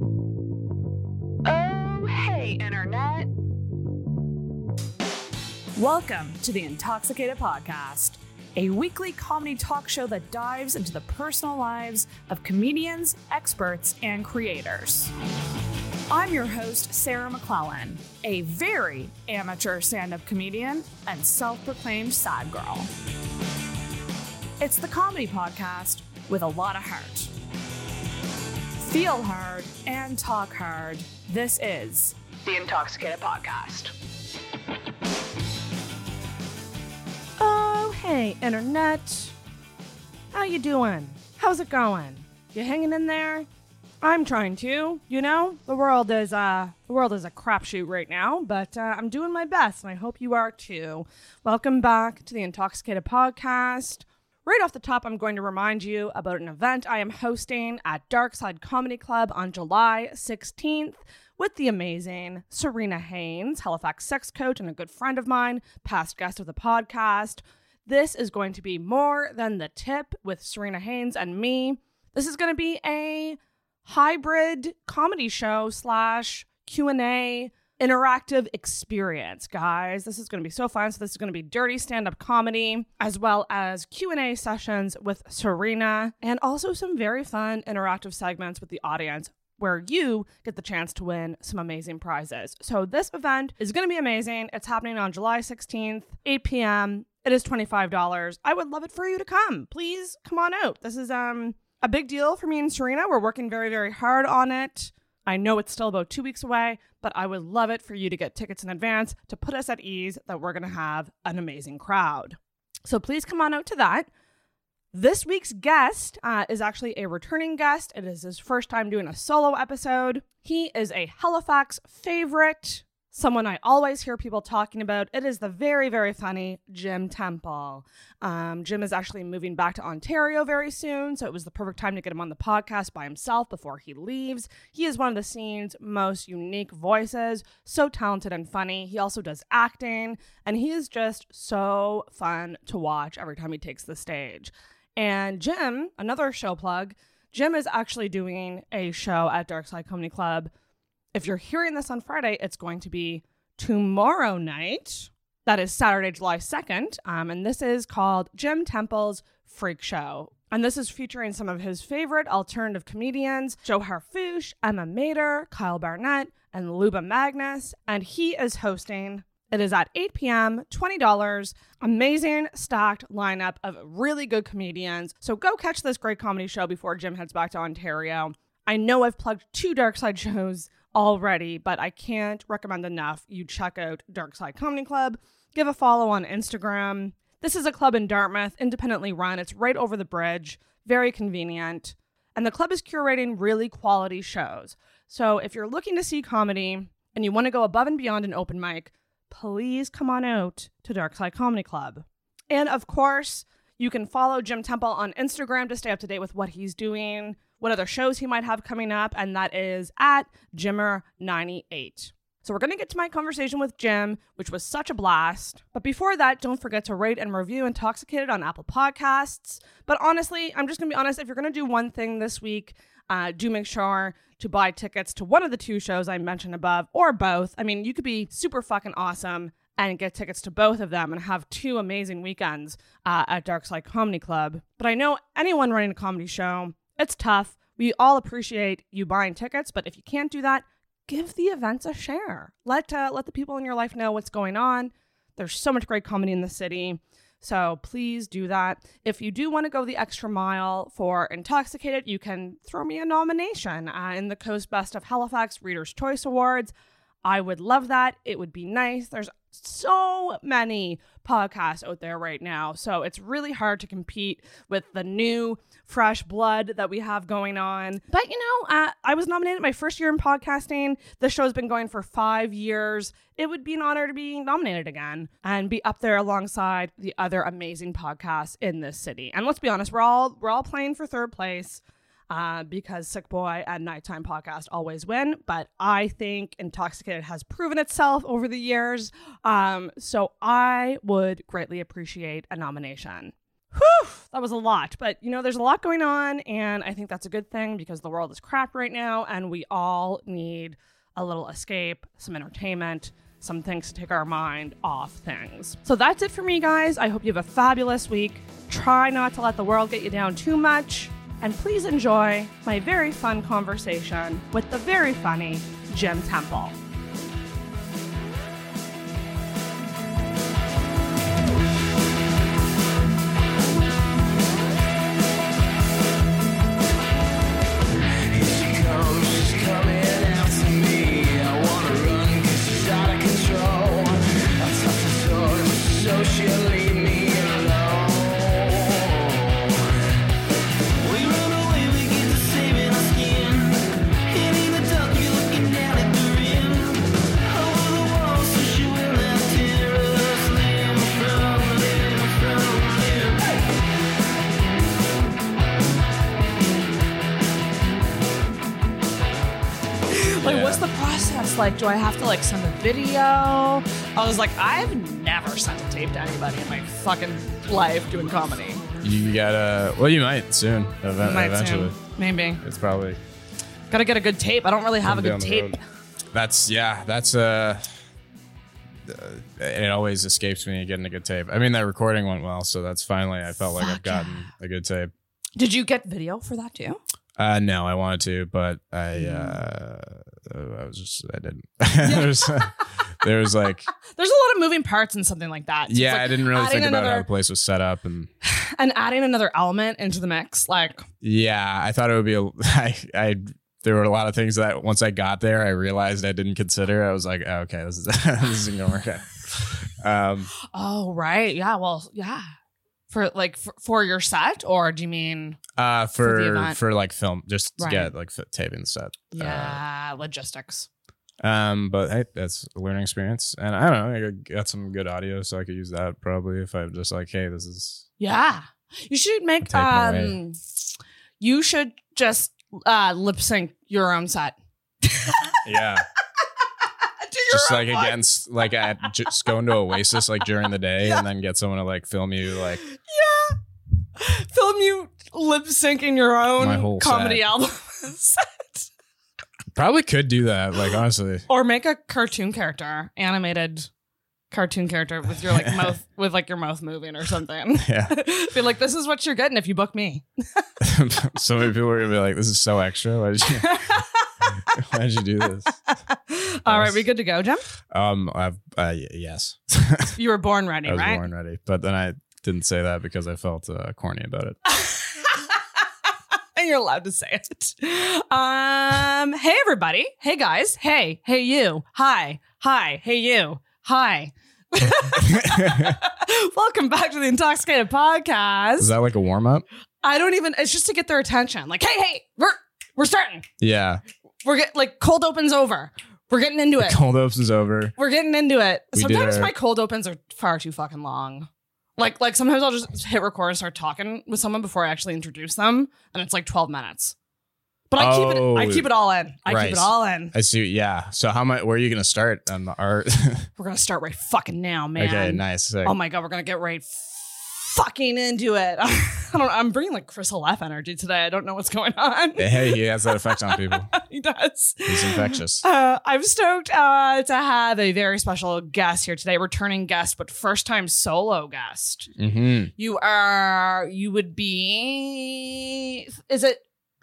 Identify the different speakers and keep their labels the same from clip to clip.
Speaker 1: Oh, Welcome to the Intoxicated Podcast, a weekly comedy talk show that dives into the personal lives of comedians, experts, and creators. I'm your host, Sarah McClellan, a very amateur stand up comedian and self proclaimed sad girl. It's the comedy podcast with a lot of heart. Feel hard and talk hard. This is the Intoxicated Podcast.
Speaker 2: Oh, hey, internet. How you doing? How's it going? You hanging in there? I'm trying to. You know, the world is uh the world is a crapshoot right now, but uh, I'm doing my best, and I hope you are too. Welcome back to the Intoxicated Podcast. Right off the top, I'm going to remind you about an event I am hosting at Darkside Comedy Club on July 16th with the amazing Serena Haynes, Halifax sex coach and a good friend of mine, past guest of the podcast. This is going to be more than the tip with Serena Haynes and me. This is going to be a hybrid comedy show slash Q&A interactive experience, guys. This is going to be so fun. So this is going to be dirty stand-up comedy as well as Q&A sessions with Serena and also some very fun interactive segments with the audience where you get the chance to win some amazing prizes. So this event is going to be amazing. It's happening on July 16th, 8 p.m. It is $25. I would love it for you to come. Please come on out. This is um a big deal for me and Serena. We're working very, very hard on it. I know it's still about two weeks away, but I would love it for you to get tickets in advance to put us at ease that we're going to have an amazing crowd. So please come on out to that. This week's guest uh, is actually a returning guest. It is his first time doing a solo episode. He is a Halifax favorite, someone I always hear people talking about. It is the very, very funny Jim Temple. Um, Jim is actually moving back to Ontario very soon, so it was the perfect time to get him on the podcast by himself before he leaves. He is one of the scene's most unique voices, so talented and funny. He also does acting, and he is just so fun to watch every time he takes the stage. And Jim, another show plug, Jim is actually doing a show at Dark Side Comedy Club. If you're hearing this on Friday, it's going to be tomorrow night. That is Saturday, July 2nd. Um, and this is called Jim Temple's Freak Show. And this is featuring some of his favorite alternative comedians Joe Harfouche, Emma Mater, Kyle Barnett, and Luba Magnus. And he is hosting it is at 8 p.m., $20. Amazing stacked lineup of really good comedians. So go catch this great comedy show before Jim heads back to Ontario. I know I've plugged two Dark Side shows already, but I can't recommend enough you check out Dark Side Comedy Club. Give a follow on Instagram. This is a club in Dartmouth, independently run. It's right over the bridge, very convenient. And the club is curating really quality shows. So if you're looking to see comedy and you want to go above and beyond an open mic, please come on out to Dark Side Comedy Club. And of course, you can follow Jim Temple on Instagram to stay up to date with what he's doing, what other shows he might have coming up, and that is at Jimmer98. So we're going to get to my conversation with Jim, which was such a blast. But before that, don't forget to rate and review Intoxicated on Apple Podcasts. But honestly, I'm just going to be honest, if you're going to do one thing this week, uh, do make sure to buy tickets to one of the two shows I mentioned above or both. I mean, you could be super fucking awesome and get tickets to both of them and have two amazing weekends uh, at Dark Side Comedy Club. But I know anyone running a comedy show, it's tough. We all appreciate you buying tickets, but if you can't do that, give the events a share. Let uh, let the people in your life know what's going on. There's so much great comedy in the city. So please do that. If you do want to go the extra mile for Intoxicated, you can throw me a nomination uh, in the Coast Best of Halifax Reader's Choice Awards. I would love that. It would be nice. There's so many podcasts out there right now. So it's really hard to compete with the new fresh blood that we have going on. But you know, uh, I was nominated my first year in podcasting. The show's been going for five years. It would be an honor to be nominated again and be up there alongside the other amazing podcasts in this city. And let's be honest, we're all we're all playing for third place uh, because Sick Boy and Nighttime Podcast always win. But I think Intoxicated has proven itself over the years. Um, so I would greatly appreciate a nomination. Whew, that was a lot. But you know, there's a lot going on. And I think that's a good thing because the world is crap right now. And we all need a little escape, some entertainment, some things to take our mind off things. So that's it for me, guys. I hope you have a fabulous week. Try not to let the world get you down too much. And please enjoy my very fun conversation with the very funny Jim Temple. Like, what's the process? Like, do I have to like send a video? I was like, I've never sent a tape to anybody in my fucking life doing comedy.
Speaker 3: You gotta. Well, you might soon.
Speaker 2: Might
Speaker 3: ev-
Speaker 2: soon.
Speaker 3: Uh, eventually,
Speaker 2: Maybe.
Speaker 3: it's probably.
Speaker 2: Gotta get a good tape. I don't really have a
Speaker 3: down
Speaker 2: good
Speaker 3: the
Speaker 2: tape.
Speaker 3: road. That's yeah. That's uh. It always escapes me getting a good tape. I mean, that recording went well, so that's finally. I felt like I've
Speaker 2: Fuck yeah.
Speaker 3: gotten a good tape.
Speaker 2: Did you get video for that too?
Speaker 3: Uh, no, I wanted to, but I
Speaker 2: Hmm.
Speaker 3: uh, I was just I didn't. there's there's like
Speaker 2: There's a lot of moving parts and something like that. So it's
Speaker 3: yeah,
Speaker 2: like
Speaker 3: I didn't really
Speaker 2: adding
Speaker 3: think about how
Speaker 2: another-
Speaker 3: the place was set up, and
Speaker 2: and adding another element into the mix, like
Speaker 3: yeah, I thought it would be a I I. There were a lot of things that once I got there, I realized I didn't consider. I was like, oh, okay, this is this isn't gonna work out. Um,
Speaker 2: oh right, yeah, well, yeah, for like for, for your set, or do you mean
Speaker 3: Uh,
Speaker 2: For the
Speaker 3: for for,
Speaker 2: event.
Speaker 3: like film, just to
Speaker 2: Right.
Speaker 3: get like f- taping set. uh,
Speaker 2: yeah logistics?
Speaker 3: Um, but hey, that's a learning experience, and I don't know. I got some good audio, so I could use that probably if I'm just like, hey, this is
Speaker 2: Yeah, you should make
Speaker 3: I'm taking
Speaker 2: um, you should just uh lip sync your own set. To Uh,
Speaker 3: yeah,
Speaker 2: your
Speaker 3: just
Speaker 2: own
Speaker 3: like
Speaker 2: voice.
Speaker 3: against like at just going to Oasis like during the day, and then get someone to like film you like
Speaker 2: yeah, film you lip syncing your
Speaker 3: My
Speaker 2: own
Speaker 3: whole
Speaker 2: comedy
Speaker 3: set.
Speaker 2: album.
Speaker 3: probably could do that. Like honestly,
Speaker 2: or make a cartoon character, animated cartoon character with your like mouth with like your mouth moving or something.
Speaker 3: yeah.
Speaker 2: be like, this is what you're getting if you book me.
Speaker 3: so many people are gonna be like, this is so extra. Why did you why did you do this?
Speaker 2: All right, we good to go, Jim?
Speaker 3: Um, I've uh, y- yes,
Speaker 2: You were born ready,
Speaker 3: I was
Speaker 2: right?
Speaker 3: born ready, but then I didn't say that because I felt uh, corny about it.
Speaker 2: and you're allowed to say it. Um, hey everybody. Hey guys. Hey, hey you. Hi. Hi. Hey you. Hi. Welcome back to the Intoxicated
Speaker 3: Is
Speaker 2: Podcast.
Speaker 3: that like a warm up?
Speaker 2: I don't even it's just to get their attention. Like, hey, hey, we're we're starting.
Speaker 3: Yeah.
Speaker 2: We're get like cold opens over. We're getting into it.
Speaker 3: Cold opens is over.
Speaker 2: We're getting into it.
Speaker 3: We did
Speaker 2: sometimes
Speaker 3: our-
Speaker 2: my cold opens are far too fucking long. Like like sometimes I'll just hit record and start talking with someone before I actually introduce them, and it's like twelve minutes. But I keep it. I
Speaker 3: Oh.
Speaker 2: keep it all in. I keep
Speaker 3: Right.
Speaker 2: it all in.
Speaker 3: I see. Yeah. So how much? Where are you gonna start on the art?
Speaker 2: We're gonna start right fucking now, man.
Speaker 3: okay. Nice. Sick.
Speaker 2: Oh my god, we're gonna get right fucking into it. I don't. I'm bringing like Chris Laugh energy today. I don't know what's going on.
Speaker 3: hey, he has that effect on people.
Speaker 2: he does.
Speaker 3: He's infectious.
Speaker 2: Uh, I'm stoked uh, to have a very special guest here today, returning guest, but first time solo guest.
Speaker 3: hmm
Speaker 2: You are. You would be. Is it?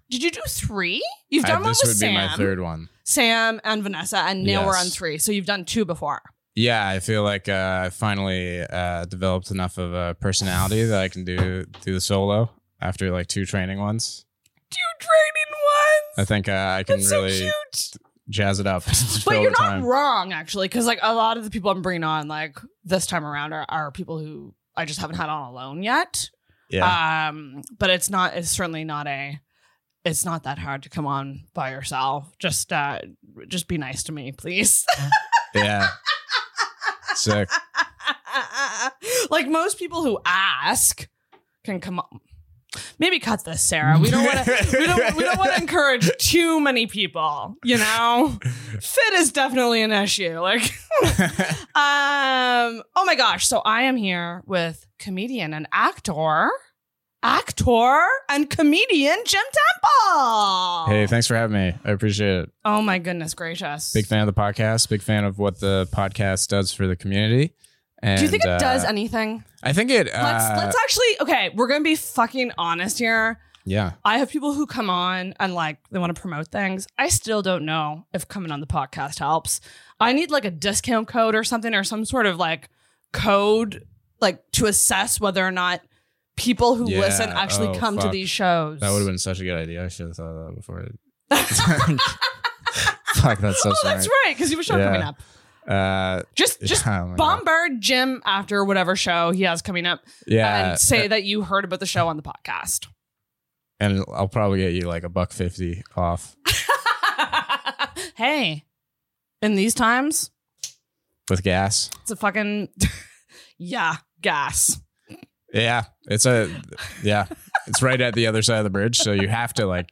Speaker 2: Did you do three? You've done one
Speaker 3: this
Speaker 2: with
Speaker 3: would
Speaker 2: Sam,
Speaker 3: be my third one.
Speaker 2: Sam and Vanessa, and now we're on
Speaker 3: Yes.
Speaker 2: three. So you've done two before.
Speaker 3: Yeah, I feel like uh, I finally uh, developed enough of a personality that I can do do the solo after like two training ones.
Speaker 2: Two training ones.
Speaker 3: I think uh, I can
Speaker 2: That's
Speaker 3: really
Speaker 2: so cute.
Speaker 3: jazz it up.
Speaker 2: But
Speaker 3: fill
Speaker 2: you're
Speaker 3: the
Speaker 2: not
Speaker 3: time.
Speaker 2: wrong, actually, because like a lot of the people I'm bringing on, like this time around, are, are people who I just haven't had on alone yet.
Speaker 3: Yeah.
Speaker 2: Um, but it's not. It's certainly not a. It's not that hard to come on by yourself. Just, uh, just be nice to me, please.
Speaker 3: yeah. Sick.
Speaker 2: like most people who ask can come up. Maybe cut this, Sarah. We don't want to. we don't. We don't want to encourage too many people. You know, fit is definitely an issue. Like, um. Oh my gosh. So I am here with comedian and actor actor and comedian Jim Temple.
Speaker 3: Hey, thanks for having me. I appreciate it.
Speaker 2: Oh my goodness gracious.
Speaker 3: Big fan of the podcast. Big fan of what the podcast does for the community. And,
Speaker 2: Do you think it
Speaker 3: uh,
Speaker 2: does anything?
Speaker 3: I think it. Uh,
Speaker 2: Let's let's actually okay, we're gonna be fucking honest here.
Speaker 3: yeah.
Speaker 2: I have people who come on and like they want to promote things. I still don't know if coming on the podcast helps. I need like a discount code or something or some sort of like code like to assess whether or not people who
Speaker 3: Yeah.
Speaker 2: listen actually
Speaker 3: Oh,
Speaker 2: come to
Speaker 3: fuck.
Speaker 2: these shows.
Speaker 3: That would have been such a good idea. I should have thought of that before. Fuck, that's so
Speaker 2: Oh,
Speaker 3: sorry.
Speaker 2: that's right, because you have a show
Speaker 3: Yeah.
Speaker 2: coming up.
Speaker 3: Uh,
Speaker 2: Just just
Speaker 3: oh my God.
Speaker 2: bombard Jim after whatever show he has coming up
Speaker 3: Yeah.
Speaker 2: and say that you heard about the show on the podcast.
Speaker 3: and I'll probably get you like a buck fifty off.
Speaker 2: hey, in these times,
Speaker 3: with gas.
Speaker 2: it's a fucking yeah gas.
Speaker 3: Yeah, it's a yeah. It's right at the other side of the bridge, so you have to like,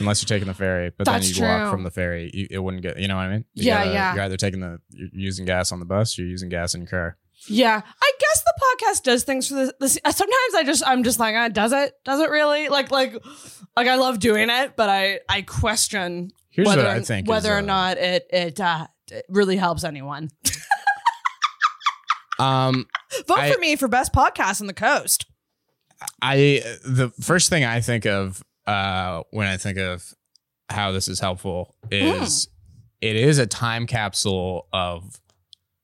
Speaker 3: unless you're taking the ferry. But
Speaker 2: That's
Speaker 3: then you walk
Speaker 2: true.
Speaker 3: from the ferry, you, it wouldn't get. You know what I mean? You
Speaker 2: Yeah,
Speaker 3: gotta-
Speaker 2: yeah.
Speaker 3: You're either taking the you're using gas on the bus, you're using gas in your car.
Speaker 2: Yeah, I guess the podcast does things for this. this sometimes I just I'm just like, ah, does it? Does it really? Like like like I love doing it, but I I question
Speaker 3: Here's
Speaker 2: whether
Speaker 3: what I think: is,
Speaker 2: whether or
Speaker 3: uh,
Speaker 2: not it it. Uh, it really helps anyone.
Speaker 3: Um,
Speaker 2: Vote
Speaker 3: I-
Speaker 2: for me for best podcast on the coast.
Speaker 3: I the first thing I think of uh when I think of how this is helpful is it is a time capsule of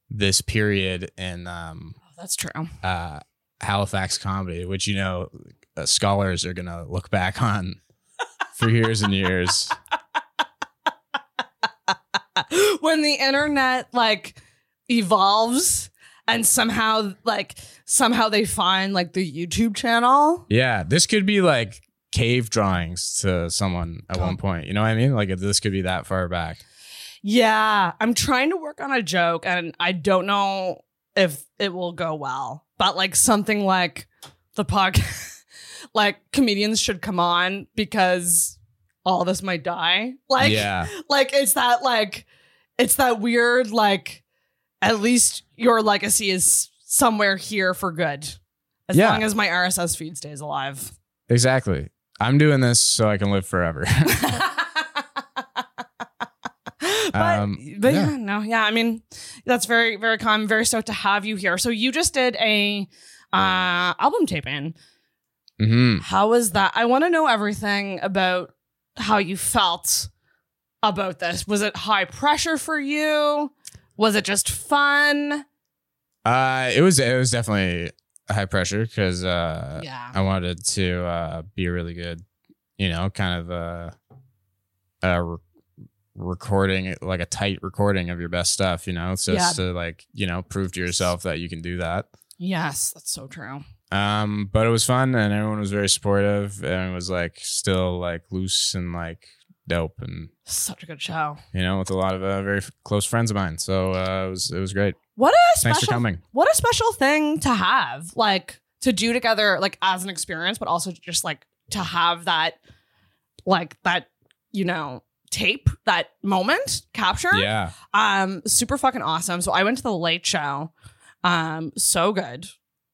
Speaker 3: this period in um
Speaker 2: Oh, that's true.
Speaker 3: uh, Halifax comedy, which you know uh, scholars are gonna look back on for years and years.
Speaker 2: when the internet like evolves and somehow like somehow they find like the YouTube channel.
Speaker 3: Yeah, this could be like cave drawings to someone at one point. You know what I mean? Like if this could be that far back.
Speaker 2: Yeah, I'm trying to work on a joke and I don't know if it will go well. But like something like the podcast like comedians should come on because all this might die. Like
Speaker 3: yeah,
Speaker 2: like it's that like it's that weird like at least your legacy is somewhere here for good as
Speaker 3: Yeah.
Speaker 2: long as my rss feed stays alive
Speaker 3: exactly. I'm doing this so I can live forever.
Speaker 2: but
Speaker 3: Um,
Speaker 2: but yeah.
Speaker 3: yeah.
Speaker 2: no yeah i mean that's very very calm very stoked to have you here so you just did a uh album taping
Speaker 3: hmm
Speaker 2: how was that i want to know everything about how you felt about this was it high pressure for you was it just fun
Speaker 3: Uh, it was it was definitely high pressure because uh,
Speaker 2: yeah
Speaker 3: I wanted to uh, be a really good, you know, kind of uh, uh, re- recording, like a tight recording of your best stuff, you know, so
Speaker 2: Yeah.
Speaker 3: it's to like, you know, prove to yourself that you can do that.
Speaker 2: yes that's so true
Speaker 3: Um, but it was fun and everyone was very supportive and it was like still like loose and like dope and,
Speaker 2: such a good show
Speaker 3: you know, with a lot of uh, very f- close friends of mine. So uh, it was, it was great.
Speaker 2: what a
Speaker 3: Thanks for
Speaker 2: special
Speaker 3: coming.
Speaker 2: what a special thing to have like to do together like as an experience but also just like to have that like that you know tape that moment capture
Speaker 3: Yeah.
Speaker 2: um super fucking awesome so i went to the late show um so good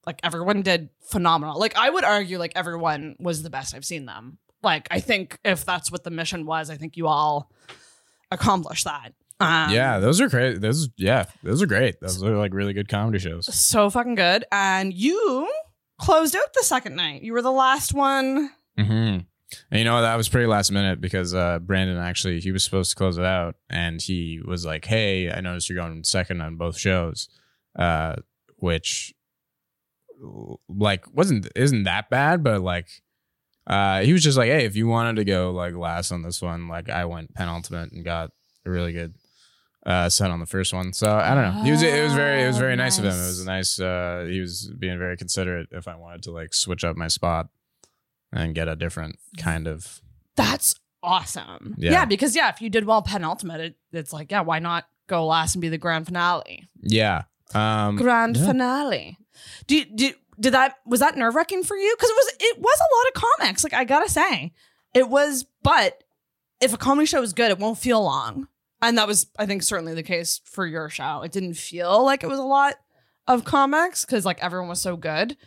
Speaker 2: like everyone did phenomenal like i would argue like everyone was the best i've seen them like i think if that's what the mission was i think you all accomplished that um
Speaker 3: yeah. Those are great. Those, yeah, those are great. Those are like really good comedy shows.
Speaker 2: so fucking good and you closed out the second night you were the last one
Speaker 3: hmm And you know that was pretty last minute because uh, Brandon actually he was supposed to close it out, and he was like, "Hey, I noticed you're going second on both shows," uh, which like wasn't isn't that bad, but like uh, he was just like, "Hey, if you wanted to go like last on this one, like I went penultimate and got a really good." Uh, set on the first one, so I don't know. He was it was very it was very nice, of him. It
Speaker 2: Nice.
Speaker 3: was a nice. Uh, he was being very considerate. If I wanted to like switch up my spot, and get a different kind of
Speaker 2: that's awesome
Speaker 3: Yeah.
Speaker 2: because yeah if you did well penultimate it, it's like yeah why not go last and be the grand finale
Speaker 3: yeah um
Speaker 2: grand
Speaker 3: yeah.
Speaker 2: finale do you do did that was that nerve wracking for you because it was it was a lot of comics like i gotta say it was but if a comedy show is good it won't feel long and that was i think certainly the case for your show it didn't feel like it was a lot of comics because like everyone was so good And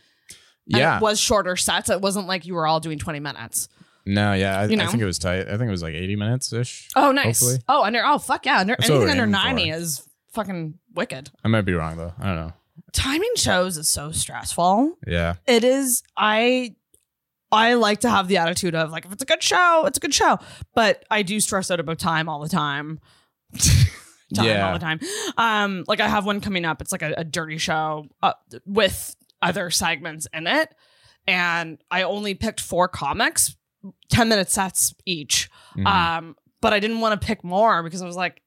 Speaker 3: yeah.
Speaker 2: it was shorter sets. It wasn't like you were all doing 20 minutes.
Speaker 3: no, yeah. I,
Speaker 2: you
Speaker 3: I
Speaker 2: know.
Speaker 3: think it was tight. I think it was like 80 minutes ish.
Speaker 2: Oh, nice.
Speaker 3: Hopefully.
Speaker 2: Oh, under oh fuck yeah. Under,
Speaker 3: That's what
Speaker 2: anything
Speaker 3: we're
Speaker 2: under
Speaker 3: aiming
Speaker 2: 90
Speaker 3: for.
Speaker 2: is fucking wicked.
Speaker 3: I might be wrong though. I don't know.
Speaker 2: Timing shows is so stressful.
Speaker 3: Yeah.
Speaker 2: It is I I like to have the attitude of like if it's a good show, it's a good show. But I do stress out about time all the time. time all
Speaker 3: Yeah.
Speaker 2: the time. Um, like I have one coming up. It's like a, a dirty show uh, with other segments in it, and I only picked four comics, ten minute sets each.
Speaker 3: Mhm.
Speaker 2: Um, but I didn't want to pick more because I was like,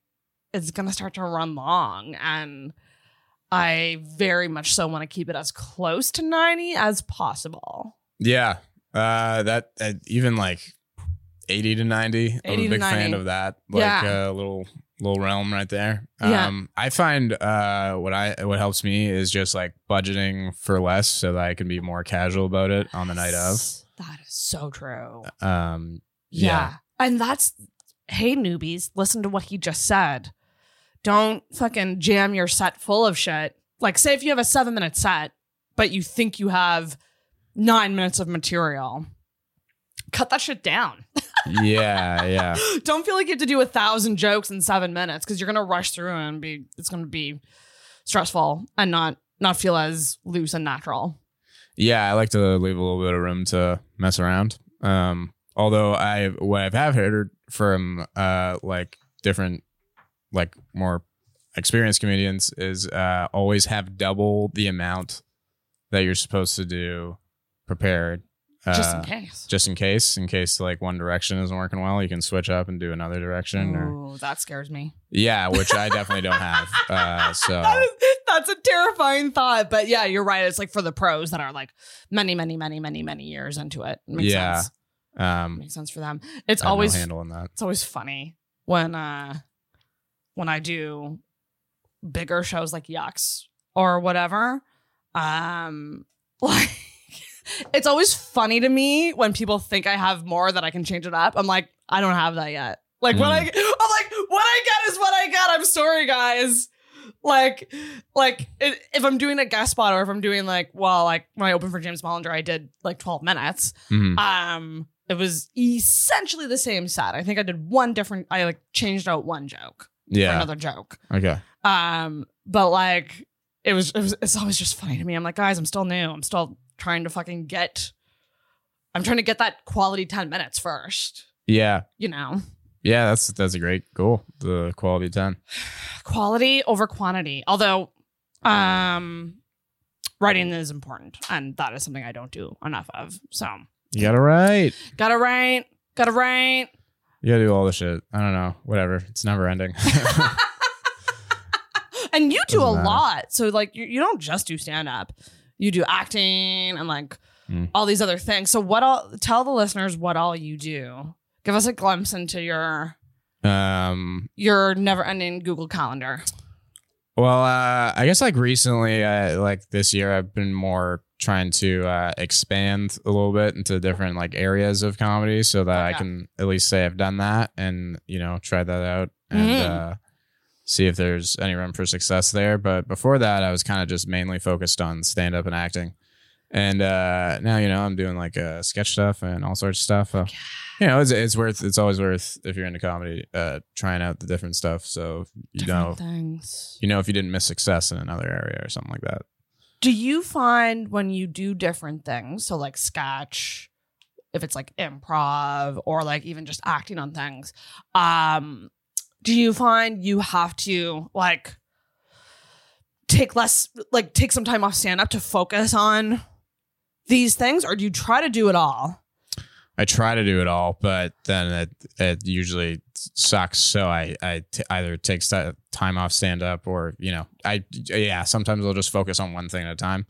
Speaker 2: it's gonna start to run long, and I very much so want to keep it as close to ninety as possible.
Speaker 3: yeah. Uh, that uh, even like 80 to 90. I'm
Speaker 2: 80
Speaker 3: a
Speaker 2: to
Speaker 3: big
Speaker 2: 90.
Speaker 3: fan of that. Like
Speaker 2: Yeah.
Speaker 3: uh, little little realm right there.
Speaker 2: Yeah.
Speaker 3: Um, I find uh what I what helps me is just like budgeting for less so that I can be more casual about it on the night of.
Speaker 2: That is so true.
Speaker 3: Um,
Speaker 2: Yeah.
Speaker 3: yeah.
Speaker 2: And that's, hey, newbies, listen to what he just said. Don't fucking jam your set full of shit. Like, say if you have a seven minute set, but you think you have nine minutes of material, cut that shit down.
Speaker 3: yeah, yeah.
Speaker 2: Don't feel like you have to do a thousand jokes in seven minutes because you're going to rush through and be, it's going to be stressful and not, not feel as loose and natural.
Speaker 3: Yeah, I like to leave a little bit of room to mess around. Um, although I what I've have heard from uh like different like more experienced comedians is uh always have double the amount that you're supposed to do prepared. Uh,
Speaker 2: Just in case.
Speaker 3: Just in case, in case like one direction isn't working well, you can switch up and uh, do another direction. Or
Speaker 2: Ooh, that scares me.
Speaker 3: yeah, which I definitely don't have. Uh, so
Speaker 2: That is, that's a terrifying thought, but yeah, you're right. It's like for the pros that are like many, many, many, many, many years into it. it makes
Speaker 3: Yeah.
Speaker 2: sense.
Speaker 3: um,
Speaker 2: makes sense for them. It's
Speaker 3: I have no
Speaker 2: always
Speaker 3: handle on that.
Speaker 2: it's always funny when uh when I do bigger shows like Yucks or whatever. Um, like it's always funny to me when people think I have more that I can change it up. I'm like, I don't have that yet. Like what
Speaker 3: Mm.
Speaker 2: I, I'm like, what I got is what I got. I'm sorry, guys. Like, like i- if I'm doing a guest spot or if I'm doing like, well, like when I opened for James Bollinger, I did like 12 minutes.
Speaker 3: Mhm.
Speaker 2: Um, it was essentially the same set. I think I did one different. I like changed out one joke for
Speaker 3: Yeah.
Speaker 2: another joke.
Speaker 3: Okay.
Speaker 2: Um, but like it was, it was, it's always just funny to me. I'm like, guys, I'm still new. I'm still trying to fucking get. I'm trying to get that quality ten minutes first.
Speaker 3: Yeah.
Speaker 2: You know,
Speaker 3: Yeah, that's that's a great goal. The quality ten.
Speaker 2: quality over quantity. Although, um, writing is important, and that is something I don't do enough of. So,
Speaker 3: You gotta write.
Speaker 2: gotta write, gotta write.
Speaker 3: You gotta do all the shit. I don't know. Whatever. It's never ending.
Speaker 2: and you do
Speaker 3: Doesn't
Speaker 2: a
Speaker 3: matter.
Speaker 2: lot. So like you, you don't just do stand up. You do acting and like
Speaker 3: Mm.
Speaker 2: all these other things. So what all tell the listeners what all you do. Give us a glimpse into your
Speaker 3: um.
Speaker 2: your never ending Google calendar.
Speaker 3: Well, uh, I guess like recently, uh, like this year, I've been more trying to uh, expand a little bit into different like areas of comedy, so that I
Speaker 2: Okay.
Speaker 3: can at least say I've done that, and you know, try that out and
Speaker 2: Mm.
Speaker 3: uh, see if there's any room for success there. But before that, I was kind of just mainly focused on stand up and acting, and uh, now you know I'm doing like uh, sketch stuff and all sorts of stuff. So, you know, it's, it's worth. It's always worth if you're into comedy, uh, trying out the different stuff. So you know
Speaker 2: things.
Speaker 3: you know if you didn't miss success in another area or something like that.
Speaker 2: Do you find when you do different things, so like sketch, if it's like improv or like even just acting on things, um, do you find you have to like take less, like take some time off stand up to focus on these things, or do you try to do it all?
Speaker 3: I try to do it all, but then it, it usually sucks. So I, I t- either take st- time off stand up or, you know, I, yeah, sometimes I'll just focus on one thing at a time.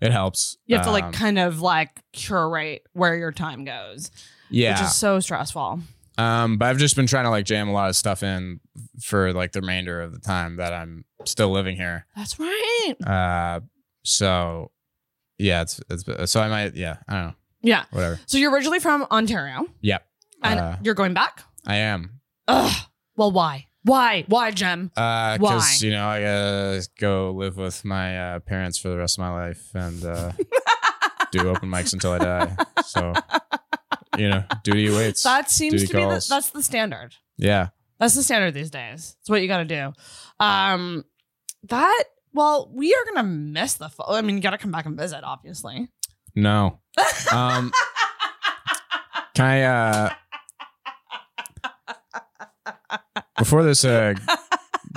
Speaker 3: It helps.
Speaker 2: You have to like
Speaker 3: Um,
Speaker 2: kind of like curate where your time goes,
Speaker 3: yeah.
Speaker 2: which is so stressful.
Speaker 3: Um, but I've just been trying to like jam a lot of stuff in for like the remainder of the time that I'm still living here.
Speaker 2: That's right.
Speaker 3: Uh, so yeah, it's, it's, so I might, yeah, I don't know,
Speaker 2: Yeah.
Speaker 3: whatever.
Speaker 2: So you're originally from Ontario and
Speaker 3: Uh,
Speaker 2: you're going back?
Speaker 3: I am.
Speaker 2: Ugh. Well, why? Why? Why, Jem?
Speaker 3: Uh,
Speaker 2: Why?
Speaker 3: because you know I gotta go live with my uh, parents for the rest of my life, and uh, do open mics until I die. So, you know, duty awaits.
Speaker 2: That seems
Speaker 3: Duty
Speaker 2: to be the,
Speaker 3: calls.
Speaker 2: that's the standard.
Speaker 3: yeah.
Speaker 2: That's the standard these days. It's what you got to do. Um, that well, we are gonna miss the. Fo- I mean, you gotta come back and visit, obviously.
Speaker 3: No. Um, can I, uh, before this uh,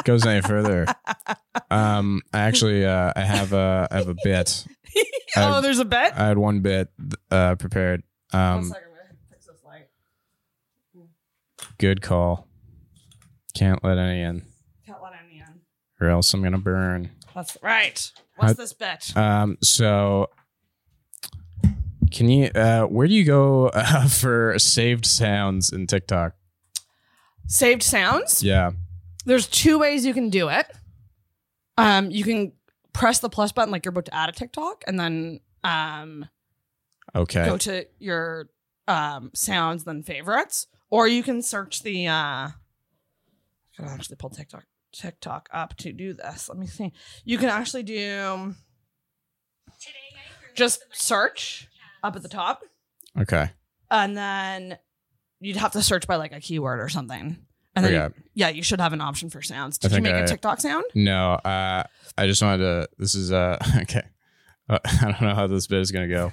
Speaker 3: goes any further, um, I actually uh, I have a I have a bit.
Speaker 2: oh,
Speaker 3: I've-
Speaker 2: there's a bet.
Speaker 3: I had one bit uh, prepared.
Speaker 2: Oh,
Speaker 3: Um, good call. Can't let any in, or else I'm gonna burn.
Speaker 2: That's right.
Speaker 3: What's
Speaker 2: What's
Speaker 3: I-
Speaker 2: this bet?
Speaker 3: Um, so can you uh where do you go uh, for saved sounds in TikTok?
Speaker 2: Saved sounds.
Speaker 3: Yeah.
Speaker 2: There's two ways you can do it. Um, you can press the plus button like you're about to add a TikTok, and then um,
Speaker 3: Okay.
Speaker 2: go to your um sounds then favorites, or you can search the. uh I can actually pull TikTok TikTok up to do this. Let me see. You can actually do just search up at the top,
Speaker 3: Okay.
Speaker 2: and then you'd have to search by like a keyword or something. And then
Speaker 3: Okay.
Speaker 2: yeah, you should have an option for sounds.
Speaker 3: I
Speaker 2: Did you
Speaker 3: think
Speaker 2: make a
Speaker 3: I-
Speaker 2: TikTok sound?
Speaker 3: No, uh I just wanted to this is uh okay. Uh, I don't know how this bit is going to go.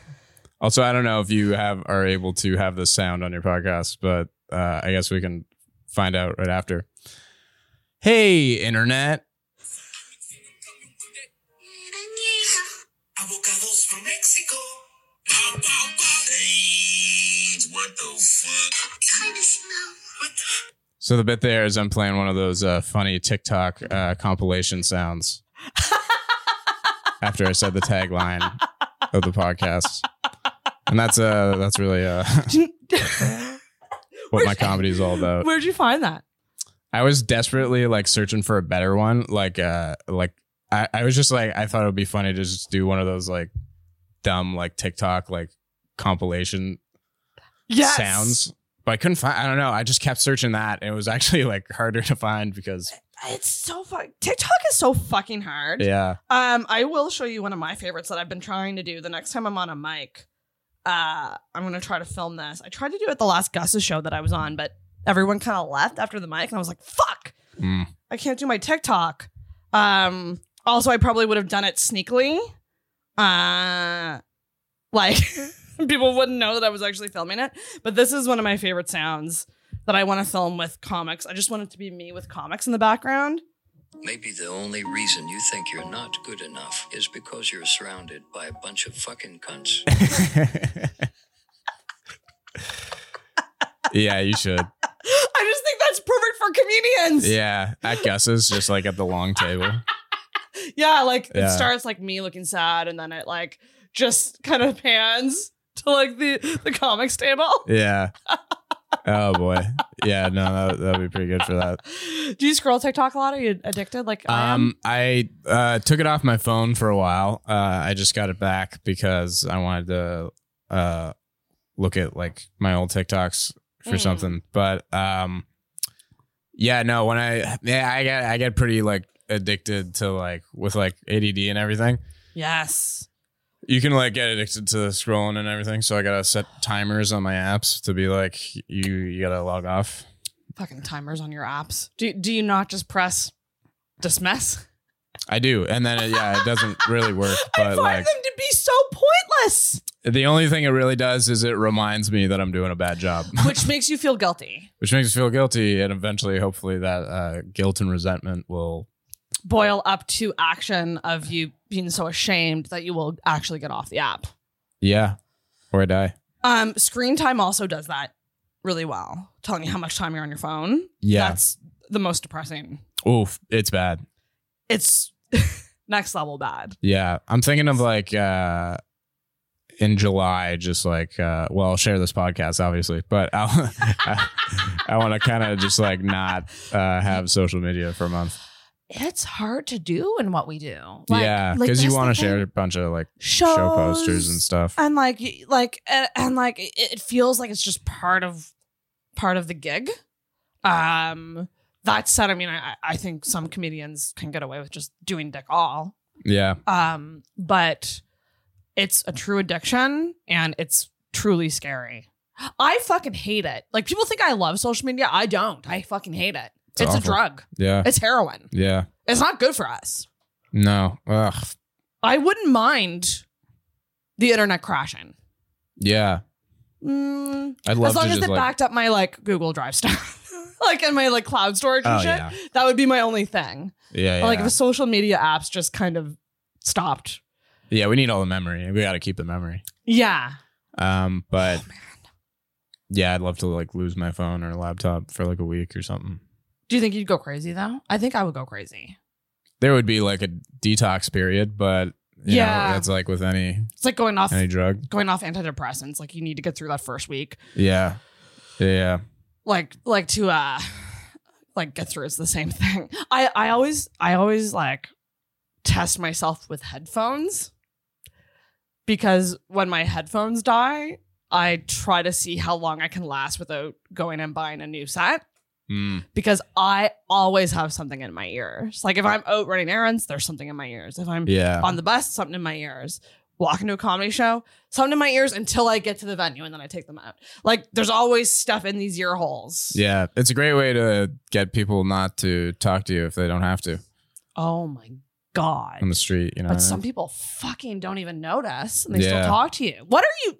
Speaker 3: Also, I don't know if you have are able to have this sound on your podcast, but uh I guess we can find out right after. Hey, internet.
Speaker 4: Avocados from Mexico. Pow, pow, pow. Hey, what the fuck? Kind of smell. What the?
Speaker 3: So the bit there is I'm playing one of those uh, funny TikTok uh, compilation sounds after I said the tagline of the podcast, and that's uh that's really uh what my comedy is all about.
Speaker 2: Where'd you find that?
Speaker 3: I was desperately like searching for a better one, like uh like I, I was just like I thought it would be funny to just do one of those like dumb like TikTok like compilation
Speaker 2: Yes.
Speaker 3: sounds. But I couldn't find. I don't know. I just kept searching that, and it was actually like harder to find because
Speaker 2: It's so fuck. TikTok is so fucking hard.
Speaker 3: yeah.
Speaker 2: Um, I will show you one of my favorites that I've been trying to do. The next time I'm on a mic, uh, I'm gonna try to film this. I tried to do it the last Gus's show that I was on, but everyone kind of left after the mic, and I was like, "Fuck,
Speaker 3: Mm.
Speaker 2: I can't do my TikTok." Um, also, I probably would have done it sneakily, uh, like people wouldn't know that I was actually filming it. But this is one of my favorite sounds that I want to film with comics. I just want it to be me with comics in the background.
Speaker 5: Maybe the only reason you think you're not good enough is because you're surrounded by a bunch of fucking cunts.
Speaker 3: yeah, you should.
Speaker 2: I just think that's perfect for comedians.
Speaker 3: Yeah, at Gus's, just like at the long table.
Speaker 2: Yeah, like
Speaker 3: Yeah.
Speaker 2: it starts like me looking sad, and then it like just kind of pans to like the the comics table.
Speaker 3: Yeah. Oh boy. Yeah. No, that that'd be pretty good for that.
Speaker 2: Do you scroll TikTok a lot? Are you addicted? Like I am?
Speaker 3: Um, I uh, took it off my phone for a while. Uh, I just got it back because I wanted to uh, look at like my old TikToks for
Speaker 2: Mm.
Speaker 3: something. But um, yeah, no. When I yeah, I get I get pretty like addicted to like with like ADD and everything.
Speaker 2: Yes.
Speaker 3: you can like get addicted to scrolling and everything. So I gotta set timers on my apps to be like, you you gotta log off.
Speaker 2: Fucking timers on your apps. Do do you not just press dismiss?
Speaker 3: I do, and then yeah, it doesn't really work.
Speaker 2: I
Speaker 3: But
Speaker 2: find
Speaker 3: like,
Speaker 2: them to be so pointless,
Speaker 3: the only thing it really does is it reminds me that I'm doing a bad job,
Speaker 2: which makes you feel guilty.
Speaker 3: which makes me feel guilty, and eventually, hopefully, that uh, guilt and resentment will.
Speaker 2: Boil up to action of you being so ashamed that you will actually get off the app.
Speaker 3: Yeah, or I die.
Speaker 2: Um, screen time also does that really well, telling you how much time you're on your phone.
Speaker 3: Yeah.
Speaker 2: that's the most depressing.
Speaker 3: Oof, it's bad.
Speaker 2: It's next level bad.
Speaker 3: Yeah, I'm thinking of like uh in July, just like uh well, I'll share this podcast obviously, but I'll, I, I want to kind of just like not uh have social media for a month.
Speaker 2: It's hard to do in what we do.
Speaker 3: yeah, because you want to share a bunch of like
Speaker 2: shows,
Speaker 3: show posters and stuff.
Speaker 2: and like y- like and, and like it- it feels like it's just part of part of the gig. Um, that said, I mean, I I think some comedians can get away with just doing dick all.
Speaker 3: yeah,
Speaker 2: Um, but it's a true addiction and it's truly scary. I fucking hate it. Like people think I love social media. I don't. I fucking hate it. It's,
Speaker 3: It's
Speaker 2: a
Speaker 3: awful.
Speaker 2: drug.
Speaker 3: Yeah.
Speaker 2: It's heroin.
Speaker 3: Yeah.
Speaker 2: It's not good for us.
Speaker 3: No. Ugh.
Speaker 2: I wouldn't mind the internet crashing.
Speaker 3: Yeah.
Speaker 2: Mm,
Speaker 3: I'd love
Speaker 2: as long
Speaker 3: to
Speaker 2: as
Speaker 3: just
Speaker 2: it
Speaker 3: like.
Speaker 2: backed up my like Google Drive stuff. like and my like cloud storage and
Speaker 3: oh
Speaker 2: shit.
Speaker 3: yeah.
Speaker 2: That would be my only thing.
Speaker 3: Yeah. Yeah.
Speaker 2: Like if the social media apps just kind of stopped.
Speaker 3: yeah. We need all the memory. We got to keep the memory.
Speaker 2: Yeah. Oh,
Speaker 3: Um. But yeah, I'd love to like lose my phone or laptop for like a week or something.
Speaker 2: Do you think you'd go crazy though? I think I would go crazy.
Speaker 3: There would be like a detox period, but you yeah,
Speaker 2: Yeah.
Speaker 3: know, that's like with any
Speaker 2: It's like going off
Speaker 3: any drug.
Speaker 2: going off antidepressants. Like you need to get through that first week.
Speaker 3: Yeah. Yeah.
Speaker 2: Like like to uh like get through is the same thing. I I always I always like test myself with headphones because when my headphones die, I try to see how long I can last without going and buying a new set
Speaker 3: Mm.
Speaker 2: because I always have something in my ears. Like if I'm out running errands, there's something in my ears. If I'm
Speaker 3: Yeah.
Speaker 2: on the bus, something in my ears. Walking to a comedy show, something in my ears until I get to the venue and then I take them out. Like there's always stuff in these ear holes.
Speaker 3: Yeah, it's a great way to get people not to talk to you if they don't have to
Speaker 2: Oh my God.
Speaker 3: on the street. You know,
Speaker 2: But some people fucking don't even notice and they
Speaker 3: Yeah.
Speaker 2: still talk to you. What are you?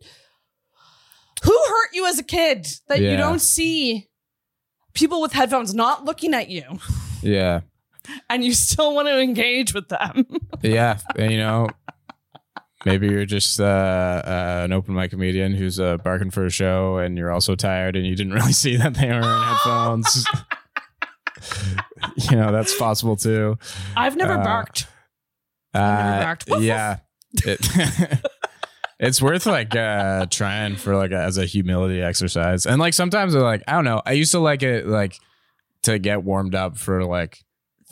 Speaker 2: Who hurt you as a kid that you
Speaker 3: Yeah.
Speaker 2: don't see people with headphones not looking at you
Speaker 3: yeah,
Speaker 2: and you still want to engage with them?
Speaker 3: yeah, and, you know, maybe you're just uh, uh, an open mic comedian who's uh, barking for a show, and you're also tired, and you didn't really see that they were in headphones. you know, that's possible too.
Speaker 2: I've never
Speaker 3: Uh,
Speaker 2: barked. never
Speaker 3: Uh,
Speaker 2: barked. Woof, woof.
Speaker 3: yeah, It- it's worth like uh, trying for like a, as a humility exercise, and like sometimes like I don't know. I used to like it like to get warmed up for like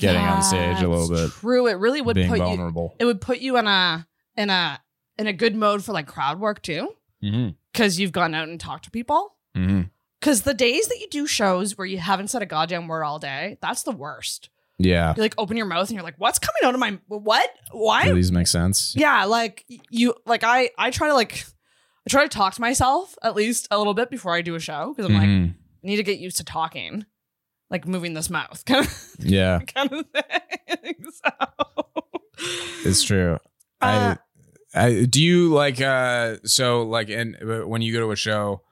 Speaker 3: getting on stage a little bit,
Speaker 2: That's True. It really would
Speaker 3: being
Speaker 2: put you
Speaker 3: vulnerable.
Speaker 2: it would put you in a in a in a good mode for like crowd work too
Speaker 3: Mm-hmm.
Speaker 2: because you've gone out and talked to people
Speaker 3: Mm-hmm.
Speaker 2: because the days that you do shows where you haven't said a goddamn word all day that's the worst
Speaker 3: Yeah,
Speaker 2: you like open your mouth and you're like what's coming out of my what
Speaker 3: do
Speaker 2: why
Speaker 3: these make sense?
Speaker 2: yeah like you like i i try to like i try to talk to myself at least a little bit before i do a show because i'm like
Speaker 3: Mhm.
Speaker 2: i need to get used to talking like moving this mouth kind of,
Speaker 3: yeah,
Speaker 2: kind of thing so
Speaker 3: it's true.
Speaker 2: Uh,
Speaker 3: I, I do you like uh so like and uh, when you go to a show,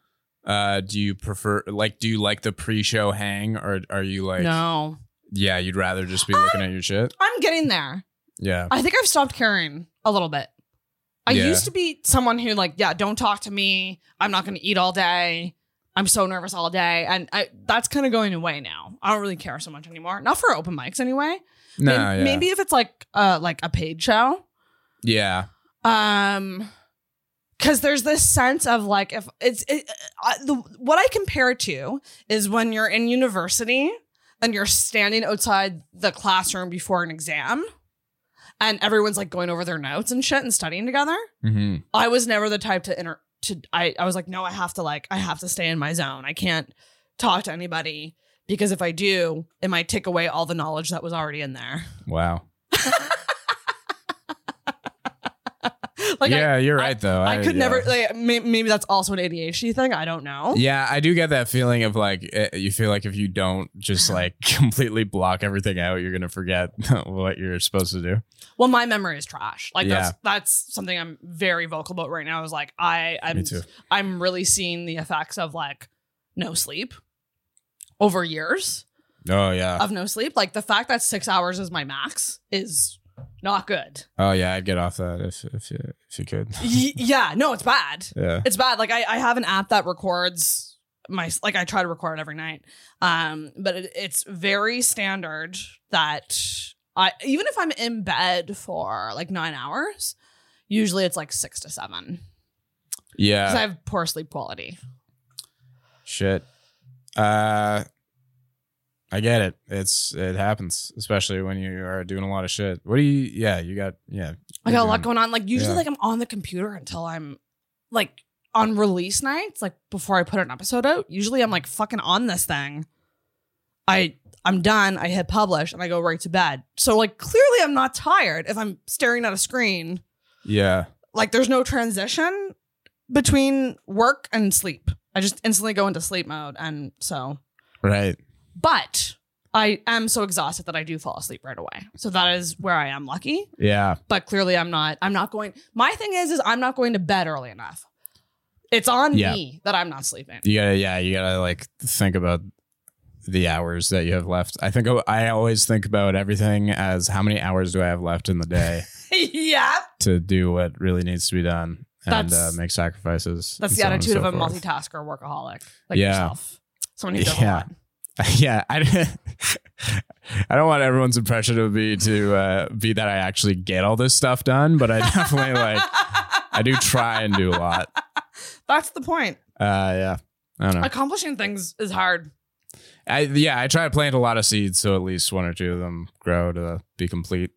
Speaker 3: uh, do you prefer like do you like the pre-show hang or are you like
Speaker 2: no
Speaker 3: Yeah, you'd rather just be looking at your shit.
Speaker 2: i'm getting there
Speaker 3: Yeah.
Speaker 2: I think I've stopped caring a little bit. I
Speaker 3: Yeah.
Speaker 2: used to be someone who like, yeah, don't talk to me. I'm not going to eat all day. I'm so nervous all day, and I, that's kind of going away now. I don't really care so much anymore. Not for open mics anyway.
Speaker 3: No,
Speaker 2: May-
Speaker 3: Ah, yeah.
Speaker 2: maybe, if it's like uh like a paid show.
Speaker 3: Yeah.
Speaker 2: Um because there's this sense of like if it's it, I, the, what I compare it to is when you're in university and you're standing outside the classroom before an exam and everyone's like going over their notes and shit and studying together.
Speaker 3: Mm-hmm.
Speaker 2: I was never the type to inter to I, I was like, no, I have to like I have to stay in my zone. I can't talk to anybody because if I do, it might take away all the knowledge that was already in there.
Speaker 3: Wow.
Speaker 2: Like I,
Speaker 3: yeah, you're right though.
Speaker 2: I could
Speaker 3: yeah.
Speaker 2: never like may, maybe that's also an ADHD thing. I don't know.
Speaker 3: Yeah, I do get that feeling of like eh, you feel like if you don't just like completely block everything out, you're gonna forget what you're supposed to do.
Speaker 2: Well, my memory is trash. Like
Speaker 3: Yeah.
Speaker 2: that's that's something I'm very vocal about right now. Is like I I'm
Speaker 3: Me too.
Speaker 2: I'm really seeing the effects of like no sleep over years
Speaker 3: Oh yeah.
Speaker 2: of no sleep. Like the fact that six hours is my max is not good.
Speaker 3: Oh yeah. I'd get off that if if you if you could.
Speaker 2: Y- yeah, no, it's bad.
Speaker 3: Yeah.
Speaker 2: It's bad. Like I, I have an app that records my like I try to record every night. Um, but it, it's very standard that I even if I'm in bed for like nine hours, usually it's like six to seven because I
Speaker 3: Yeah.
Speaker 2: have poor sleep quality.
Speaker 3: Shit. Uh. I get it. It's it happens, especially when you are doing a lot of shit. What do you? Yeah, you got. Yeah,
Speaker 2: I got a
Speaker 3: you're
Speaker 2: lot
Speaker 3: doing-
Speaker 2: going on. Like usually,
Speaker 3: Yeah.
Speaker 2: like I'm on the computer until I'm like on release nights, like before I put an episode out. Usually, I'm like fucking on this thing. I I'm done. I hit publish and I go right to bed. So like clearly, I'm not tired if I'm staring at a screen
Speaker 3: Yeah.
Speaker 2: Like there's no transition between work and sleep. I just instantly go into sleep mode and so
Speaker 3: Right.
Speaker 2: but I am so exhausted that I do fall asleep right away. So that is where I am lucky.
Speaker 3: Yeah.
Speaker 2: But clearly I'm not I'm not going my thing is is I'm not going to bed early enough. It's on
Speaker 3: Yeah.
Speaker 2: me that I'm not sleeping.
Speaker 3: You gotta, yeah, you gotta like think about the hours that you have left. I think I- I always think about everything as how many hours do I have left in the day
Speaker 2: yeah.
Speaker 3: to do what really needs to be done and uh,
Speaker 2: That's-
Speaker 3: make sacrifices.
Speaker 2: That's
Speaker 3: and
Speaker 2: the
Speaker 3: so on and
Speaker 2: attitude
Speaker 3: so
Speaker 2: of a
Speaker 3: forth.
Speaker 2: multitasker workaholic like
Speaker 3: Yeah.
Speaker 2: yourself. Someone who does a
Speaker 3: Yeah.
Speaker 2: lot.
Speaker 3: yeah, I, I don't want everyone's impression of me to uh, be that I actually get all this stuff done, but I definitely like I do try and do a lot.
Speaker 2: That's the point.
Speaker 3: Uh, yeah, I don't know.
Speaker 2: Accomplishing things is hard.
Speaker 3: I, yeah, I try to plant a lot of seeds so at least one or two of them grow to be complete.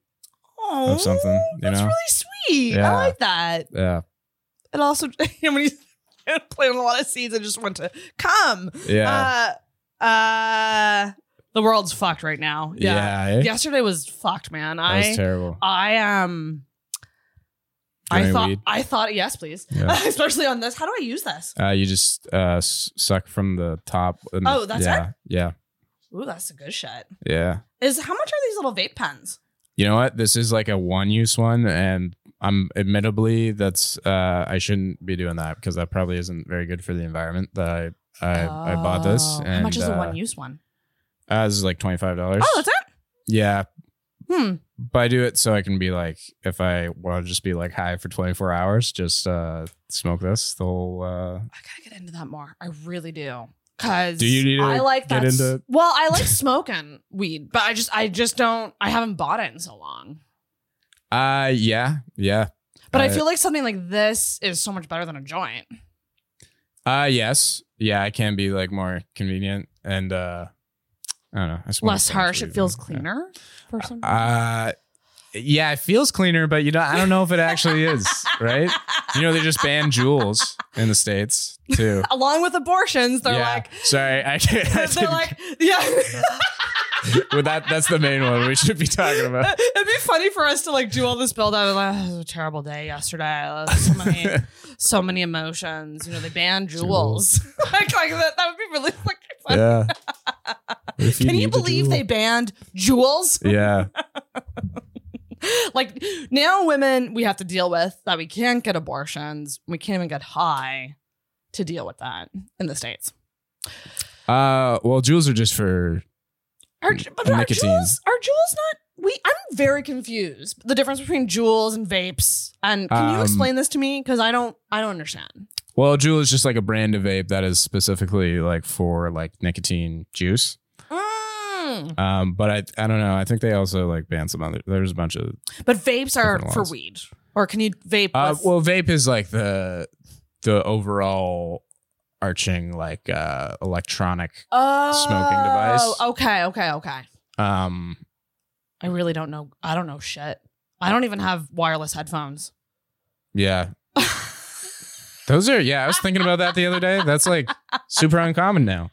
Speaker 2: Oh,
Speaker 3: something, you
Speaker 2: that's
Speaker 3: know?
Speaker 2: really sweet.
Speaker 3: Yeah.
Speaker 2: I like that.
Speaker 3: Yeah,
Speaker 2: It also, you know, when you plant a lot of seeds, I just want to come.
Speaker 3: yeah,
Speaker 2: Uh, uh, the world's fucked right now. Yeah.
Speaker 3: yeah. eh?
Speaker 2: Yesterday was fucked, man.
Speaker 3: That was
Speaker 2: I,
Speaker 3: terrible.
Speaker 2: I um,
Speaker 3: Do you
Speaker 2: I
Speaker 3: want
Speaker 2: thought,
Speaker 3: any weed?
Speaker 2: I thought, yes, please.
Speaker 3: Yeah.
Speaker 2: Especially on this. How do I use this?
Speaker 3: Uh, you just uh, s- suck from the top. and-
Speaker 2: Oh, that's
Speaker 3: yeah, yeah,
Speaker 2: Ooh, that's a good shit.
Speaker 3: yeah.
Speaker 2: Is how much are these little Oh, vape pens?
Speaker 3: You know what? This is like a one-use one, and I'm admittedly that's uh, I shouldn't be doing that because that probably isn't very good for the environment. That I I, I bought this.
Speaker 2: Oh,
Speaker 3: And,
Speaker 2: how much is
Speaker 3: uh,
Speaker 2: the one use one?
Speaker 3: Uh, this is like twenty five dollars.
Speaker 2: Oh, that's it.
Speaker 3: yeah,
Speaker 2: Hmm.
Speaker 3: but I do it so I can be like, if I want to just be like high for 24 hours, just uh, smoke this. The whole uh,
Speaker 2: I gotta get into that more. I really do. Cause
Speaker 3: Do you need to
Speaker 2: I like
Speaker 3: get
Speaker 2: that. s-
Speaker 3: into-
Speaker 2: Well, I like smoking weed, but I just I just don't I haven't bought it in so long.
Speaker 3: uh yeah, yeah.
Speaker 2: But I
Speaker 3: Uh,
Speaker 2: feel like something like this is so much better than a joint.
Speaker 3: uh yes. Yeah, I can be like more convenient and uh I don't know. I smoke
Speaker 2: Less
Speaker 3: so much
Speaker 2: harsh.
Speaker 3: weed,
Speaker 2: It feels
Speaker 3: yeah.
Speaker 2: cleaner for some
Speaker 3: Uh yeah, it feels cleaner, but you know, I don't know if it actually is, right? You know, they just banned jewels in the States too.
Speaker 2: Along with abortions, they're
Speaker 3: yeah.
Speaker 2: like
Speaker 3: sorry, I can't. I
Speaker 2: they're
Speaker 3: didn't-
Speaker 2: like yeah.
Speaker 3: Well, that that's the main one we should be talking about.
Speaker 2: It'd be funny for us to like do all this build up and like, "Oh, it was a terrible day yesterday. Oh, So many, so many emotions. You know, they banned jewels. like, like that, that would be really like funny.
Speaker 3: Yeah. If
Speaker 2: Can you
Speaker 3: need to
Speaker 2: believe
Speaker 3: do-
Speaker 2: they banned jewels?
Speaker 3: Yeah.
Speaker 2: like now, women we have to deal with that we can't get abortions, we can't even get high to deal with that in the states.
Speaker 3: Uh, well, jewels are just for.
Speaker 2: Are,
Speaker 3: Mm,
Speaker 2: but are
Speaker 3: nicotine.
Speaker 2: jewels are jewels not? We I'm very confused. The difference between jewels and vapes, and can you
Speaker 3: Um,
Speaker 2: explain this to me? Because I don't I don't understand.
Speaker 3: Well, jewel is just like a brand of vape that is specifically like for like nicotine juice.
Speaker 2: Mm.
Speaker 3: Um, but I I don't know. I think they also like ban some other. There's a bunch of.
Speaker 2: But vapes are
Speaker 3: Different
Speaker 2: for
Speaker 3: ones.
Speaker 2: weed, or can you vape?
Speaker 3: Uh,
Speaker 2: with-
Speaker 3: well, vape is like the the overall arching like uh electronic.
Speaker 2: oh,
Speaker 3: smoking device.
Speaker 2: Okay, okay, okay.
Speaker 3: Um,
Speaker 2: I really don't know. I don't know shit. I don't even have wireless headphones.
Speaker 3: yeah. Those are yeah. I was thinking about that the other day. That's like super uncommon now,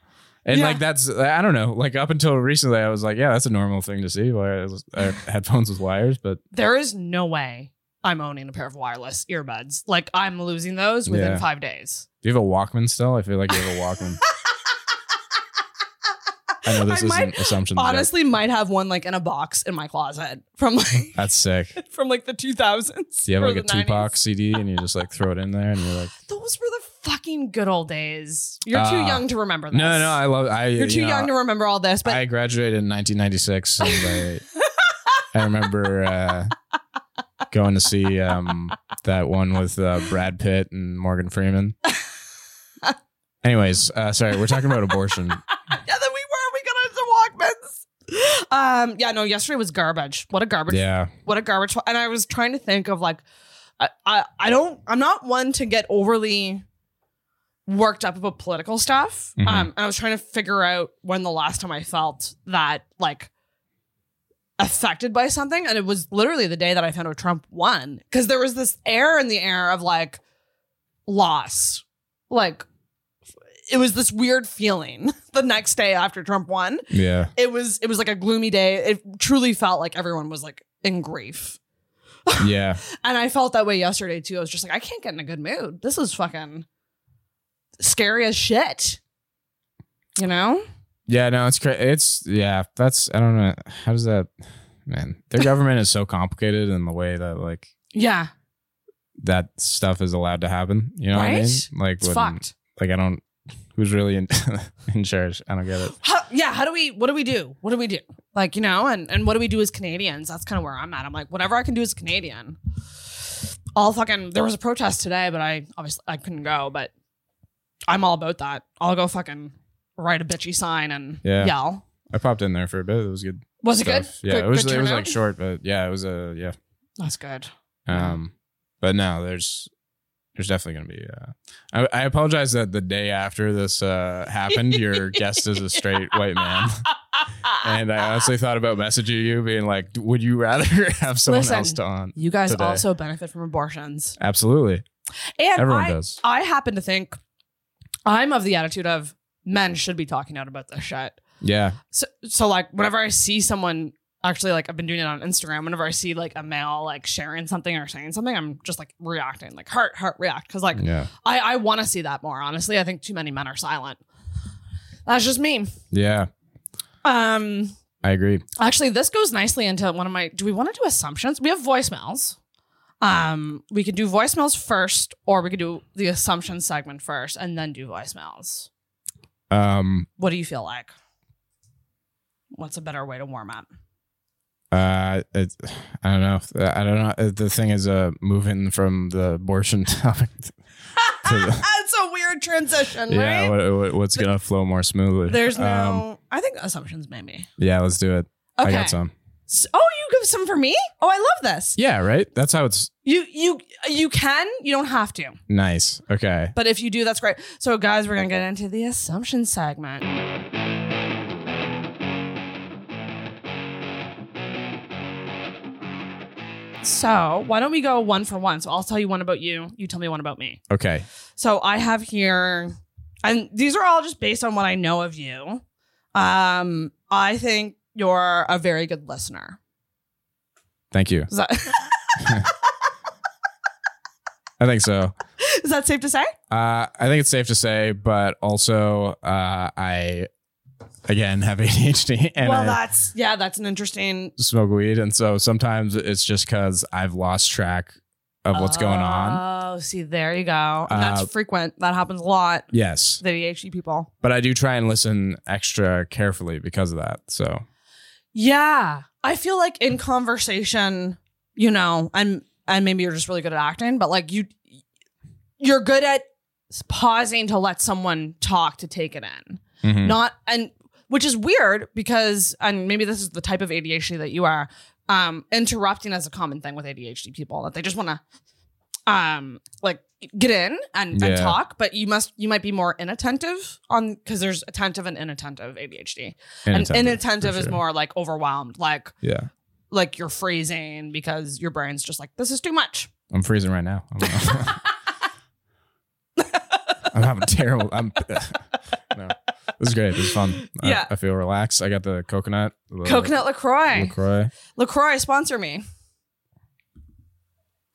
Speaker 3: and
Speaker 2: Yeah.
Speaker 3: like that's I don't know. Like up until recently, I was like, yeah, that's a normal thing to see. Wires, uh, headphones with wires, but
Speaker 2: there is no way I'm owning a pair of wireless earbuds. Like I'm losing those within
Speaker 3: Yeah.
Speaker 2: five days.
Speaker 3: do you have a Walkman still? I feel like you have a Walkman. I know this
Speaker 2: I might-
Speaker 3: isn't assumption. but
Speaker 2: Honestly, might have one like in a box in my closet from like
Speaker 3: that's sick.
Speaker 2: from like the 2000s.
Speaker 3: Do you have
Speaker 2: or
Speaker 3: like a
Speaker 2: the 90s.
Speaker 3: Tupac CD and you just like throw it in there and you're like,
Speaker 2: Those were the fucking good old days. You're too
Speaker 3: Ah.
Speaker 2: young to remember this.
Speaker 3: no, no, I love. I
Speaker 2: You're too
Speaker 3: you know,
Speaker 2: young to remember all this, but
Speaker 3: I graduated in 1996, and I, I remember uh, going to see um, that one with uh, Brad Pitt and Morgan Freeman. Anyways, uh, sorry, we're talking about abortion.
Speaker 2: yeah, that we were. We got into Walkmans. Um, yeah, no, yesterday was garbage. What a garbage
Speaker 3: Yeah,
Speaker 2: what a garbage fi- and i was trying to think of like I, I i don't i'm not one to get overly worked up about political stuff
Speaker 3: Mhm.
Speaker 2: um and i was trying to figure out when the last time i felt that like affected by something and it was literally the day that i found out trump won because there was this air in the air of like loss like it was this weird feeling the next day after trump won
Speaker 3: yeah,
Speaker 2: it was it was like a gloomy day. It truly felt like everyone was like in grief.
Speaker 3: yeah.
Speaker 2: And I felt that way yesterday too. I was just like, I can't get in a good mood. This is fucking scary as shit. You know?
Speaker 3: Yeah, no, it's crazy. It's yeah, that's I don't know how does that man. Their government is so complicated in the way that like
Speaker 2: Yeah.
Speaker 3: that stuff is allowed to happen. You know what I mean?
Speaker 2: Right?
Speaker 3: Like
Speaker 2: It's
Speaker 3: when-
Speaker 2: fucked.
Speaker 3: like I don't who's really in, in charge. I don't get it.
Speaker 2: How, yeah. How do we, what do we do? What do we do? Like, you know, and, and what do we do as Canadians? That's kind of where I'm at. I'm like, whatever I can do as a Canadian. All fucking, there was a protest today, but I obviously I couldn't go, but I'm all about that. I'll go fucking write a bitchy sign and
Speaker 3: Yeah.
Speaker 2: yell.
Speaker 3: I popped in there for a bit. It was good.
Speaker 2: Was it
Speaker 3: stuff.
Speaker 2: good?
Speaker 3: Yeah,
Speaker 2: Good-
Speaker 3: it was
Speaker 2: good
Speaker 3: it was
Speaker 2: turnout?
Speaker 3: like short, but yeah, it was a yeah.
Speaker 2: That's good. Yeah.
Speaker 3: Um, but no, there's there's definitely gonna be. Uh, I, I apologize that the day after this uh, happened, your guest is a straight white man, and I honestly thought about messaging you, being like, "Would you rather have someone
Speaker 2: Listen.
Speaker 3: else on?"
Speaker 2: You guys
Speaker 3: today.
Speaker 2: also benefit from abortions.
Speaker 3: Absolutely,
Speaker 2: And
Speaker 3: everyone
Speaker 2: I,
Speaker 3: does.
Speaker 2: I happen to think I'm of the attitude of men should be talking out about this shit.
Speaker 3: Yeah,
Speaker 2: So, so like whenever I see someone actually like I've been doing it on Instagram, whenever I see like a male like sharing something or saying something, I'm just like reacting, like heart, heart, react. Cause like
Speaker 3: yeah,
Speaker 2: I, I wanna see that more, honestly. I think too many men are silent. That's just me.
Speaker 3: yeah.
Speaker 2: Um
Speaker 3: I agree.
Speaker 2: Actually, this goes nicely into one of my. Do we want to do assumptions? We have voicemails. Um, we could do voicemails first, or we could do the assumption segment first, and then do voicemails.
Speaker 3: Um,
Speaker 2: What do you feel like? What's a better way to warm up?
Speaker 3: uh, it, I don't know. I don't know. Uh, The thing is, uh, moving from the abortion topic. To the,
Speaker 2: That's a weird transition,
Speaker 3: yeah,
Speaker 2: right?
Speaker 3: what, what, what's gonna flow more smoothly?
Speaker 2: There's
Speaker 3: Um,
Speaker 2: no. I think assumptions, maybe.
Speaker 3: yeah, let's do it.
Speaker 2: Okay.
Speaker 3: I got some.
Speaker 2: S- oh, you give some for me? Oh, I love this.
Speaker 3: Yeah, right. That's how it's
Speaker 2: You you you can. You don't have to.
Speaker 3: nice. Okay.
Speaker 2: But if you do, that's great. So, guys, we're gonna get into the assumption segment. So, why don't we go one for one? So, I'll tell you one about you. You tell me one about me.
Speaker 3: Okay.
Speaker 2: So, I have here, and these are all just based on what I know of you. Um, I think you're a very good listener.
Speaker 3: Thank you.
Speaker 2: Is that
Speaker 3: I think so.
Speaker 2: is that safe to say?
Speaker 3: Uh, I think it's safe to say, but also uh, I again have ADHD and
Speaker 2: well,
Speaker 3: I
Speaker 2: that's yeah, that's an interesting.
Speaker 3: smoke weed, and so sometimes it's just because I've lost track of what's going on.
Speaker 2: Oh, see, there you go. And
Speaker 3: Uh,
Speaker 2: that's frequent. That happens a lot.
Speaker 3: Yes,
Speaker 2: the ADHD people.
Speaker 3: but I do try and listen extra carefully because of that. So
Speaker 2: Yeah. I feel like in conversation, you know, and and maybe you're just really good at acting, but like you you're good at pausing to let someone talk to take it in.
Speaker 3: mhm.
Speaker 2: Not and which is weird because and maybe this is the type of ADHD that you are. Um interrupting is a common thing with ADHD people that they just want to um like get in and,
Speaker 3: Yeah.
Speaker 2: and talk, but you must you might be more inattentive on because there's attentive and inattentive ADHD and
Speaker 3: for
Speaker 2: inattentive is
Speaker 3: sure.
Speaker 2: more like overwhelmed like
Speaker 3: Yeah,
Speaker 2: like you're freezing because your brain's just like this is too much
Speaker 3: I'm freezing right now. I don't know. I'm having a terrible. I'm no. This is great. This is fun. I-
Speaker 2: Yeah.
Speaker 3: I, feel relaxed. I got the coconut. the
Speaker 2: coconut lacroix. lacroix
Speaker 3: Lacroix.
Speaker 2: sponsor me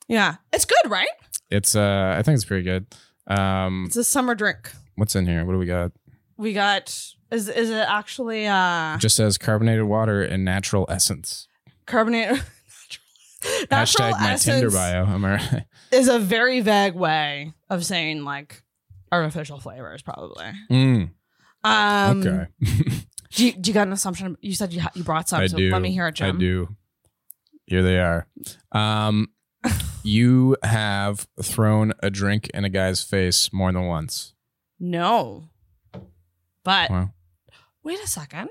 Speaker 2: yeah it's good right
Speaker 3: It's uh, I think it's pretty good. Um,
Speaker 2: it's a summer drink
Speaker 3: what's in here? What do we got?
Speaker 2: we got is is it actually uh
Speaker 3: Just says carbonated water and natural essence.
Speaker 2: carbonated natural
Speaker 3: Hashtag my
Speaker 2: essence
Speaker 3: Tinder bio. Am I right?
Speaker 2: is a very vague way of saying like artificial flavors probably
Speaker 3: Mm,
Speaker 2: um
Speaker 3: okay,
Speaker 2: do you, do you got an assumption you said you, ha- you brought some
Speaker 3: I
Speaker 2: so
Speaker 3: do.
Speaker 2: let me hear it
Speaker 3: I
Speaker 2: Jim.
Speaker 3: do. Here they are. Um, you have thrown a drink in a guy's face more than once.
Speaker 2: No. But
Speaker 3: Wow.
Speaker 2: wait a second.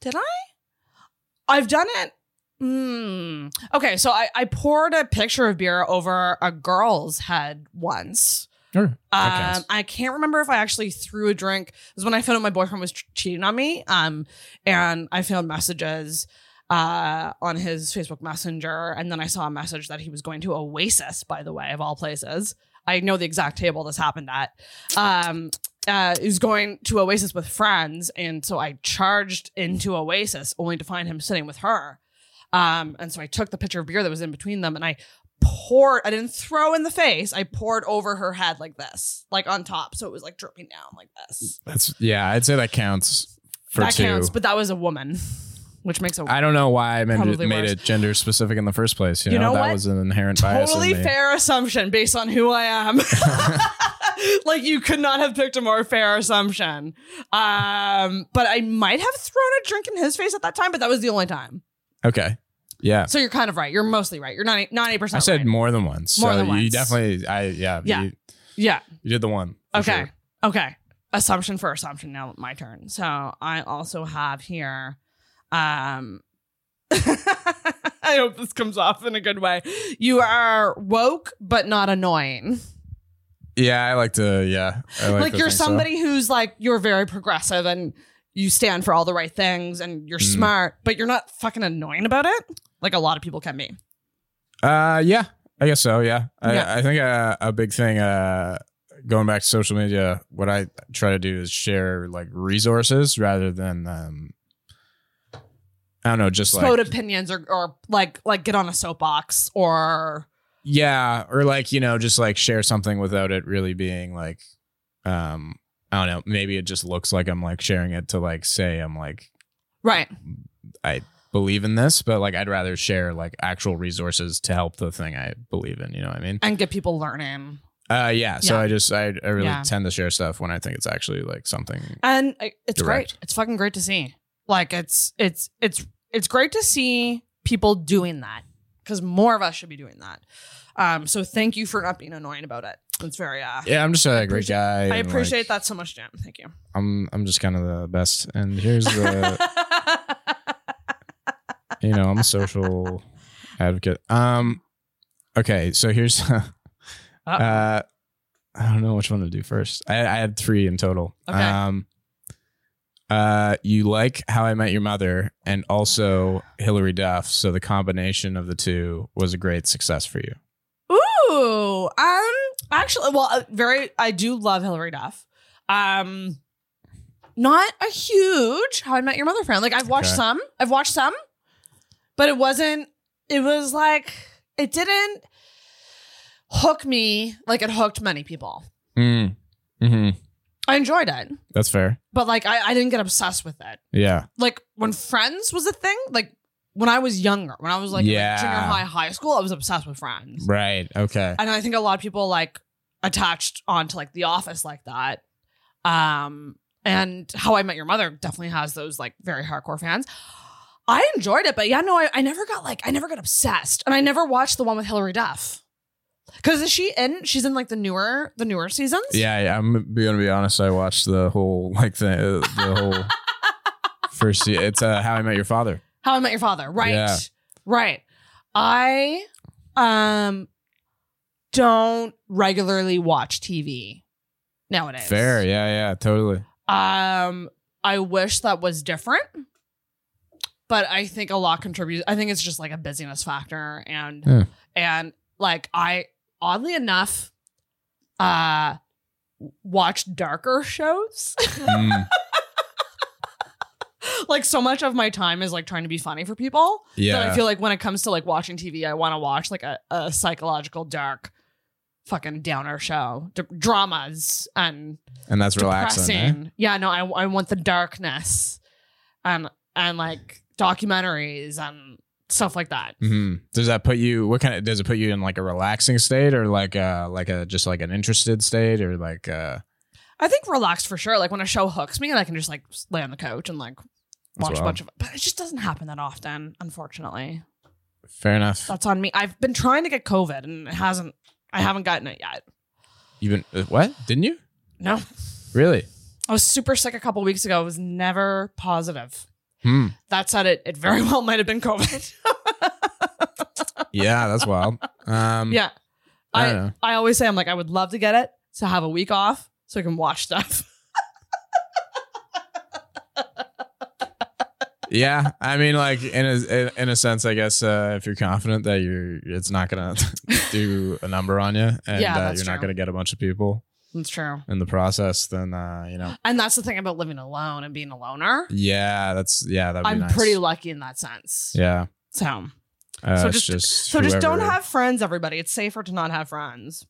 Speaker 2: Did I? I've done it. Mm. Okay, so I, I poured a picture of beer over a girl's head once.
Speaker 3: Sure. That
Speaker 2: Um,
Speaker 3: counts.
Speaker 2: I can't remember if I actually threw a drink. It was when I found out my boyfriend was ch- cheating on me. Um, and I found messages uh, on his Facebook Messenger, and then I saw a message that he was going to Oasis, by the way, of all places. I know the exact table this happened at. Um, uh, he was going to Oasis with friends, and so I charged into Oasis only to find him sitting with her. Um, and so I took the pitcher of beer that was in between them and I poured, I didn't throw in the face. I poured over her head like this, like on top. So it was like dripping down like this.
Speaker 3: That's yeah. I'd say that counts for
Speaker 2: that
Speaker 3: two.
Speaker 2: counts, but that was a woman, which makes a
Speaker 3: I don't know why I made it,
Speaker 2: Probably
Speaker 3: made
Speaker 2: worse.
Speaker 3: it gender specific in the first place. You,
Speaker 2: You
Speaker 3: know,
Speaker 2: know
Speaker 3: that
Speaker 2: what?
Speaker 3: was an inherent bias. in
Speaker 2: totally
Speaker 3: me.
Speaker 2: fair assumption based on who I am. like you could not have picked a more fair assumption. Um, but I might have thrown a drink in his face at that time, but that was the only time.
Speaker 3: Okay. Yeah.
Speaker 2: So you're kind of right. You're mostly right. You're 90
Speaker 3: I
Speaker 2: percent.
Speaker 3: said
Speaker 2: right.
Speaker 3: more than once.
Speaker 2: More
Speaker 3: so
Speaker 2: than
Speaker 3: you
Speaker 2: once.
Speaker 3: definitely I yeah,
Speaker 2: Yeah.
Speaker 3: You,
Speaker 2: yeah.
Speaker 3: you did the one. for
Speaker 2: Okay.
Speaker 3: sure.
Speaker 2: Okay. Assumption for assumption. Now my turn. So I also have here. Um, I hope this comes off in a good way. You are woke but not annoying.
Speaker 3: Yeah, I like to yeah. I like,
Speaker 2: like
Speaker 3: to
Speaker 2: you're
Speaker 3: think so.
Speaker 2: somebody who's like you're very progressive and you stand for all the right things and you're
Speaker 3: Mm.
Speaker 2: smart, but you're not fucking annoying about it. Like a lot of people can be.
Speaker 3: Uh yeah. I guess so, yeah. I,
Speaker 2: Yeah.
Speaker 3: I think uh, a big thing uh going back to social media, what I try to do is share like resources rather than um I don't know, just like
Speaker 2: Spoke opinions or, or like like get on a soapbox or
Speaker 3: Yeah, or like you know, just like share something without it really being like, um, I don't know. Maybe it just looks like I'm like sharing it to like say I'm like
Speaker 2: right.
Speaker 3: believe in this, but like I'd rather share like actual resources to help the thing I believe in. You know what I mean?
Speaker 2: And get people learning.
Speaker 3: Uh, yeah. So
Speaker 2: Yeah.
Speaker 3: I just I I really
Speaker 2: Yeah.
Speaker 3: tend to share stuff when I think it's actually like something.
Speaker 2: And I- it's
Speaker 3: Direct.
Speaker 2: great. It's fucking great to see. Like it's it's it's it's great to see people doing that. Because more of us should be doing that. Um, so thank you for not being annoying about it. It's very uh
Speaker 3: Yeah, I'm just a great
Speaker 2: appreciate-
Speaker 3: guy.
Speaker 2: I
Speaker 3: and,
Speaker 2: appreciate
Speaker 3: like,
Speaker 2: that so much, Jim. Thank you.
Speaker 3: I'm I'm just kind of the best. And here's the you know I'm a social advocate. Um, okay. So here's.
Speaker 2: Ah.
Speaker 3: Uh, I don't know which one to do first. I, I had three in total.
Speaker 2: Okay.
Speaker 3: Um, uh, you like How I Met Your Mother and also Hillary Duff, so the combination of the two was a great success for you.
Speaker 2: Ooh, um, actually, well, uh, very. I do love Hillary Duff. Um, not a huge How I Met Your Mother fan. Like I've watched
Speaker 3: Okay.
Speaker 2: some, I've watched some, but it wasn't. It was like it didn't hook me like it hooked many people.
Speaker 3: Mm. hmm
Speaker 2: I enjoyed it,
Speaker 3: That's fair.
Speaker 2: but like I, I didn't get obsessed with it.
Speaker 3: Yeah.
Speaker 2: Like when Friends was a thing, like. When I was younger, when I was like, in, like,
Speaker 3: Yeah.
Speaker 2: junior high, high school, I was obsessed with Friends.
Speaker 3: Right. Okay.
Speaker 2: and I think a lot of people like attached onto like The Office like that. Um, and How I Met Your Mother definitely has those like very hardcore fans. I enjoyed it, but yeah, no, I, I never got like I never got obsessed, and I never watched the one with Hilary Duff. Cause is she in? She's in like the newer the newer seasons.
Speaker 3: Yeah. yeah, I'm gonna be honest. I watched the whole like the the whole first. se- It's uh, How I Met Your Father.
Speaker 2: How I Met Your Father. Right.
Speaker 3: Yeah.
Speaker 2: Right. I um don't regularly watch TV nowadays.
Speaker 3: Fair. Yeah. Yeah. Totally.
Speaker 2: Um, I wish that was different, but I think a lot contributes. I think it's just like a busyness factor, and
Speaker 3: Yeah.
Speaker 2: and like I oddly enough, uh, watch darker shows.
Speaker 3: Mm.
Speaker 2: like so much of my time is like trying to be funny for people that
Speaker 3: Yeah.
Speaker 2: I feel like when it comes to like watching TV, I want to watch like a, a psychological dark. Fucking downer show, D- dramas, and
Speaker 3: and that's relaxing. eh?
Speaker 2: depressing. Yeah, no, I, I want the darkness and and like documentaries and stuff like that.
Speaker 3: hmm Does that put you? What kind of does it put you in like a relaxing state or like a like a just like an interested state or like uh
Speaker 2: I think relaxed for sure. Like when a show hooks me, and I can just like s- lay on the couch and like watch
Speaker 3: well.
Speaker 2: a bunch of. But it just doesn't happen that often, unfortunately.
Speaker 3: fair enough?
Speaker 2: That's on me. I've been trying to get COVID, and it hasn't. I haven't gotten it yet.
Speaker 3: Even uh, what didn't you
Speaker 2: No,
Speaker 3: really?
Speaker 2: I was super sick a couple weeks ago. I was never positive.
Speaker 3: Hmm.
Speaker 2: That said, it it very well might have been COVID.
Speaker 3: Yeah, that's wild. Um,
Speaker 2: yeah,
Speaker 3: I
Speaker 2: I
Speaker 3: don't know.
Speaker 2: I always say I'm like I would love to get it to have a week off so I can watch stuff.
Speaker 3: Yeah, I mean, like in a in, in a sense, I guess uh, if you're confident that you're, it's not gonna do a number on you, and
Speaker 2: Yeah,
Speaker 3: uh,
Speaker 2: that's
Speaker 3: you're not
Speaker 2: true.
Speaker 3: gonna get a bunch of people
Speaker 2: That's true.
Speaker 3: in the process. Then uh, you know,
Speaker 2: And that's the thing about living alone and being a loner.
Speaker 3: yeah, that's yeah, that.
Speaker 2: I'm
Speaker 3: nice.
Speaker 2: pretty lucky in that sense.
Speaker 3: Yeah,
Speaker 2: So,
Speaker 3: Uh,
Speaker 2: so
Speaker 3: it's
Speaker 2: just,
Speaker 3: just
Speaker 2: so just don't
Speaker 3: whoever-
Speaker 2: have friends, everybody. It's safer to not have friends.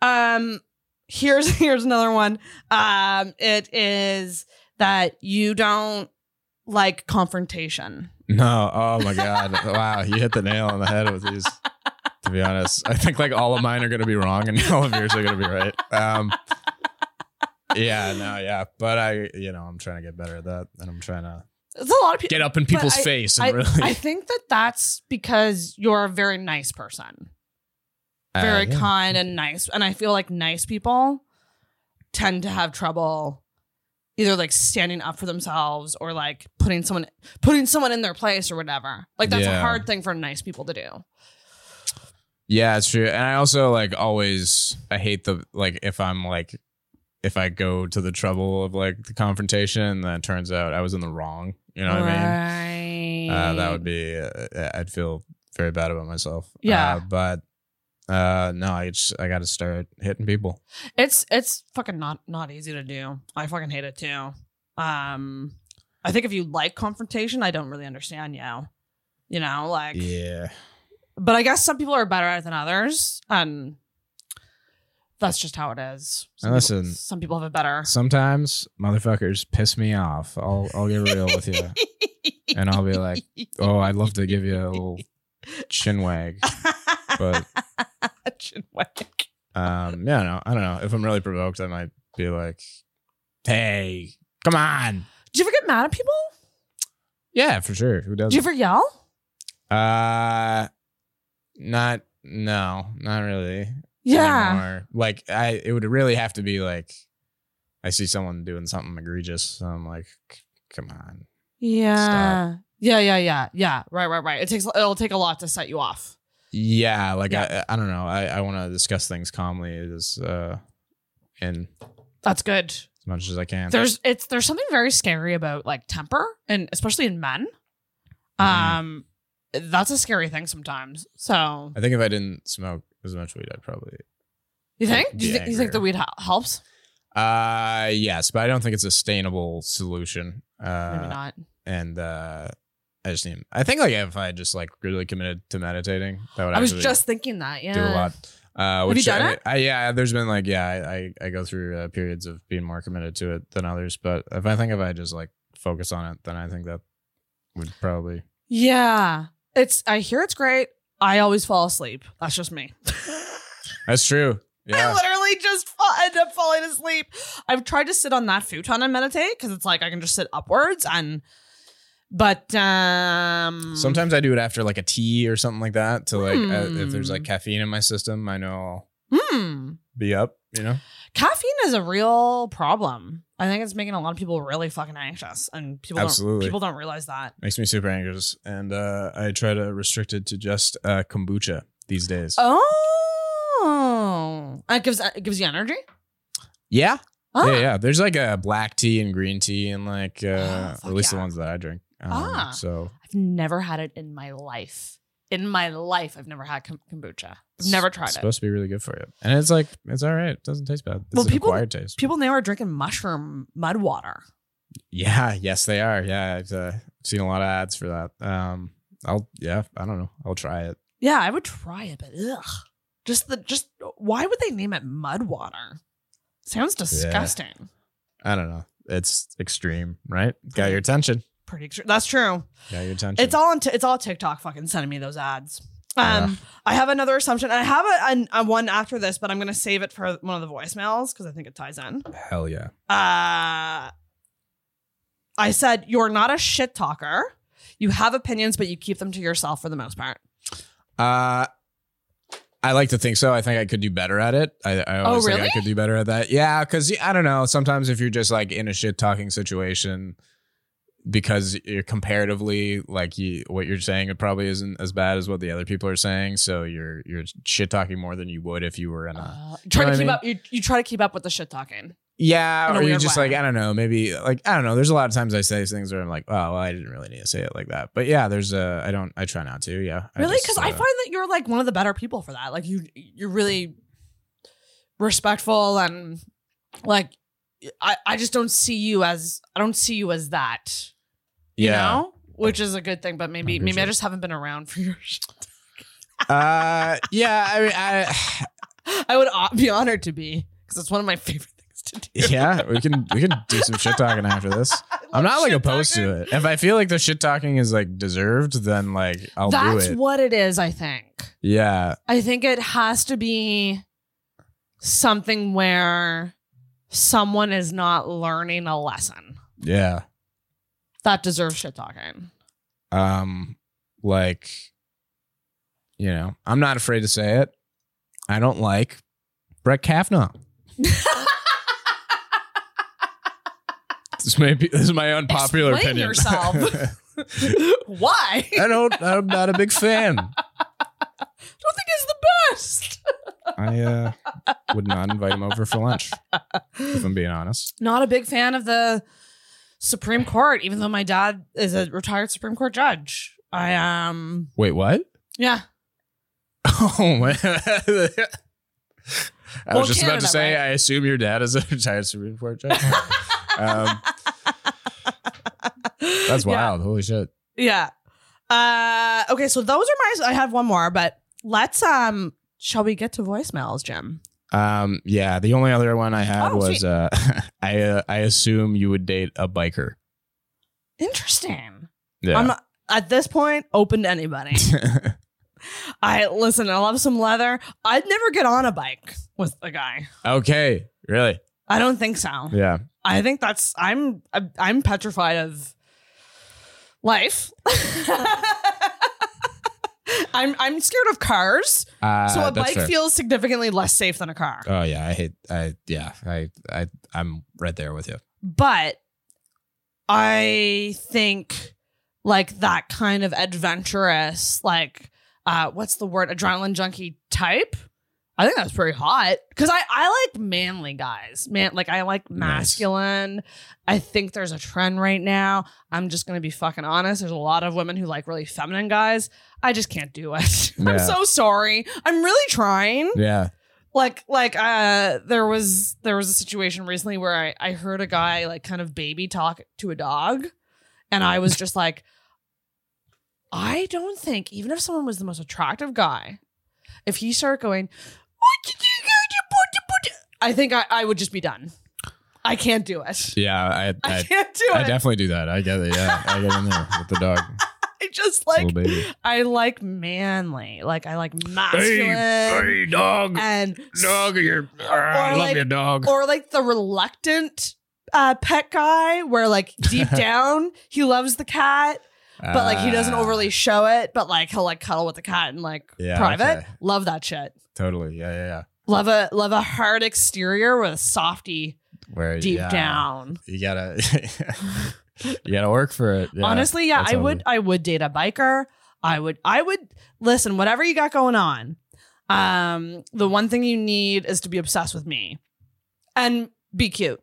Speaker 2: Um, here's here's another one. Um, it is that you don't like confrontation.
Speaker 3: No. Oh my God. wow. You hit the nail on the head with these. To be honest, I think like all of mine are going to be wrong and all of yours are going to be right. Um, yeah. No. Yeah. But I, you know, I'm trying to get better at that, and I'm trying to
Speaker 2: It's a lot of people.
Speaker 3: get up in people's
Speaker 2: I-
Speaker 3: face and
Speaker 2: I,
Speaker 3: really
Speaker 2: I think that that's because you're a very nice person,
Speaker 3: Uh,
Speaker 2: very
Speaker 3: yeah.
Speaker 2: kind and nice. And I feel like nice people tend to have trouble either like standing up for themselves or like putting someone putting someone in their place or whatever. Like that's a
Speaker 3: Yeah.
Speaker 2: hard thing for nice people to do.
Speaker 3: Yeah, it's true. And I also like always I hate the like if I'm like if I go to the trouble of like the confrontation and then it turns out I was in the wrong. You know what I mean?
Speaker 2: right.
Speaker 3: Uh, that would be uh, I'd feel very bad about myself.
Speaker 2: Yeah.
Speaker 3: Uh, but uh no, I just I got to start hitting people.
Speaker 2: It's it's fucking not not easy to do. I fucking hate it too. Um I think if you like confrontation, I don't really understand you. You know, like
Speaker 3: Yeah.
Speaker 2: but I guess some people are better at it than others. And that's just how it is. Some
Speaker 3: And
Speaker 2: people,
Speaker 3: listen-
Speaker 2: some people have it better.
Speaker 3: Sometimes motherfuckers piss me off. I'll I'll get real with you. And I'll be like, "Oh, I'd love to give you a little chin wag." But
Speaker 2: Chin wag.
Speaker 3: Um, yeah, no, I don't know. If I'm really provoked, I might be like, "Hey, come on!"
Speaker 2: Do you ever get mad at people?
Speaker 3: Yeah, for sure. Who
Speaker 2: Do you
Speaker 3: doesn't?
Speaker 2: ever yell?
Speaker 3: uh, not no, not really.
Speaker 2: Yeah.
Speaker 3: anymore. like I, it would really have to be like, I see someone doing something egregious, and I'm like, "C- "Come on."
Speaker 2: Yeah. Yeah, yeah, yeah, yeah. Right, right, right. It takes it'll take a lot to set you off.
Speaker 3: Yeah, like I, I don't know. I, I want to discuss things calmly as uh, in
Speaker 2: That's good.
Speaker 3: as much as I can.
Speaker 2: there's it's there's something very scary about like temper and especially in men
Speaker 3: Mhm.
Speaker 2: um that's a scary thing sometimes so
Speaker 3: I think if I didn't smoke as much weed, I'd probably
Speaker 2: you think do you,
Speaker 3: Be
Speaker 2: thi- you think the
Speaker 3: angrier.
Speaker 2: weed hel- helps
Speaker 3: Uh yes, but I don't think it's a sustainable solution.
Speaker 2: maybe
Speaker 3: Uh
Speaker 2: not
Speaker 3: and uh I just need I think like if I just like really committed to meditating, that would
Speaker 2: i was
Speaker 3: actually
Speaker 2: just thinking that yeah
Speaker 3: do a lot. Uh
Speaker 2: you
Speaker 3: which
Speaker 2: done
Speaker 3: I,
Speaker 2: it?
Speaker 3: I- yeah, there's been like yeah, I I, I go through uh, periods of being more committed to it than others, but if I think if I just like focus on it, then I think that would probably
Speaker 2: yeah it's i hear it's great i always fall asleep that's just me
Speaker 3: That's true.
Speaker 2: I
Speaker 3: Yeah.
Speaker 2: literally just fa- end up falling asleep. I've tried to sit on that futon and meditate because it's like I can just sit upwards and, but um,
Speaker 3: Sometimes I do it after like a tea or something like that to like uh, if there's
Speaker 2: Hmm.
Speaker 3: like caffeine in my system, I know I'll
Speaker 2: hmm,
Speaker 3: be up, you know.
Speaker 2: caffeine is a real problem. I think it's making a lot of people really fucking anxious, and people
Speaker 3: Absolutely.
Speaker 2: don't people don't realize that.
Speaker 3: makes me super anxious and uh, i try to restrict it to just uh, kombucha these days
Speaker 2: Oh, it gives it gives you energy.
Speaker 3: yeah
Speaker 2: Ah.
Speaker 3: yeah yeah there's like a black tea and green tea and like uh,
Speaker 2: Oh, fuck
Speaker 3: at least
Speaker 2: yeah.
Speaker 3: the ones that i drink um,
Speaker 2: Ah.
Speaker 3: so
Speaker 2: I've never had it in my life. In my life, I've never had kom- kombucha. I've never
Speaker 3: it's
Speaker 2: tried it.
Speaker 3: supposed to be really good for you and it's like it's all right it doesn't taste bad it's
Speaker 2: Well,
Speaker 3: an
Speaker 2: people-
Speaker 3: acquired taste
Speaker 2: People now are drinking mushroom mud water.
Speaker 3: yeah yes they are yeah i've uh, seen a lot of ads for that um i'll yeah i don't know i'll try it
Speaker 2: Yeah, I would try it, but ugh. Just the just why would they name it mud water? Sounds disgusting.
Speaker 3: i don't know it's extreme right got your attention
Speaker 2: Pretty true. That's true.
Speaker 3: got your attention
Speaker 2: It's all on t- it's all TikTok fucking sending me those ads. Um,
Speaker 3: Ugh.
Speaker 2: I have another assumption, and I have a, an- a one after this, but I'm gonna save it for one of the voicemails because I think it ties in.
Speaker 3: hell yeah
Speaker 2: Uh, I said you're not a shit talker. You have opinions, but you keep them to yourself for the most part.
Speaker 3: Uh, I like to think so. I think I could do better at it. I, I
Speaker 2: Oh,
Speaker 3: always
Speaker 2: really?
Speaker 3: think I could do better at that. Yeah, because I don't know. Sometimes if you're just like in a shit talking situation, because you're comparatively like you, what you're saying, it probably isn't as bad as what the other people are saying. So you're you're shit talking more than you would if you were in a
Speaker 2: Uh, try
Speaker 3: know what
Speaker 2: to
Speaker 3: I
Speaker 2: keep
Speaker 3: mean?
Speaker 2: up. You, you try to keep up with the shit talking. in
Speaker 3: yeah,
Speaker 2: a
Speaker 3: or you're
Speaker 2: weird
Speaker 3: just
Speaker 2: way.
Speaker 3: like I don't know, maybe like I don't know. There's a lot of times I say things where I'm like, oh, well, I didn't really need to say it like that. But yeah, there's a I don't I try not to. Yeah,
Speaker 2: Really?
Speaker 3: just,
Speaker 2: Because I
Speaker 3: uh,
Speaker 2: find that you're like one of the better people for that. Like you, you're really respectful and like I, I just don't see you as I don't see you as that. You
Speaker 3: yeah.
Speaker 2: know? which is a good thing. But maybe maybe I
Speaker 3: appreciate
Speaker 2: just haven't been around for your. shit.
Speaker 3: Uh, yeah, I mean, I,
Speaker 2: I would o- be honored to be because it's one of my favorite things to do.
Speaker 3: yeah, we can we can do some shit talking after this. I'm not like opposed to it. If I feel like the shit talking is like deserved, then like I'll
Speaker 2: That's
Speaker 3: do it.
Speaker 2: what it is. I think.
Speaker 3: yeah,
Speaker 2: I think it has to be something where someone is not learning a lesson
Speaker 3: yeah.
Speaker 2: that deserves shit talking.
Speaker 3: Um, like, you know, I'm not afraid to say it. I don't like Brett Kavanaugh. this may be this is my unpopular
Speaker 2: Explain
Speaker 3: opinion.
Speaker 2: yourself. Why?
Speaker 3: I don't. I'm not a big fan.
Speaker 2: I don't think it's the best.
Speaker 3: I uh, would not invite him over for lunch. If I'm being honest.
Speaker 2: Not a big fan of the Supreme Court, even though my dad is a retired Supreme Court judge. I um
Speaker 3: Wait, what?
Speaker 2: yeah.
Speaker 3: Oh man. I
Speaker 2: Well,
Speaker 3: was just about
Speaker 2: Canada,
Speaker 3: to say.
Speaker 2: right?
Speaker 3: I assume your dad is a retired Supreme Court judge. um,
Speaker 2: Yeah.
Speaker 3: that's wild. Holy shit.
Speaker 2: Yeah. Uh okay, so those are my I have one more, but let's um shall we get to voicemails, Jim?
Speaker 3: Um, yeah, the only other one I had
Speaker 2: Oh,
Speaker 3: was uh, I uh, I assume you would date a biker.
Speaker 2: Interesting.
Speaker 3: Yeah.
Speaker 2: I'm not, at this point open to anybody. I listen, I love some leather. I'd never get on a bike with a guy.
Speaker 3: okay, really?
Speaker 2: I don't think so.
Speaker 3: Yeah.
Speaker 2: I think that's I'm I'm- I'm petrified of life. I'm I'm scared of cars.
Speaker 3: Uh,
Speaker 2: So a
Speaker 3: that's
Speaker 2: bike
Speaker 3: fair.
Speaker 2: feels significantly less safe than a car.
Speaker 3: Oh yeah, I hate. I yeah, I I I'm right there with you.
Speaker 2: but I think like that kind of adventurous, like uh, what's the word, adrenaline junkie type. I think that's pretty hot because I I like manly guys, man. Like I like
Speaker 3: Nice.
Speaker 2: masculine. I think there's a trend right now. I'm just gonna be fucking honest. There's a lot of women who like really feminine guys. I just can't do it.
Speaker 3: Yeah.
Speaker 2: I'm so sorry. I'm really trying
Speaker 3: Yeah.
Speaker 2: like like uh there was there was a situation recently where I, I heard a guy like kind of baby talk to a dog and I was just like I don't think even if someone was the most attractive guy if he started going "What did you go to put to put to-" I think I, I would just be done I can't do it
Speaker 3: Yeah. I
Speaker 2: I,
Speaker 3: I,
Speaker 2: can't do
Speaker 3: I,
Speaker 2: it
Speaker 3: definitely do that. I get it. Yeah. I get in there with the dog,
Speaker 2: I just like
Speaker 3: little baby.
Speaker 2: I like manly like I like masculine
Speaker 3: dog,
Speaker 2: and
Speaker 3: you're. uh,
Speaker 2: I love like- your
Speaker 3: dog.
Speaker 2: or like the reluctant uh, pet guy where like deep down he loves the cat but like he
Speaker 3: Ah.
Speaker 2: doesn't overly show it but like he'll like cuddle with the cat and like
Speaker 3: Uh, Yeah,
Speaker 2: private
Speaker 3: Oh, okay.
Speaker 2: love that shit
Speaker 3: Totally. Yeah. Yeah. Yeah.
Speaker 2: love a love a hard exterior with a softy
Speaker 3: Where
Speaker 2: deep
Speaker 3: yeah,
Speaker 2: down
Speaker 3: you gotta you gotta work for it. Yeah.
Speaker 2: honestly yeah
Speaker 3: that
Speaker 2: i
Speaker 3: sounds
Speaker 2: would
Speaker 3: good.
Speaker 2: i would date a biker i would i would listen whatever you got going on um the one thing you need is to be obsessed with me and be cute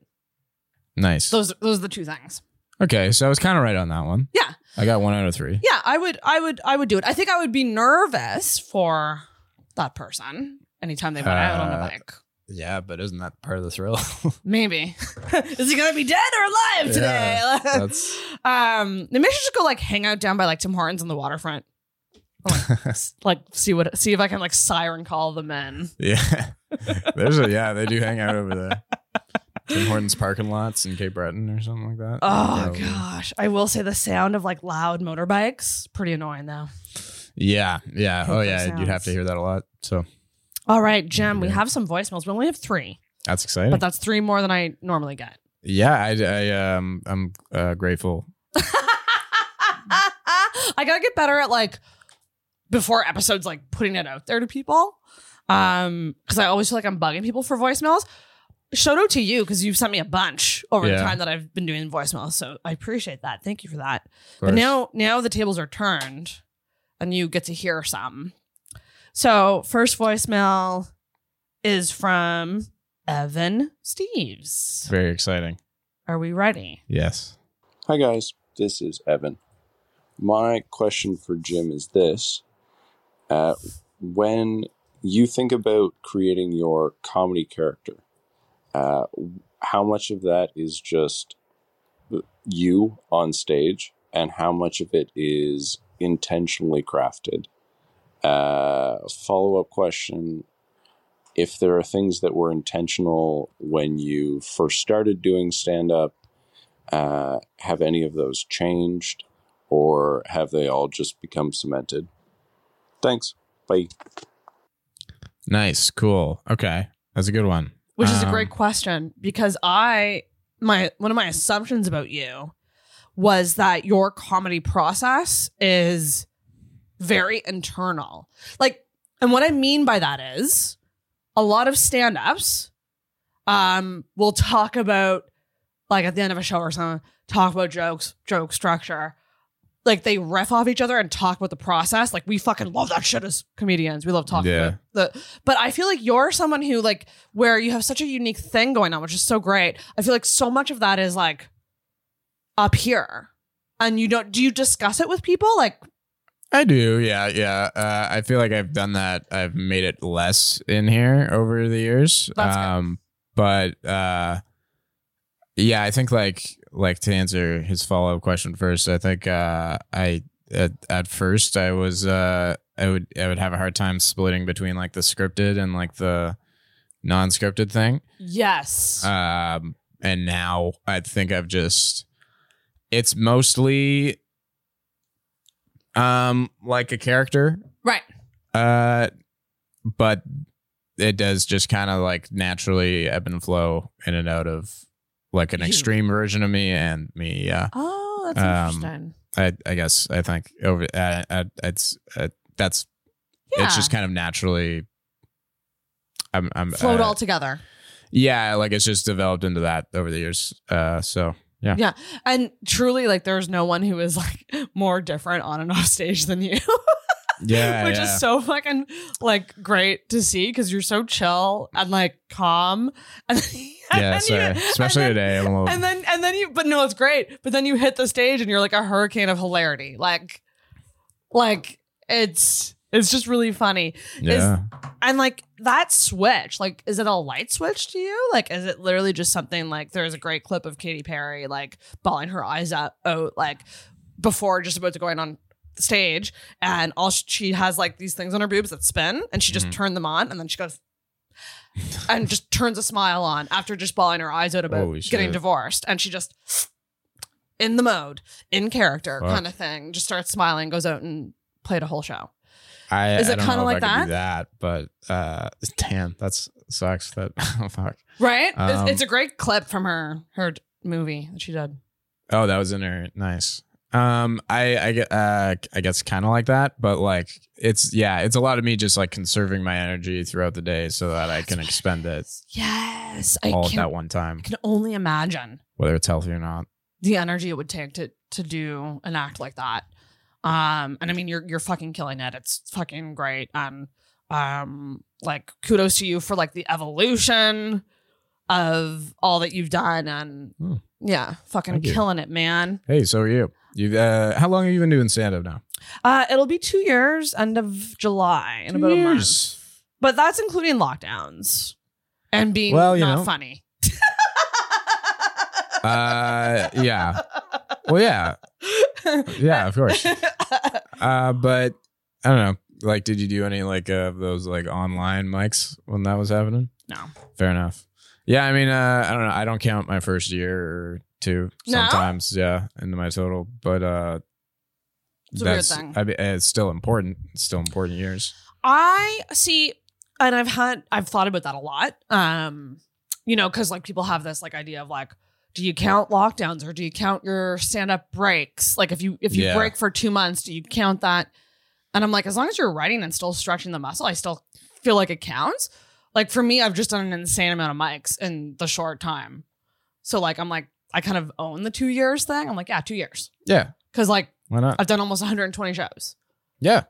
Speaker 3: nice.
Speaker 2: those those are the two things
Speaker 3: Okay, so I was kind of right on that one.
Speaker 2: Yeah.
Speaker 3: I got one out of three.
Speaker 2: Yeah, I would, I would, I would do it. I think I would be nervous for that person anytime they went out on
Speaker 3: Uh,
Speaker 2: a bike.
Speaker 3: Yeah, but isn't that part of the thrill?
Speaker 2: Maybe is he gonna be dead or alive today?
Speaker 3: Yeah, uh, that's-
Speaker 2: um, maybe I should just go like hang out down by like Tim Hortons on the waterfront. Or, Like, s- like, see what see if I can like siren call the men.
Speaker 3: yeah. There's a yeah, they do hang out over there. Tim Hortons parking lots in Cape Breton or something like that.
Speaker 2: Oh
Speaker 3: Probably.
Speaker 2: gosh, I will say the sound of like loud motorbikes pretty annoying though.
Speaker 3: Yeah, yeah.
Speaker 2: Hate
Speaker 3: Oh
Speaker 2: those
Speaker 3: yeah, you'd have
Speaker 2: sounds.
Speaker 3: to hear that a lot. So
Speaker 2: All right, Jim, we
Speaker 3: Yeah.
Speaker 2: have some voicemails. We only have three,
Speaker 3: that's exciting.
Speaker 2: but that's three more than I normally get.
Speaker 3: yeah, I, I um I'm uh, grateful.
Speaker 2: I gotta get better at like before episodes, like putting it out there to people. Um, because I always feel like I'm bugging people for voicemails. Shout out to you because you've sent me a bunch over the
Speaker 3: Yeah.
Speaker 2: time that I've been doing voicemails, so I appreciate that. Thank you for that.
Speaker 3: Of
Speaker 2: But
Speaker 3: course.
Speaker 2: now, now the tables are turned, and you get to hear some. So first voicemail is from Evan Steves.
Speaker 3: very exciting.
Speaker 2: Are we ready?
Speaker 3: Yes.
Speaker 6: Hi, guys. This is Evan. My question for Jim is this uh, When you think about creating your comedy character, uh, how much of that is just you on stage and how much of it is intentionally crafted. Uh, Follow up question If there are things that were intentional when you first started doing stand up, uh, have any of those changed or have they all just become cemented? Thanks. Bye.
Speaker 3: Nice. Cool. Okay. That's a good one.
Speaker 7: Which is a
Speaker 3: Um,
Speaker 7: great question because I my one of my assumptions about you was that your comedy process is very internal. Like and what I mean by that is a lot of stand-ups um will talk about like at the end of a show or something, talk about jokes, joke structure. Like they riff off each other and talk about the process. Like we fucking love that shit as comedians. We love talking
Speaker 3: Yeah.
Speaker 7: about the but I feel like you're someone who like where you have such a unique thing going on, which is so great. I feel like so much of that is like up here. And you don't do you discuss it with people? Like
Speaker 3: I do, yeah, yeah. Uh, I feel like I've done that. I've made it less in here over the years.
Speaker 7: That's good.
Speaker 3: um, but uh, yeah, I think like like to answer his follow up question first. I think uh, I at, at first I was uh, I would I would have a hard time splitting between like the scripted and like the non scripted thing.
Speaker 7: yes.
Speaker 3: Um, and now I think I've just it's mostly um like a character.
Speaker 7: Right.
Speaker 3: Uh but it does just kind of like naturally ebb and flow in and out of like an
Speaker 7: You.
Speaker 3: extreme version of me and me. Yeah.
Speaker 7: oh, that's
Speaker 3: um,
Speaker 7: interesting.
Speaker 3: I I guess I think over uh, uh, it's uh, that's
Speaker 7: Yeah.
Speaker 3: it's just kind of naturally I'm I'm
Speaker 7: Float
Speaker 3: uh,
Speaker 7: all together.
Speaker 3: yeah, like it's just developed into that over the years. Uh so
Speaker 7: And truly, like there's no one who is like more different on and off stage than you.
Speaker 3: Yeah,
Speaker 7: which
Speaker 3: yeah.
Speaker 7: is so fucking like great to see because you're so chill and like calm and
Speaker 3: yeah,
Speaker 7: and you-
Speaker 3: sorry.
Speaker 7: and
Speaker 3: Especially
Speaker 7: then-
Speaker 3: today, I'm a little.
Speaker 7: and then and then you but no it's great but then you hit the stage and you're like a hurricane of hilarity like like it's it's just really funny
Speaker 3: yeah,
Speaker 7: and like that switch like is it a light switch to you like is it literally just something like there's a great clip of Katy Perry like bawling her eyes out out like before just about to going on stage and all she, she has like these things on her boobs that spin and she just
Speaker 3: Mhm.
Speaker 7: turned them on and then she goes and just turns a smile on after just bawling her eyes out about
Speaker 3: Holy
Speaker 7: getting
Speaker 3: shit.
Speaker 7: divorced and she just in the mode in character
Speaker 3: Fuck.
Speaker 7: kind of thing just starts smiling goes out and played a whole show
Speaker 3: I,
Speaker 7: Is
Speaker 3: I
Speaker 7: it
Speaker 3: don't
Speaker 7: kinda
Speaker 3: know if
Speaker 7: like
Speaker 3: I could do that, but uh, damn, that's sucks. That oh, fuck.
Speaker 7: Right?
Speaker 3: Um,
Speaker 7: it's, it's a great clip from her her d- movie that she did.
Speaker 3: Oh, that was in her. Nice. Um, I I gue- uh, I guess kind of like that, but like it's yeah, it's a lot of me just like conserving my energy throughout the day so that I can expend it
Speaker 7: Yes, I
Speaker 3: all
Speaker 7: can,
Speaker 3: at that one time,
Speaker 7: can only imagine
Speaker 3: whether it's healthy or not.
Speaker 7: the energy it would take to to do an act like that. Um, and I mean, you're you're fucking killing it. It's fucking great. And um, like kudos to you for like the evolution of all that you've done. And
Speaker 3: Hmm.
Speaker 7: yeah, fucking
Speaker 3: Thank you.
Speaker 7: killing it, man.
Speaker 3: Hey, so are you? You uh, how long have you been doing stand up now?
Speaker 7: Uh, it'll be two years, end of July, in about a month. But that's including lockdowns and being
Speaker 3: Well, you
Speaker 7: not
Speaker 3: know.
Speaker 7: funny.
Speaker 3: Uh, yeah. Well, yeah, yeah, of course. Uh, but I don't know. Like, did you do any like of those like online mics when that was happening?
Speaker 7: No.
Speaker 3: Fair enough. Yeah, I mean, uh, I don't know. I don't count my first year or two
Speaker 7: No?
Speaker 3: sometimes. Yeah, into my total, but uh,
Speaker 7: It's a weird thing.
Speaker 3: I mean, it's still important. It's still important years.
Speaker 7: I see, and I've had I've thought about that a lot. Um, you know, because like people have this like idea of like, do you count lockdowns or do you count your stand up breaks? Like if you if you
Speaker 3: Yeah.
Speaker 7: break for two months, do you count that? And I'm like, as long as you're writing and still stretching the muscle, I still feel like it counts. Like for me, I've just done an insane amount of mics in the short time. So like I'm like I kind of own the two years thing. I'm like, yeah, two years.
Speaker 3: Yeah,
Speaker 7: Cause like
Speaker 3: why not?
Speaker 7: I've done almost 120 shows
Speaker 3: yeah,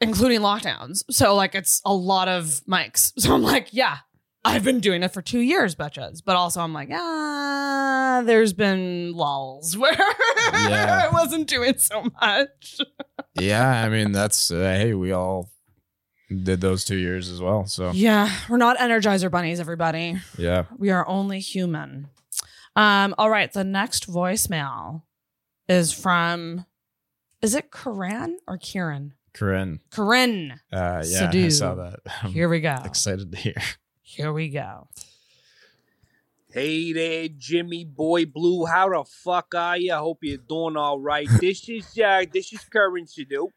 Speaker 7: including lockdowns. So like it's a lot of mics. So I'm like, yeah, I've been doing it for two years, betches. But also I'm like, ah, there's been lulls where I
Speaker 3: Yeah.
Speaker 7: wasn't doing so much.
Speaker 3: yeah. I mean, that's uh, hey, we all did those two years as well. So
Speaker 7: Yeah, we're not energizer bunnies, everybody.
Speaker 3: yeah,
Speaker 7: We are only human. Um, all right, the next voicemail
Speaker 2: is from, is it Karan or Kieran?
Speaker 3: Corinne.
Speaker 2: Corinne.
Speaker 3: Uh, yeah, I
Speaker 2: Sadu.
Speaker 3: saw that. I'm
Speaker 2: Here we go.
Speaker 3: excited to hear.
Speaker 2: Here we go.
Speaker 8: Hey there, Jimmy Boy Blue. How the fuck are you? I hope you're doing all right. This is uh, this is Current Sadu,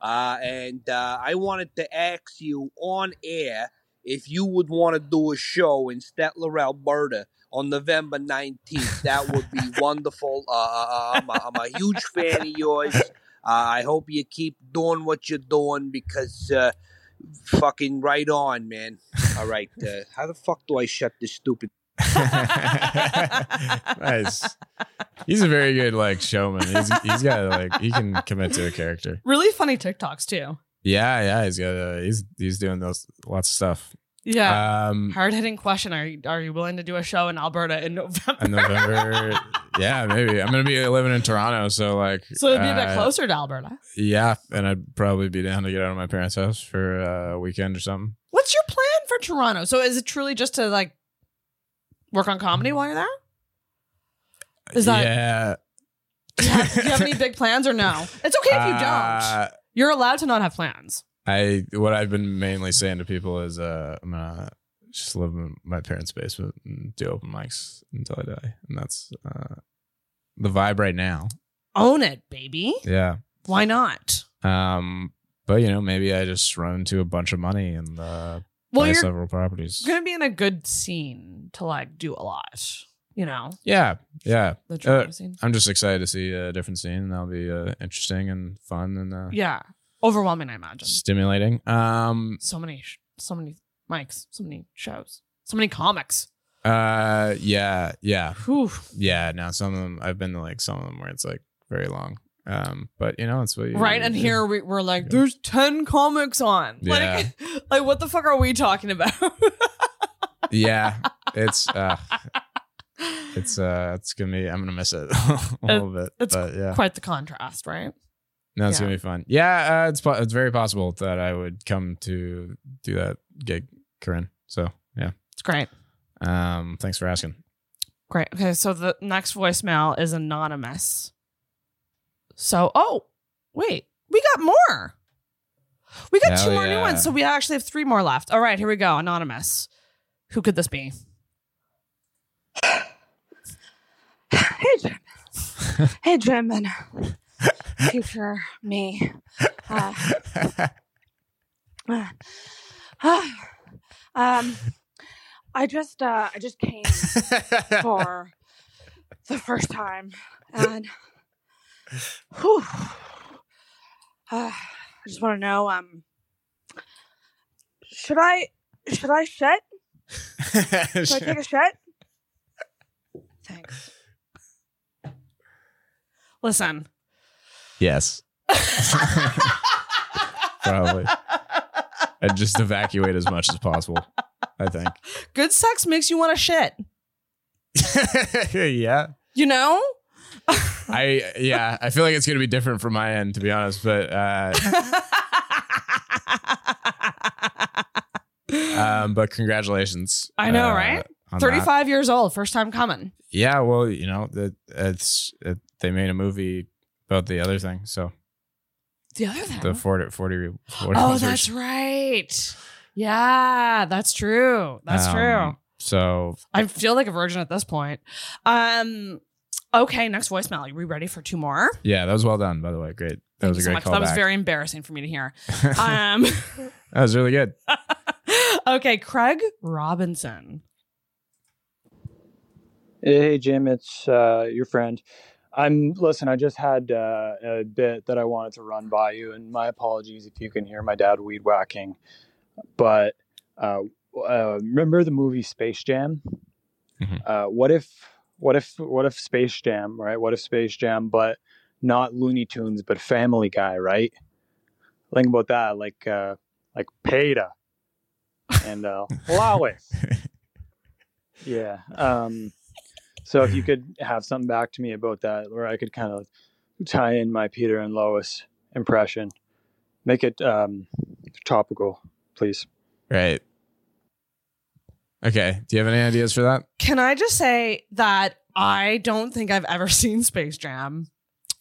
Speaker 8: uh, and uh, I wanted to ask you on air if you would want to do a show in Stettler, Alberta, on November nineteenth. That would be wonderful. Uh, Uh, uh, I'm, a, I'm a huge fan of yours. Uh, I hope you keep doing what you're doing because. Uh, Fucking right on, man. All right. Uh, how the fuck do I shut this stupid
Speaker 3: nice. He's a very good like showman. He's he's got like he can commit to a character.
Speaker 2: Really funny TikToks too.
Speaker 3: Yeah, yeah. He's got uh, he's he's doing those lots of stuff.
Speaker 2: Yeah.
Speaker 3: Um,
Speaker 2: Hard hitting question. Are you, are you willing to do a show in Alberta in November?
Speaker 3: in November. yeah, maybe I'm gonna be living in Toronto, so like
Speaker 2: So it'd be a bit
Speaker 3: uh,
Speaker 2: closer to Alberta.
Speaker 3: Yeah, and I'd probably be down to get out of my parents' house for uh, a weekend or something.
Speaker 2: What's your plan for Toronto? So is it truly just to like work on comedy while you're there? Is that
Speaker 3: yeah?
Speaker 2: do, you have, do you have any big plans or no? It's okay if you don't.
Speaker 3: Uh,
Speaker 2: You're allowed to not have plans.
Speaker 3: I what I've been mainly saying to people is uh, I'm gonna just live in my parents' basement and do open mics until I die, and that's uh, the vibe right now.
Speaker 2: Own it, baby.
Speaker 3: Yeah.
Speaker 2: Why not?
Speaker 3: Um, but you know, maybe I just run into a bunch of money and uh,
Speaker 2: Well,
Speaker 3: buy
Speaker 2: you're
Speaker 3: several properties.
Speaker 2: gonna be in a good scene to like do a lot. You know
Speaker 3: Yeah, yeah.
Speaker 2: the Toronto scene.
Speaker 3: I'm just excited to see a different scene. That'll be uh, interesting and fun and uh,
Speaker 2: Yeah, overwhelming. I imagine.
Speaker 3: stimulating. Um,
Speaker 2: so many sh- so many mics so many shows so many comics
Speaker 3: uh, yeah, yeah.
Speaker 2: Whew.
Speaker 3: Yeah, now some of them I've been to like some of them where it's like very long. Um, but you know, it's what you
Speaker 2: right and here we, we're like there's 10 comics on like like what the fuck are we talking about
Speaker 3: Yeah, it's uh, it's uh, it's gonna be. I'm gonna miss it a little bit.
Speaker 2: it's
Speaker 3: but yeah,
Speaker 2: quite the contrast right
Speaker 3: no, it's
Speaker 2: yeah.
Speaker 3: gonna be fun. Yeah, uh, it's po- it's very possible that I would come to do that gig, Corinne. So yeah,
Speaker 2: it's great
Speaker 3: um, thanks for asking.
Speaker 2: great okay so the next voicemail is anonymous so oh wait we got more we got
Speaker 3: Hell
Speaker 2: two more new
Speaker 3: yeah.
Speaker 2: ones so we actually have three more left all right here we go anonymous who could this be
Speaker 7: Hey, German. hey, German. Picture me. Uh, uh, ah. um, I just, uh, I just came for the first time, and whew, uh, I just want to know, um, should I, should I shit? Should I take a shit? Thanks.
Speaker 2: listen
Speaker 3: yes, probably. And just evacuate as much as possible. I think.
Speaker 2: good sex makes you want to shit.
Speaker 3: yeah.
Speaker 2: You know?
Speaker 3: I yeah, I feel like it's gonna be different from my end to be honest, but uh um but congratulations.
Speaker 2: I know,
Speaker 3: uh,
Speaker 2: right?
Speaker 3: on that.
Speaker 2: 35 years old, first time coming.
Speaker 3: Yeah, well, you know, that it's it, they made a movie about the other thing, so
Speaker 2: The other thing.
Speaker 3: the 40 40, 40
Speaker 2: Uh-huh. oh,
Speaker 3: ones are-
Speaker 2: that's right. Yeah, that's true. That's
Speaker 3: um,
Speaker 2: true.
Speaker 3: So
Speaker 2: I feel like a virgin at this point. Um okay, next voicemail. Are we ready for two more?
Speaker 3: yeah, that was well done, by the way. Great. That
Speaker 2: Thank
Speaker 3: was
Speaker 2: you
Speaker 3: a
Speaker 2: so
Speaker 3: great
Speaker 2: much.
Speaker 3: call.
Speaker 2: That was very embarrassing for me to hear. Um
Speaker 3: that was really good.
Speaker 2: okay, Craig Robinson.
Speaker 9: Hey Jim, it's uh, your friend. I'm listen. I just had uh, a bit that I wanted to run by you, and my apologies if you can hear my dad weed whacking. But uh, uh, remember the movie Space Jam?
Speaker 3: Mhm.
Speaker 9: Uh, what if, what if, what if Space Jam? Right? What if Space Jam, but not Looney Tunes, but Family Guy? Right? Think about that, like uh, like Peta and uh, Lawless. Yeah. Um, so if you could have something back to me about that, where I could kind of tie in my Peter and Lois impression, make it um, topical, please.
Speaker 3: Right. Okay. Do you have any ideas
Speaker 2: Uh,
Speaker 3: for that?
Speaker 2: Can I just say that I don't think I've ever seen Space Jam.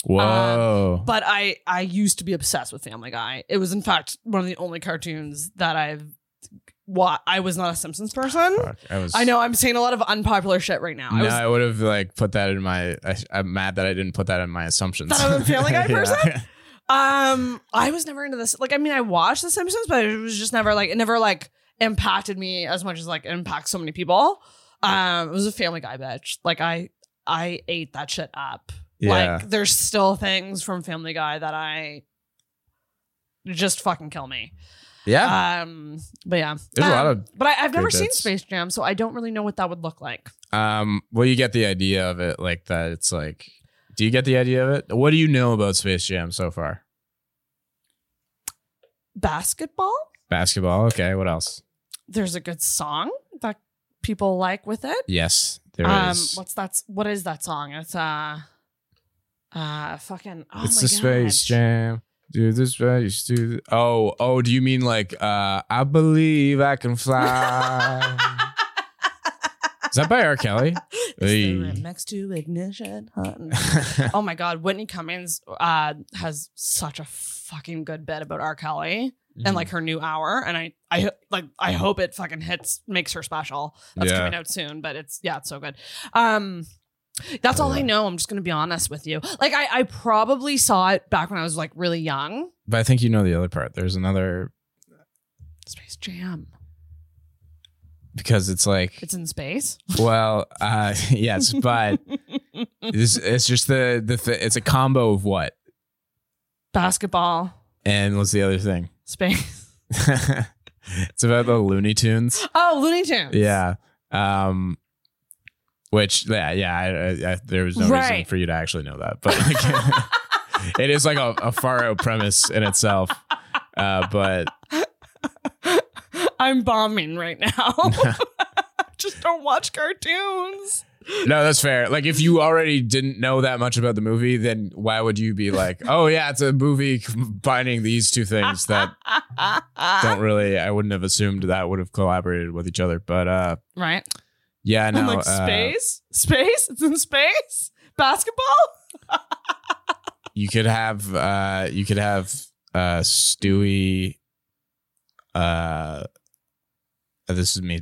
Speaker 3: Whoa.
Speaker 2: but I I used to be obsessed with Family Guy. It was in fact one of the only cartoons that I've wa- I was not a Simpsons person.
Speaker 3: I was.
Speaker 2: I know I'm saying a lot of unpopular shit right now.
Speaker 3: No, I,
Speaker 2: I was
Speaker 3: would have like put that in my. I, I'm mad that I didn't put that in my assumptions.
Speaker 2: That I'm a Family Guy
Speaker 3: Yeah.
Speaker 2: person? um I was never into this. Like I mean I watched the Simpsons, but it was just never like it never like impacted me as much as like it impacts so many people. Um it was a Family Guy bitch. Like I I ate that shit up.
Speaker 3: Yeah.
Speaker 2: Like there's still things from Family Guy that I just fucking kill me.
Speaker 3: Yeah.
Speaker 2: Um, but yeah,
Speaker 3: There's a lot
Speaker 2: Um,
Speaker 3: of
Speaker 2: But I, I've
Speaker 3: good
Speaker 2: never seen
Speaker 3: bits.
Speaker 2: Space Jam, so I don't really know what that would look like.
Speaker 3: Um, well, you get the idea of it, like that. It's like, do you get the idea of it? What do you know about Space Jam so far?
Speaker 2: Basketball.
Speaker 3: Basketball. Okay. What else?
Speaker 2: There's a good song that people like with it.
Speaker 3: Yes, there is.
Speaker 2: um, what's that? What is that song? It's uh, uh, fucking. Oh
Speaker 3: it's
Speaker 2: my
Speaker 3: the
Speaker 2: God.
Speaker 3: Space Jam. Do the space, do the- oh, oh, do you mean like uh I believe I can fly? Is that by R. Kelly?
Speaker 2: It's the
Speaker 3: Hey.
Speaker 2: room next to ignition. Hunting. oh my god, Whitney Cummings uh, has such a fucking good bit about R. Kelly and
Speaker 3: Mm-hmm.
Speaker 2: like her new hour, and I, I like, I hope it fucking hits, makes her special. That's
Speaker 3: Yeah.
Speaker 2: coming out soon, but it's yeah, it's so good. Um, that's all I
Speaker 3: Yeah.
Speaker 2: know. I'm just gonna be honest with you. Like, I, I probably saw it back when I was like really young.
Speaker 3: But I think you know the other part. There's another
Speaker 2: Space Jam.
Speaker 3: because it's like
Speaker 2: It's in space.
Speaker 3: well, uh yes, but it's, it's just the the th- it's a combo of what
Speaker 2: Basketball,
Speaker 3: and what's the other thing?
Speaker 2: space.
Speaker 3: it's about the Looney Tunes.
Speaker 2: Oh, Looney Tunes.
Speaker 3: Yeah. Um, which yeah, yeah. I, I, I, there was no reason
Speaker 2: Right.
Speaker 3: for you to actually know that, but like, it is like a, a far out premise in itself. Uh, but
Speaker 2: I'm bombing right now. Just don't watch cartoons.
Speaker 3: no, that's fair. Like, if you already didn't know that much about the movie, then why would you be like, oh yeah, it's a movie combining these two things that don't really? I wouldn't have assumed that would have collaborated with each other. But uh,
Speaker 2: right?
Speaker 3: yeah, no.
Speaker 2: I'm like
Speaker 3: uh,
Speaker 2: space, space. It's in space. Basketball.
Speaker 3: you could have uh you could have uh Stewie uh this is me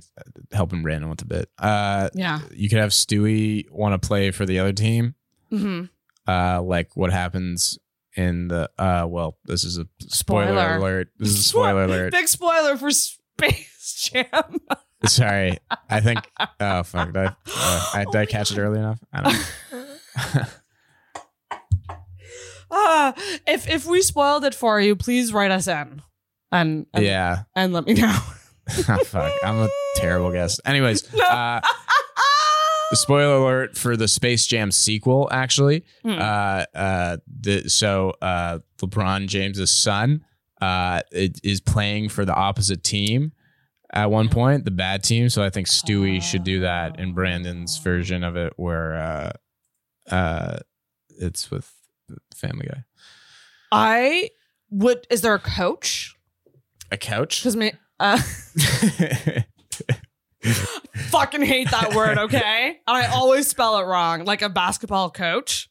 Speaker 3: helping Brandon with a bit. Uh
Speaker 2: Yeah.
Speaker 3: you could have Stewie want to play for the other team.
Speaker 2: Mm-hmm.
Speaker 3: Uh like what happens in the uh well, this is a spoiler,
Speaker 2: Spoiler.
Speaker 3: alert. This is a spoiler alert.
Speaker 2: Big spoiler for Space Jam.
Speaker 3: Sorry. I think oh fuck, did I, uh, I, did I catch it early enough? I don't know.
Speaker 2: Uh, if if we spoiled it for you, please write us in and and,
Speaker 3: yeah.
Speaker 2: and let me know.
Speaker 3: Oh, fuck. I'm a terrible guest. Anyways,
Speaker 2: No.
Speaker 3: uh spoiler alert for the Space Jam sequel. Actually,
Speaker 2: Hmm.
Speaker 3: uh, uh, the, so uh, LeBron James's son uh, it, is playing for the opposite team at one point, the bad team. So I think Stewie should do that in
Speaker 2: Oh.
Speaker 3: Brandon's version of it, where uh, uh, it's with Family Guy.
Speaker 2: I would. Is there a coach?
Speaker 3: A couch.
Speaker 2: Because me. Uh, fucking hate that word, okay? And I always spell it wrong, like a basketball coach.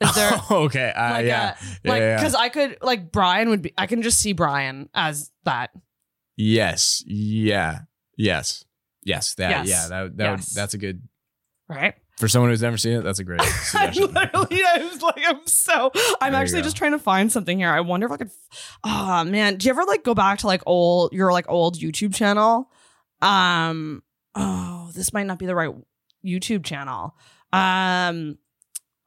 Speaker 2: Is there
Speaker 3: okay. Uh,
Speaker 2: like a
Speaker 3: yeah.
Speaker 2: like
Speaker 3: yeah, yeah.
Speaker 2: cuz I could like Brian would be I can just see Brian as that.
Speaker 3: Yes. Yeah. Yes. Yes. That.
Speaker 2: Yes.
Speaker 3: Yeah. That. that
Speaker 2: Yes.
Speaker 3: Would, that's a good.
Speaker 2: Right?
Speaker 3: For someone who's never seen it, that's a great
Speaker 2: I
Speaker 3: suggestion.
Speaker 2: literally I was like I'm so I'm
Speaker 3: There you
Speaker 2: actually
Speaker 3: go.
Speaker 2: just trying to find something here. I wonder if I could Oh man, do you ever like go back to like old your like old YouTube channel? Um oh, this might not be the right YouTube channel. Um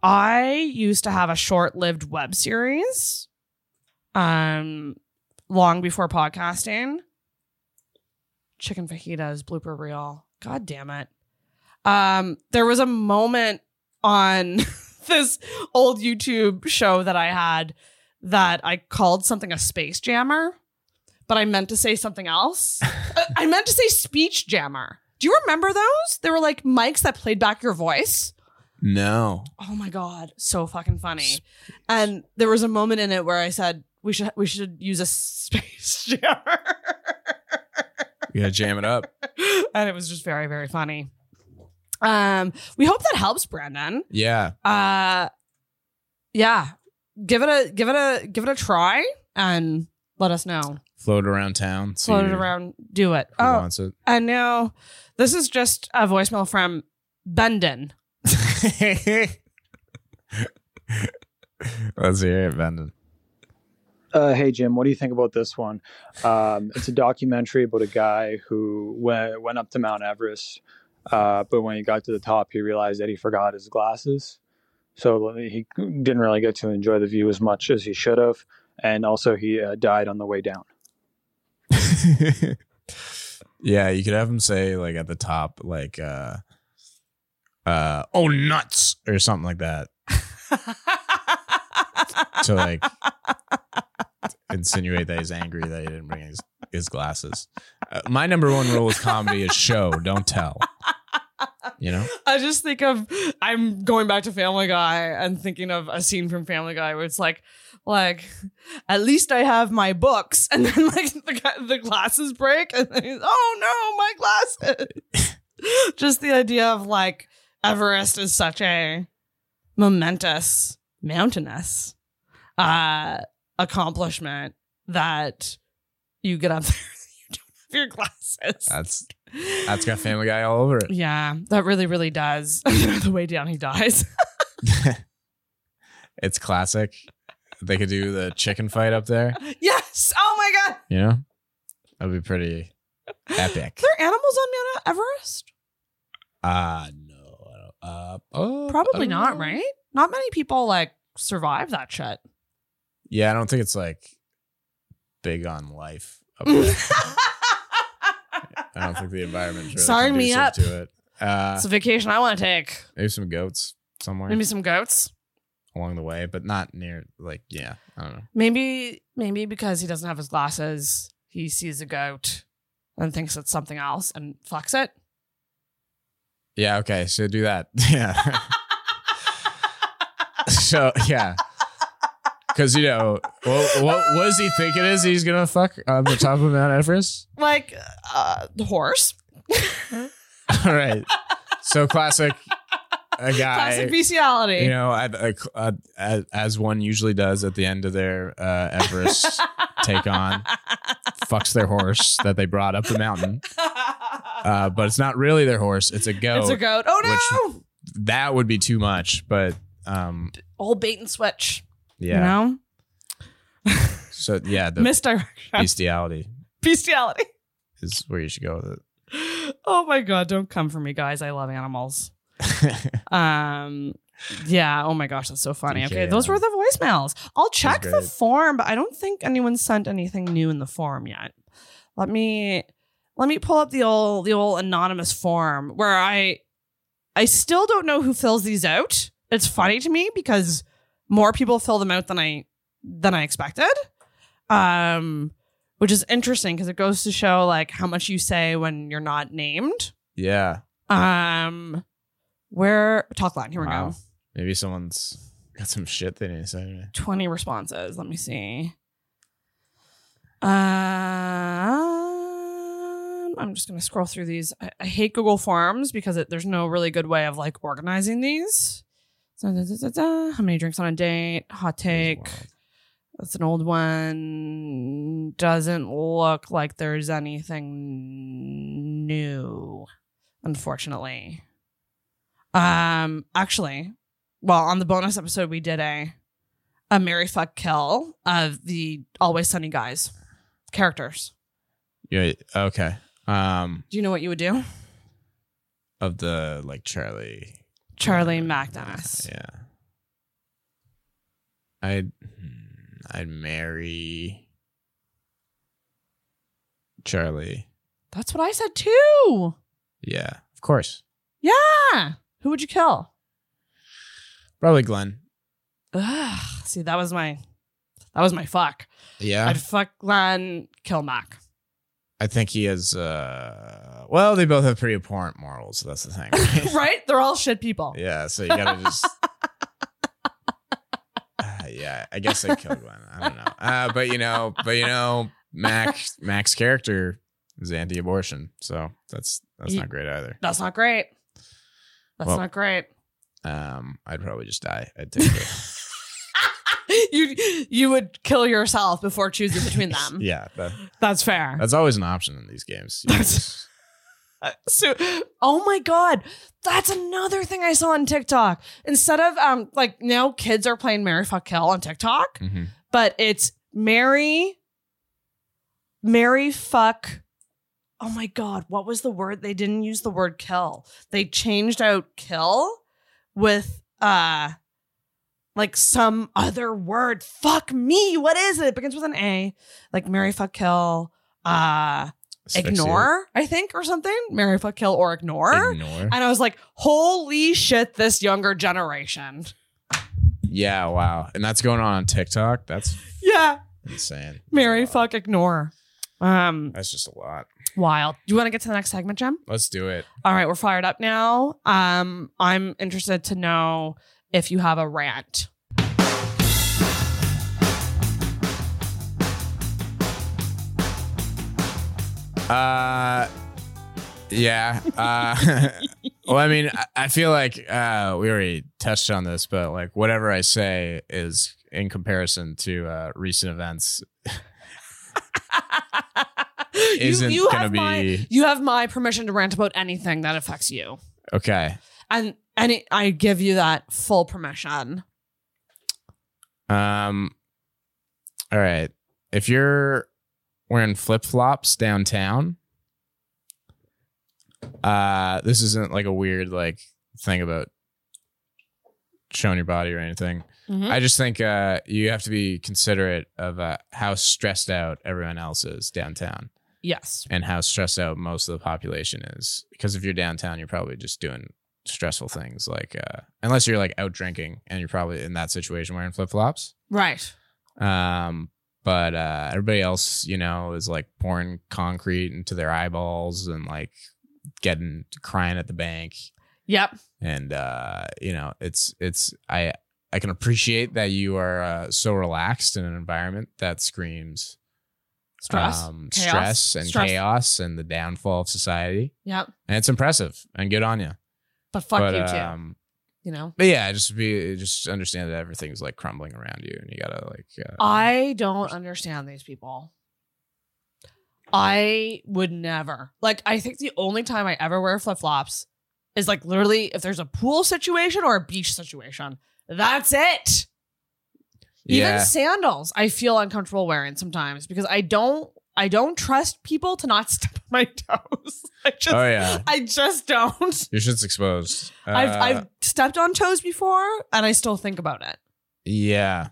Speaker 2: I used to have a short-lived web series um long before podcasting. Chicken fajitas blooper reel. God damn it. Um there was a moment on this old YouTube show that I had that I called something a space jammer, but I meant to say something else. Uh, I meant to say speech jammer. Do you remember those? They were like mics that played back your voice.
Speaker 3: no.
Speaker 2: Oh my god, so fucking funny. And there was a moment in it where I said we should we should use a space jammer.
Speaker 3: You gotta jam it up.
Speaker 2: and it was just very very funny. Um we hope that helps Brandon.
Speaker 3: Yeah.
Speaker 2: Uh yeah, yeah, give it a give it a give it a try and let us know.
Speaker 3: Float around town. see
Speaker 2: Float it
Speaker 3: who
Speaker 2: around, do it. Oh,
Speaker 3: wants it.
Speaker 2: and now this is just a voicemail from Bendon.
Speaker 3: Let's hear it, Brendan.
Speaker 9: Uh, hey Jim, what do you think about this one? Um, it's a documentary about a guy who went, went up to Mount Everest, uh, but when he got to the top, he realized that he forgot his glasses, so he didn't really get to enjoy the view as much as he should have, and also he uh, died on the way down.
Speaker 3: Yeah, you could have him say like at the top, like uh uh oh nuts or something like that. to like insinuate that he's angry that he didn't bring his, his glasses. Uh, my number one rule is comedy is show, don't tell. You know?
Speaker 2: I just think of I'm going back to Family Guy and thinking of a scene from Family Guy where it's like, like, at least I have my books, and then like the guy- the glasses break, and then he's oh no, my glasses. just the idea of like Everest is such a momentous, mountainous uh accomplishment that you get up there and you don't have your glasses.
Speaker 3: That's that's got Family Guy all over it.
Speaker 2: Yeah, that really, really does. the way down, he dies.
Speaker 3: It's classic. They could do the chicken fight up there,
Speaker 2: yes. Oh my god.
Speaker 3: you know? That'd be pretty epic.
Speaker 2: Are there animals on Mount Everest?
Speaker 3: Uh no. I don't- Uh, oh, I
Speaker 2: Probably
Speaker 3: don't
Speaker 2: not,
Speaker 3: know.
Speaker 2: right? Not many people like survive that shit.
Speaker 3: Yeah, I don't think it's like big on life. Up there. I don't think the environment's really
Speaker 2: Sign me
Speaker 3: conducive
Speaker 2: up.
Speaker 3: to it. Uh,
Speaker 2: it's a vacation I want to take.
Speaker 3: maybe some goats somewhere
Speaker 2: Maybe some goats.
Speaker 3: along the way, but not near. Like, yeah, I don't know.
Speaker 2: Maybe, maybe because he doesn't have his glasses, he sees a goat and thinks it's something else and fucks it.
Speaker 3: Yeah, okay, so do that. Yeah. so yeah, because you know what, what what does he think it is? He's gonna fuck on the top of Mount Everest.
Speaker 2: Like uh, the horse,
Speaker 3: All right, so classic. A guy.
Speaker 2: classic bestiality.
Speaker 3: you know, at, a cl- uh, as, as one usually does at the end of their uh, Everest take on, fucks their horse that they brought up the mountain. Uh, but it's not really their horse; it's a goat.
Speaker 2: it's a goat. Oh no!
Speaker 3: which- That would be too much, but um,
Speaker 2: All bait and switch.
Speaker 3: yeah.
Speaker 2: You know,
Speaker 3: So yeah, the
Speaker 2: misdirection,
Speaker 3: bestiality
Speaker 2: bestiality.
Speaker 3: is where you should go with
Speaker 2: Oh my god, don't come for me, guys. I love animals.
Speaker 3: it.
Speaker 2: Um yeah, oh my gosh, that's so funny. Okay,
Speaker 3: DKM.
Speaker 2: those were the voicemails. I'll check the
Speaker 3: great.
Speaker 2: form, but I don't think anyone sent anything new in the form yet. Let me let me pull up the old the old anonymous form where I I still don't know who fills these out. It's funny to me because more people fill them out than I than I expected. Um which is interesting because it goes to show like how much you say when you're not named.
Speaker 3: yeah,
Speaker 2: Um, where talk line? Here we
Speaker 3: Wow.
Speaker 2: go.
Speaker 3: maybe someone's got some shit they need to say. to me.
Speaker 2: Twenty responses. Let me see. Um, I'm just gonna scroll through these. I, I hate Google Forms because it, there's no really good way of like organizing these. So, da, da, da, da. How many drinks on a date? Hot take. That's an old one. Doesn't look like there's anything new, unfortunately. Um, actually, well, on the bonus episode, we did a a Mary Fuck Kill of the Always Sunny guys characters.
Speaker 3: Yeah. Okay. Um,
Speaker 2: Do you know what you would do?
Speaker 3: of the like Charlie
Speaker 2: Charlie McDonough's.
Speaker 3: Yeah. I'd hmm, I'd marry Charlie.
Speaker 2: That's what I said too.
Speaker 3: Yeah, of course.
Speaker 2: Yeah. Who would you kill?
Speaker 3: Probably Glenn.
Speaker 2: Ugh. See, that was my that was my fuck.
Speaker 3: Yeah.
Speaker 2: I'd fuck Glenn, kill Mac.
Speaker 3: I think he is uh well, they both have pretty abhorrent morals, so that's the thing. right?
Speaker 2: right? They're all shit people.
Speaker 3: yeah, so you gotta just Uh, yeah, I guess I killed Glenn. I don't know. Uh, but you know, but you know, Mac Mac's character is anti-abortion, so that's that's
Speaker 2: Ye-
Speaker 3: not great either.
Speaker 2: That's not great. That's
Speaker 3: Well-
Speaker 2: not great.
Speaker 3: um, I'd probably just die. I'd take it.
Speaker 2: you you would kill yourself before choosing between them.
Speaker 3: Yeah, that,
Speaker 2: That's fair.
Speaker 3: that's always an option in these games. You just-
Speaker 2: so oh my god that's another thing i saw on tiktok instead of um like now kids are playing mary fuck kill on tiktok
Speaker 3: Mhm.
Speaker 2: but it's mary mary fuck oh my god what was the word they didn't use the word kill they changed out kill with uh like some other word fuck me what is it it begins with an a like mary fuck kill uh ignore, I think, or something. Marry, fuck, kill, or ignore.
Speaker 3: Ignore.
Speaker 2: And I was like, holy shit, this younger generation.
Speaker 3: Yeah, wow. And that's going on on TikTok. That's
Speaker 2: Yeah.
Speaker 3: insane.
Speaker 2: Marry, fuck, ignore. Um,
Speaker 3: That's just a lot.
Speaker 2: wild. Do you want to get to the next segment, Jim?
Speaker 3: Let's do it.
Speaker 2: All right, we're fired up now. Um, I'm interested to know if you have a rant.
Speaker 3: Uh, yeah. Uh, well, I mean, I- I feel like uh, we already touched on this, but like whatever I say is in comparison to uh, recent events. Isn't gonna
Speaker 2: have my
Speaker 3: be-
Speaker 2: you have my permission to rant about anything that affects you,
Speaker 3: Okay.
Speaker 2: and any I give you that full permission.
Speaker 3: Um. All right. If you're wearing flip flops downtown, uh, this isn't like a weird like thing about showing your body or anything.
Speaker 2: Mhm.
Speaker 3: I just think uh, you have to be considerate of uh, how stressed out everyone else is downtown
Speaker 2: Yes.
Speaker 3: and how stressed out most of the population is. Because if you're downtown, you're probably just doing stressful things like uh, unless you're like out drinking and you're probably in that situation wearing flip flops.
Speaker 2: Right.
Speaker 3: Um, but uh, everybody else, you know, is like pouring concrete into their eyeballs and like getting crying at the bank.
Speaker 2: Yep.
Speaker 3: And uh, you know, it's it's I I can appreciate that you are uh, so relaxed in an environment that screams
Speaker 2: Stress.
Speaker 3: um,
Speaker 2: Chaos.
Speaker 3: stress and
Speaker 2: Stress.
Speaker 3: chaos and the downfall of society.
Speaker 2: Yep.
Speaker 3: And it's impressive and good on you.
Speaker 2: But fuck
Speaker 3: but,
Speaker 2: you too.
Speaker 3: um,
Speaker 2: you know?
Speaker 3: but yeah, just be just understand that everything's like crumbling around you, and you gotta like. Uh,
Speaker 2: I don't understand these people. I would never. Like, I think the only time I ever wear flip flops is like literally if there's a pool situation or a beach situation. That's it. Even sandals, I feel uncomfortable wearing sometimes because I don't I don't trust people to not step on my toes. I just
Speaker 3: oh yeah,
Speaker 2: I just don't.
Speaker 3: your shit's exposed. Uh,
Speaker 2: I've I've stepped on toes before and I still think about it.
Speaker 3: yeah,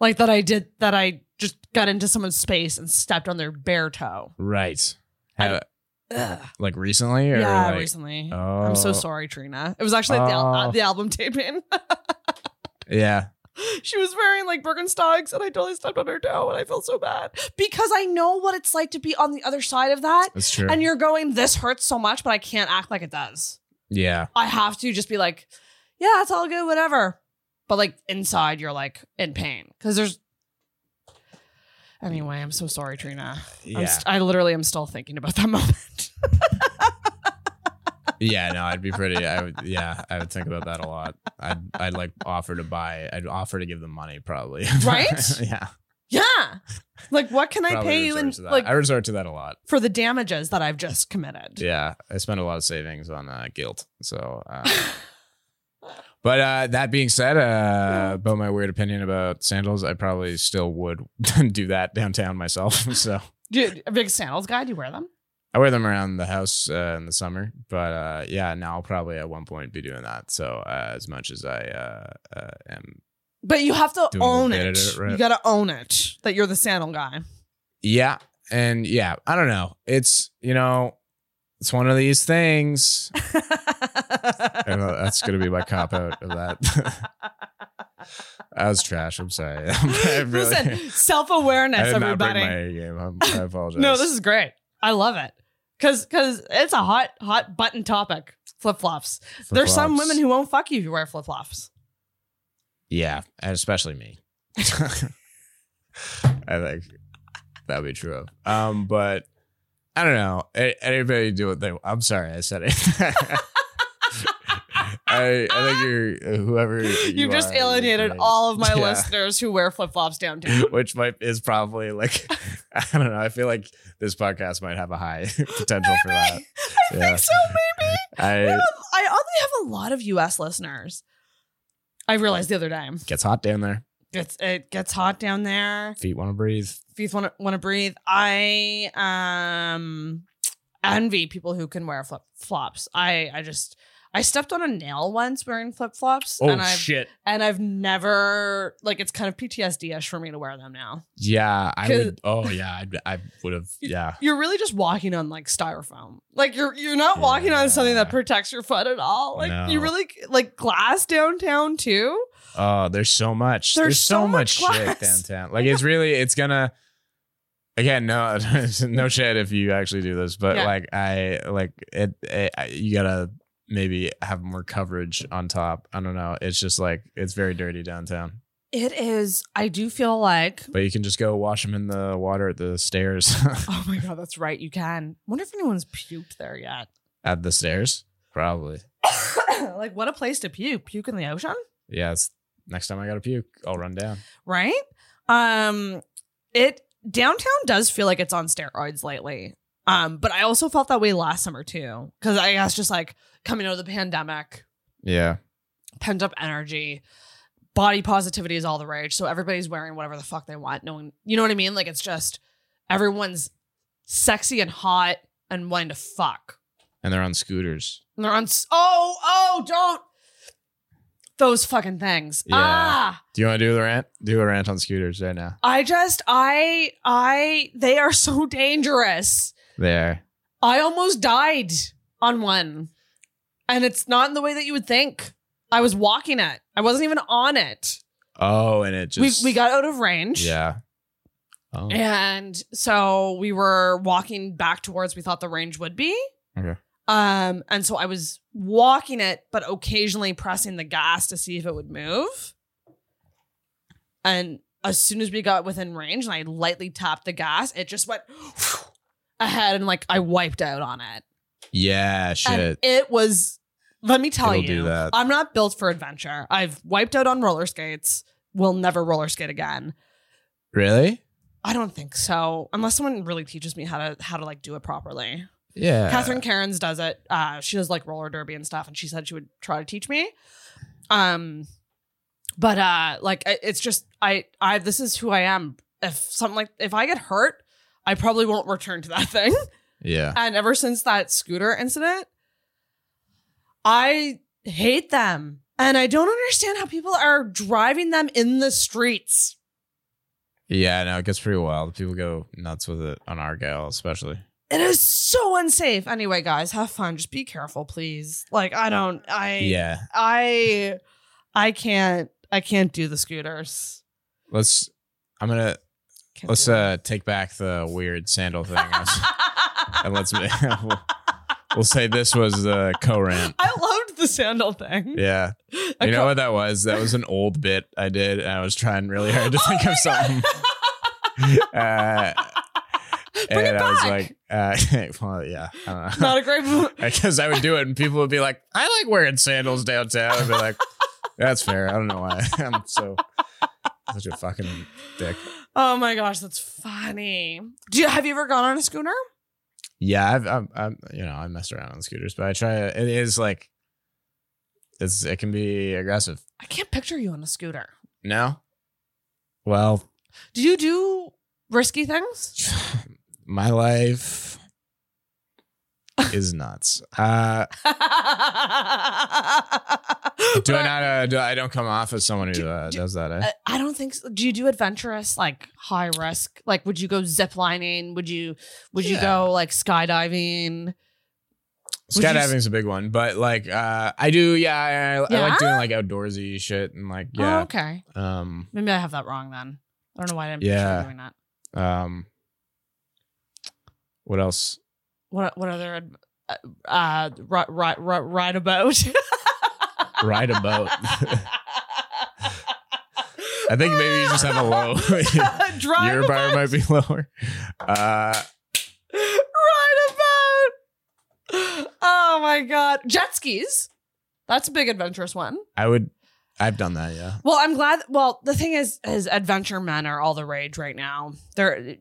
Speaker 2: like that I did that I just got into someone's space and stepped on their bare toe.
Speaker 3: right.
Speaker 2: I-
Speaker 3: Have,
Speaker 2: Ugh.
Speaker 3: like recently or
Speaker 2: Yeah,
Speaker 3: like,
Speaker 2: recently.
Speaker 3: Oh,
Speaker 2: I'm so sorry, Trina. It was actually at the, al-
Speaker 3: Oh.
Speaker 2: at the album taping.
Speaker 3: Yeah,
Speaker 2: she was wearing like Birkenstocks, and I totally stepped on her toe, and I feel so bad because I know what it's like to be on the other side of that.
Speaker 3: that's true.
Speaker 2: And you're going, this hurts so much, but I can't act like it does.
Speaker 3: yeah,
Speaker 2: I have to just be like, yeah, it's all good, whatever. But like inside, you're like in pain because there's. Anyway, I'm so sorry, Trina.
Speaker 3: yeah,
Speaker 2: I'm st- I literally am still thinking about that moment.
Speaker 3: yeah. No, I'd be pretty. I would. Yeah, I would think about that a lot. I'd I'd like offer to buy. I'd offer to give them money probably.
Speaker 2: Right?
Speaker 3: yeah.
Speaker 2: yeah. Like, what can I
Speaker 3: probably
Speaker 2: pay you
Speaker 3: resort
Speaker 2: in,
Speaker 3: to that.
Speaker 2: like
Speaker 3: I resort to that a lot.
Speaker 2: for the damages that I've just committed?
Speaker 3: Yeah, I spend a lot of savings on uh, guilt. So, uh, but uh, that being said,
Speaker 2: Mm.
Speaker 3: uh, about my weird opinion about sandals, I probably still would do that downtown myself. so
Speaker 2: Dude, a big sandals guy, do you wear them?
Speaker 3: I wear them around the house uh, in the summer. But uh, yeah, now I'll probably at one point be doing that. So uh, as much as I uh, uh, am,
Speaker 2: But you have to
Speaker 3: Doing a little
Speaker 2: own
Speaker 3: bit
Speaker 2: it.
Speaker 3: of it, right?
Speaker 2: You got to own it that you're the sandal guy.
Speaker 3: yeah, and yeah, I don't know. It's you know, it's one of these things. I don't know, that's gonna be my cop out of that. that was trash. I'm sorry. I really-
Speaker 2: Listen, self
Speaker 3: I
Speaker 2: awareness,
Speaker 3: did not bring
Speaker 2: everybody.
Speaker 3: my A game. I'm- i apologize.
Speaker 2: No, this is great. I love it because because it's a hot hot button topic. Flip flops. There's some
Speaker 3: Flip-flops.
Speaker 2: women who won't fuck you if you wear flip flops.
Speaker 3: yeah, and especially me. I think that'd be true. of. Um, but I don't know. A- Anybody do what they. I'm sorry, I said it. I I, I think you're whoever you
Speaker 7: You've just
Speaker 3: are,
Speaker 7: alienated
Speaker 3: right.
Speaker 7: all of my
Speaker 3: Yeah.
Speaker 7: listeners who wear flip flops downtown.
Speaker 3: Which might is probably like I don't know. I feel like this podcast might have a high potential for that.
Speaker 7: I
Speaker 3: Yeah.
Speaker 7: think so, maybe. We
Speaker 3: I
Speaker 7: have a- I oddly have a lot of U.S. listeners. I realized the other day
Speaker 3: gets hot down there.
Speaker 7: it's it gets hot down there.
Speaker 3: Feet want to breathe.
Speaker 7: Feet want to want to breathe. I um envy people who can wear flip flops. I I just I stepped on a nail once wearing flip flops,
Speaker 3: Oh
Speaker 7: and I've
Speaker 3: shit!
Speaker 7: and I've never like it's kind of PTSD ish for me to wear them now.
Speaker 3: Yeah, I would.
Speaker 7: 'Cause-
Speaker 3: Oh yeah, I'd, I would have. Yeah,
Speaker 7: You're really just walking on like styrofoam. Like you're you're not walking on something that protects your foot at all. Like you
Speaker 3: No.
Speaker 7: really like glass downtown too.
Speaker 3: Oh, there's so much. There's,
Speaker 7: There's
Speaker 3: so,
Speaker 7: so
Speaker 3: much,
Speaker 7: much
Speaker 3: shit
Speaker 7: glass.
Speaker 3: downtown. Like it's really, it's gonna. Again, no, no shit if you actually do this, but
Speaker 7: Yeah.
Speaker 3: like I like it, it. I- You gotta maybe have more coverage on top. I don't know. It's just like it's very dirty downtown,
Speaker 7: It is. I do feel like
Speaker 3: but you can just go wash them in the water at the stairs.
Speaker 7: Oh my god, that's right. You can. Wonder if anyone's puked there yet.
Speaker 3: at the stairs, probably.
Speaker 7: like, what a place to puke. Puke in the ocean,
Speaker 3: Yeah. It's, next time I gotta puke, I'll run down.
Speaker 7: right? Um, it downtown does feel like it's on steroids lately. Um, but I also felt that way last summer too, because I guess just like coming out of the pandemic,
Speaker 3: Yeah.
Speaker 7: pent up energy, body positivity is all the rage. So everybody's wearing whatever the fuck they want. No one, you know what I mean? Like it's just everyone's sexy and hot and wanting to fuck.
Speaker 3: And they're on scooters.
Speaker 7: And they're on. s- Oh, oh, don't. Those fucking things.
Speaker 3: Yeah.
Speaker 7: Ah,
Speaker 3: Do you want to do the rant? Do a rant on scooters right now.
Speaker 7: I just, I, I, they are so dangerous.
Speaker 3: There.
Speaker 7: I almost died on one. And it's not in the way that you would think. I was walking it, I wasn't even on it.
Speaker 3: Oh, and it just
Speaker 7: we, we got out of range.
Speaker 3: Yeah. Oh.
Speaker 7: And so we were walking back towards we thought the range would be.
Speaker 3: Okay.
Speaker 7: Um, and so I was walking it, but occasionally pressing the gas to see if it would move. And as soon as we got within range and I lightly tapped the gas, it just went ahead and like I wiped out on it.
Speaker 3: Yeah,
Speaker 7: And
Speaker 3: shit.
Speaker 7: it was, let me tell
Speaker 3: It'll
Speaker 7: you,
Speaker 3: do that.
Speaker 7: I'm not built for adventure. I've wiped out on roller skates, will never roller skate again.
Speaker 3: Really?
Speaker 7: I don't think so, unless someone really teaches me how to how to like do it properly.
Speaker 3: Yeah.
Speaker 7: Catherine Cairns does it. Uh, she does like roller derby and stuff, and she said she would try to teach me. Um, but uh, like I- it's just I I this is who I am. If something like if I get hurt, I probably won't return to that thing.
Speaker 3: Yeah.
Speaker 7: And ever since that scooter incident, I hate them, and I don't understand how people are driving them in the streets.
Speaker 3: Yeah, no, it gets pretty wild. People go nuts with it on Argyle, especially.
Speaker 7: It is so unsafe. Anyway, guys, have fun. Just be careful, please. Like I don't I
Speaker 3: Yeah.
Speaker 7: I I can't I can't do the scooters.
Speaker 3: Let's I'm gonna
Speaker 7: Can't
Speaker 3: let's
Speaker 7: do it.
Speaker 3: uh take back the weird sandal thing and let's we'll, we'll say this was the co rant.
Speaker 7: I loved the sandal thing.
Speaker 3: Yeah.
Speaker 7: A
Speaker 3: You know
Speaker 7: co-
Speaker 3: what that was? That was an old bit I did and I was trying really hard to
Speaker 7: Oh
Speaker 3: think
Speaker 7: my
Speaker 3: of something. Uh,
Speaker 7: Bring
Speaker 3: and
Speaker 7: it
Speaker 3: I was
Speaker 7: back.
Speaker 3: like, uh, well, yeah, I don't know.
Speaker 7: Not a great move.
Speaker 3: because I would do it, and people would be like, "I like wearing sandals downtown." I'd be like, "That's fair." I don't know why I'm so such a fucking dick.
Speaker 7: Oh my gosh, that's funny. Do you have you ever gone on a scooter?
Speaker 3: Yeah, I've, I'm, I'm, you know, I messed around on scooters, but I try. It is like, it's it can be aggressive.
Speaker 7: I can't picture you on a scooter.
Speaker 3: No, well,
Speaker 7: Do you do risky things?
Speaker 3: my life is nuts. Uh,
Speaker 7: do
Speaker 3: do I not? Uh, do I don't come off as someone who uh, does that? Eh?
Speaker 7: I- I don't think. So. Do you do adventurous, like high risk? Like, would you go ziplining? Would you would you
Speaker 3: Yeah.
Speaker 7: go like skydiving? Would you
Speaker 3: Skydiving's a big one, but like uh I do, yeah, I, I like doing like outdoorsy shit and like
Speaker 7: Oh,
Speaker 3: yeah,
Speaker 7: okay.
Speaker 3: um,
Speaker 7: Maybe I have that wrong then. I don't know why I didn't
Speaker 3: Yeah.
Speaker 7: yeah. doing that.
Speaker 3: um, what else?
Speaker 7: What what other ad- uh, uh ri- ri- ri- ride a boat?
Speaker 3: Ride a boat. I think maybe you just have a low.
Speaker 7: Drive
Speaker 3: Your
Speaker 7: a
Speaker 3: bar
Speaker 7: boat.
Speaker 3: might be lower. Uh,
Speaker 7: Ride a boat. Oh my god, jet skis. That's a big adventurous one.
Speaker 3: I would. I've done that. Yeah.
Speaker 7: Well, I'm glad. Well, the thing is, is adventure men are all the rage right now. They're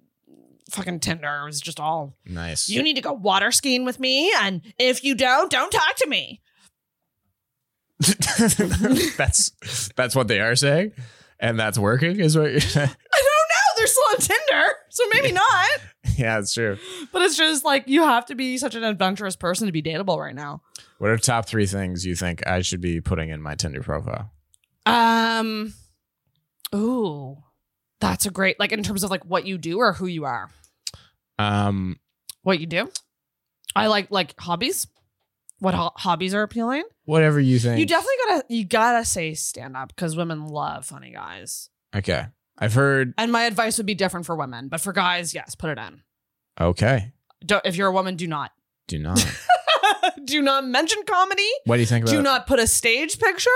Speaker 7: fucking Tinder is just all.
Speaker 3: Nice.
Speaker 7: You need to go water skiing with me, and if you don't, don't talk to me.
Speaker 3: that's that's what they are saying, and that's working. Is what?
Speaker 7: I
Speaker 3: You're,
Speaker 7: don't know. They're still on Tinder, so maybe not.
Speaker 3: yeah, it's true.
Speaker 7: But it's just like you have to be such an adventurous person to be dateable right now.
Speaker 3: What are top three things you think I should be putting in my Tinder profile?
Speaker 7: Um, ooh, that's a great like in terms of like what you do or who you are.
Speaker 3: Um,
Speaker 7: What you do? I like like hobbies. What ho- hobbies are appealing?
Speaker 3: whatever you think.
Speaker 7: You definitely gotta you gotta say stand up because women love funny guys.
Speaker 3: okay. I've heard.
Speaker 7: And my advice would be different for women, but for guys, yes, put it in.
Speaker 3: Okay.
Speaker 7: Don't, if you're a woman, do not
Speaker 3: Do not.
Speaker 7: do not mention comedy.
Speaker 3: what do you think about?
Speaker 7: Do not put a stage picture.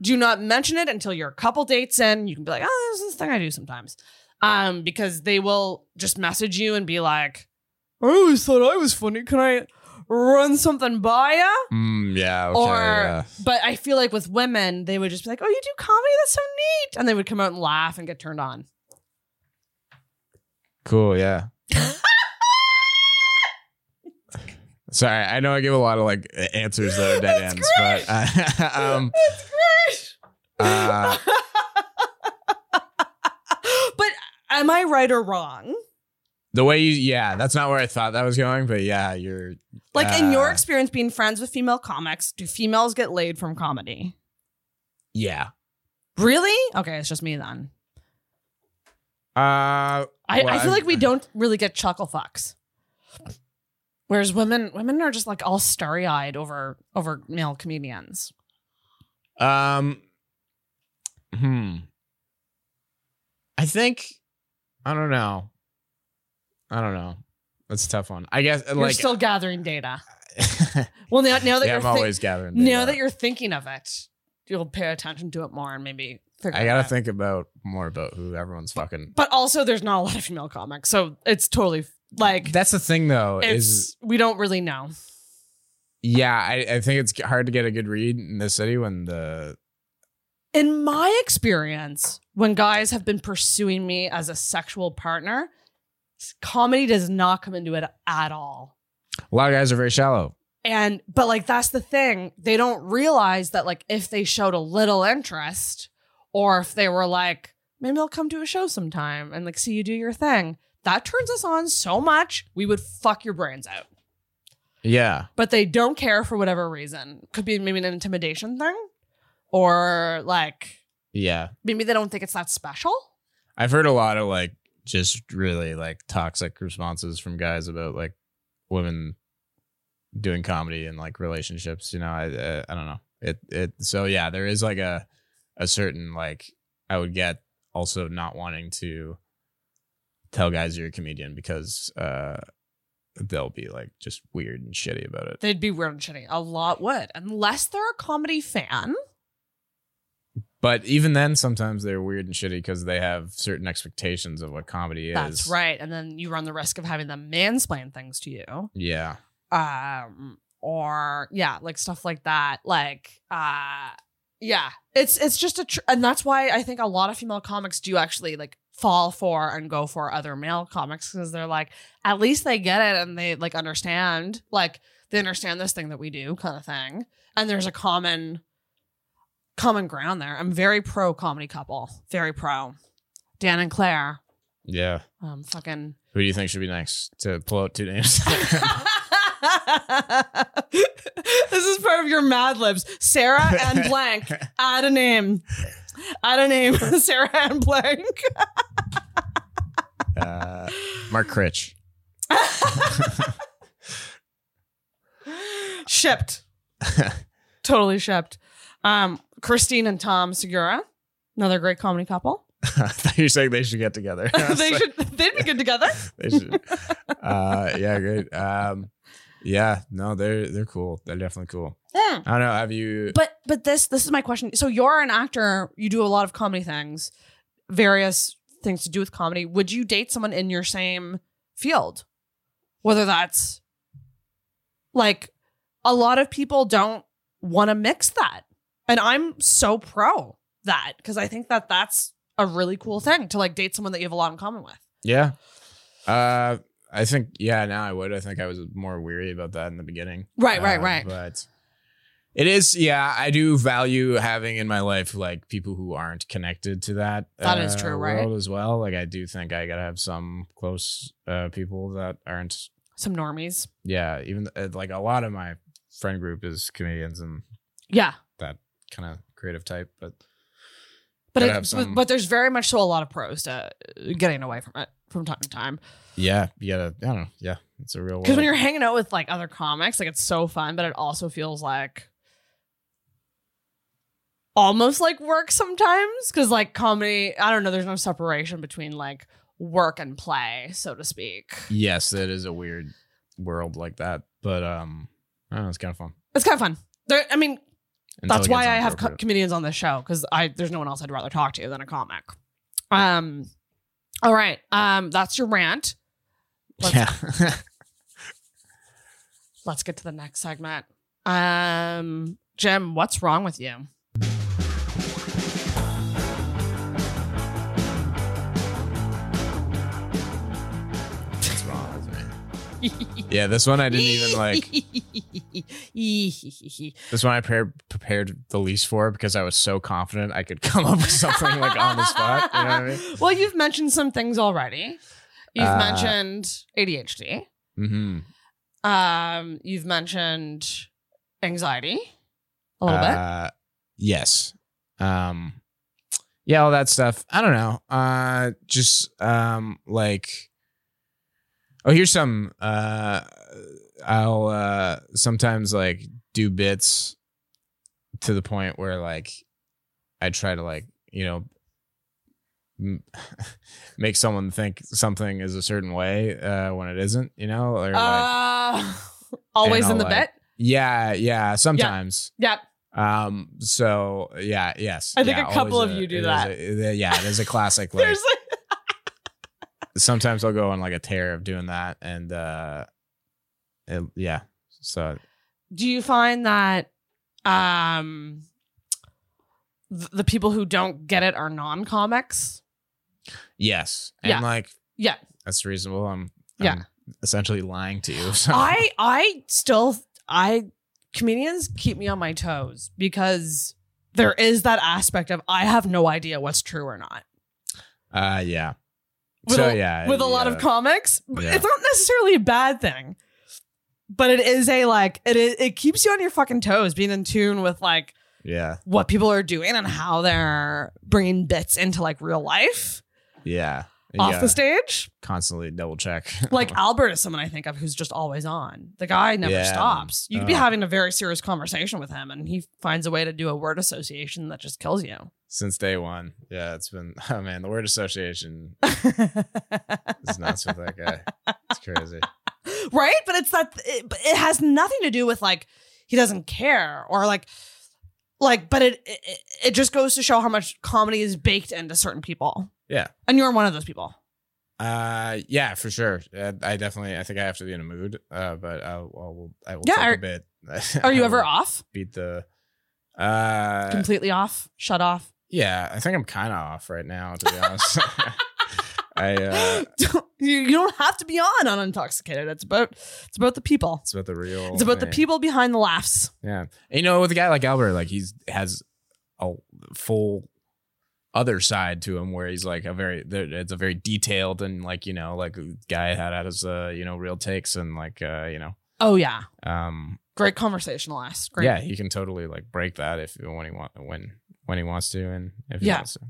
Speaker 7: Do not mention it until you're a couple dates in. You can be like, oh, this is this thing I do sometimes. Um, because they will just message you and be like, I always thought I was funny. Can I run something by ya?
Speaker 3: Mm, yeah. Okay,
Speaker 7: or
Speaker 3: yeah.
Speaker 7: but I feel like with women, they would just be like, Oh, you do comedy? That's so neat. And they would come out and laugh and get turned on.
Speaker 3: Cool. Yeah. Sorry, I know I give a lot of like answers that are dead
Speaker 7: That's
Speaker 3: ends, but uh, um,
Speaker 7: That's great.
Speaker 3: uh,
Speaker 7: but am I right or wrong?
Speaker 3: the way you, yeah, that's not where I thought that was going, but yeah, you're
Speaker 7: Like in your
Speaker 3: Uh,
Speaker 7: experience being friends with female comics, do females get laid from comedy?
Speaker 3: yeah.
Speaker 7: Really? Okay, it's just me then. I,
Speaker 3: Uh, Well,
Speaker 7: I feel
Speaker 3: I-
Speaker 7: like we don't really get chuckle fucks. Whereas women women are just like all starry eyed over over male comedians.
Speaker 3: Um, hmm. I think I don't know. I don't know. That's a tough one. I guess
Speaker 7: You're
Speaker 3: like
Speaker 7: still gathering data. Well, now now that you're
Speaker 3: yeah, I'm
Speaker 7: thi-
Speaker 3: always gathering.
Speaker 7: now
Speaker 3: data.
Speaker 7: that you're thinking of it, you'll pay attention to it more and maybe figure.
Speaker 3: I
Speaker 7: it
Speaker 3: gotta
Speaker 7: out.
Speaker 3: think about more about who everyone's fucking.
Speaker 7: But also, there's not a lot of female comics, so it's totally like
Speaker 3: That's the thing though.
Speaker 7: it's
Speaker 3: Is
Speaker 7: we don't really know.
Speaker 3: yeah, I, I think it's hard to get a good read in the city when the
Speaker 7: In my experience, when guys have been pursuing me as a sexual partner, s- comedy does not come into it at all.
Speaker 3: a lot of guys are very shallow.
Speaker 7: And but like that's the thing, they don't realize that like if they showed a little interest or if they were like maybe I'll come to a show sometime and like see you do your thing, that turns us on so much, we would fuck your brains out.
Speaker 3: Yeah,
Speaker 7: But they don't care for whatever reason. Could be maybe an intimidation thing or like
Speaker 3: yeah.
Speaker 7: maybe they don't think it's that special.
Speaker 3: I've heard a lot of like just really like toxic responses from guys about like women doing comedy and like relationships. You know, I uh, I don't know it it. So yeah, there is like a a certain like I would get also not wanting to tell guys you're a comedian because uh they'll be like just weird and shitty about it.
Speaker 7: They'd be weird and shitty. A lot would, unless they're a comedy fan.
Speaker 3: But even then, sometimes they're weird and shitty because they have certain expectations of what comedy is.
Speaker 7: That's right. And then you run the risk of having them mansplain things to you.
Speaker 3: Yeah.
Speaker 7: um or yeah like stuff like that like uh yeah it's it's just a tr- and that's why i think a lot of female comics do actually like fall for and go for other male comics because they're like at least they get it and they like understand like they understand this thing that we do kind of thing and there's a common common ground there i'm very pro comedy couple very pro dan and claire
Speaker 3: Yeah.
Speaker 7: um fucking
Speaker 3: Who do you think should be next to pull out two names?
Speaker 7: this is part of your Mad Libs. Sarah and blank. Add a name. Add a name. Sarah and blank.
Speaker 3: uh, Mark Critch.
Speaker 7: shipped. totally shipped. Um, Christine and Tom Segura, another great comedy couple.
Speaker 3: I thought you were saying they should get together. I was
Speaker 7: they
Speaker 3: like,
Speaker 7: should. They'd be good together.
Speaker 3: They should. Uh, yeah, great. Um, yeah, no, they're they're cool. They're definitely cool.
Speaker 7: Hmm.
Speaker 3: I don't know. Have you?
Speaker 7: But but this this is my question. So you're an actor. You do a lot of comedy things, various things to do with comedy. Would you date someone in your same field? Whether that's like a lot of people don't want to mix that. And I'm so pro that because I think that that's a really cool thing to like date someone that you have a lot in common with.
Speaker 3: Yeah. Uh, I think yeah. Now I would. I think I was more weary about that in the beginning.
Speaker 7: Right, right,
Speaker 3: Uh,
Speaker 7: right.
Speaker 3: But it is. Yeah, I do value having in my life like people who aren't connected to that. uh,
Speaker 7: That is true, right?
Speaker 3: world As well. Like I do think I gotta have some close uh, people that aren't.
Speaker 7: Some normies.
Speaker 3: Yeah, even uh, like a lot of my friend group is comedians and
Speaker 7: Yeah.
Speaker 3: that kind of creative type. But
Speaker 7: But,
Speaker 3: Gotta
Speaker 7: it,
Speaker 3: have
Speaker 7: but
Speaker 3: some-
Speaker 7: but there's very much so a lot of pros to uh, getting away from it from time to time.
Speaker 3: yeah, you gotta. I don't know. Yeah, it's a real.
Speaker 7: Because when
Speaker 3: world.
Speaker 7: you're hanging out with like other comics, like it's so fun, but it also feels like almost like work sometimes. Because like comedy, I don't know, there's no separation between like work and play, so to speak.
Speaker 3: yes, it is a weird world like that. But um, I don't know. It's kind of fun.
Speaker 7: It's kind of fun. There, I mean,
Speaker 3: Until
Speaker 7: that's
Speaker 3: it
Speaker 7: why
Speaker 3: gets
Speaker 7: I have co-
Speaker 3: inappropriate.
Speaker 7: comedians on this show because I there's no one else I'd rather talk to than a comic. Um, all right, um, that's your rant. Let's
Speaker 3: yeah.
Speaker 7: let's get to the next segment. Um, Jim, what's wrong with you?
Speaker 3: What's wrong with me? Yeah, this one I didn't even like. This one I pre- prepared the least for because I was so confident I could come up with something like on the spot. You know what I mean?
Speaker 7: Well, you've mentioned some things already. You've
Speaker 3: Uh,
Speaker 7: mentioned ADHD.
Speaker 3: Mm-hmm.
Speaker 7: Um, you've mentioned anxiety a little bit.
Speaker 3: uh, Yes. Um, yeah, all that stuff. I don't know. Uh, just um, like, oh, here's some. Uh, I'll uh, sometimes like do bits to the point where like I try to like you know m- make someone think something is a certain way uh, when it isn't. You know, or like
Speaker 7: Uh, always
Speaker 3: and
Speaker 7: in the
Speaker 3: I'll,
Speaker 7: bit.
Speaker 3: like- yeah, yeah, sometimes.
Speaker 7: Yep.
Speaker 3: Um. So yeah. Yes.
Speaker 7: I think
Speaker 3: yeah,
Speaker 7: a couple
Speaker 3: always
Speaker 7: of
Speaker 3: a-
Speaker 7: you do
Speaker 3: it is
Speaker 7: that.
Speaker 3: a- it- yeah, it is a classic. Like
Speaker 7: There's
Speaker 3: sometimes I'll go on like a tear of doing that, and uh, it, yeah. So
Speaker 7: do you find that um th- the people who don't get it are non-comics?
Speaker 3: yes, and
Speaker 7: Yeah.
Speaker 3: like
Speaker 7: Yeah.
Speaker 3: that's reasonable. I'm, I'm
Speaker 7: Yeah.
Speaker 3: essentially lying to you. So.
Speaker 7: I I still I comedians keep me on my toes because there is that aspect of I have no idea what's true or not.
Speaker 3: Uh. Yeah.
Speaker 7: With
Speaker 3: so
Speaker 7: a-
Speaker 3: yeah.
Speaker 7: With a lot of
Speaker 3: yeah.
Speaker 7: comics, But
Speaker 3: Yeah.
Speaker 7: it's not necessarily a bad thing. But it is a like it is, it keeps you on your fucking toes being in tune with like
Speaker 3: Yeah.
Speaker 7: what people are doing and how they're bringing bits into like real life
Speaker 3: Yeah.
Speaker 7: off
Speaker 3: yeah.
Speaker 7: the stage.
Speaker 3: Constantly double check.
Speaker 7: Like Albert is someone I think of who's just always on. The guy never
Speaker 3: Uh-huh. Yeah.
Speaker 7: stops. You could be
Speaker 3: Oh.
Speaker 7: having a very serious conversation with him, and he finds a way to do a word association that just kills you.
Speaker 3: since day one. Yeah. It's been. Oh man, the word association is nuts with that guy. It's crazy.
Speaker 7: right? But it's that it, but it has nothing to do with like he doesn't care or like like but it, it it just goes to show how much comedy is baked into certain people.
Speaker 3: Yeah.
Speaker 7: And you're one of those people.
Speaker 3: Uh, yeah, for sure. Uh, I definitely, I think I have to be in a mood. Uh, but I'll, I'll I will
Speaker 7: Yeah,
Speaker 3: take
Speaker 7: are-
Speaker 3: a bit.
Speaker 7: Are you
Speaker 3: I
Speaker 7: ever
Speaker 3: will
Speaker 7: off?
Speaker 3: Beat the. Uh,
Speaker 7: Completely off? Shut off?
Speaker 3: yeah, I think I'm kind of off right now, to be honest. I uh,
Speaker 7: you, you don't have to be on on intoxicated. It's about it's about the people.
Speaker 3: it's about the real.
Speaker 7: It's about the
Speaker 3: thing.
Speaker 7: people behind the laughs.
Speaker 3: Yeah, And, you know, with a guy like Albert, like he's has a full other side to him where he's like a very there- it's a very detailed and like you know like guy had had his uh you know real takes and like uh you know
Speaker 7: Oh yeah,
Speaker 3: um
Speaker 7: great conversationalist. Great.
Speaker 3: Yeah, he can totally like break that if when he want when when he wants to and if he
Speaker 7: Yeah.
Speaker 3: wants to.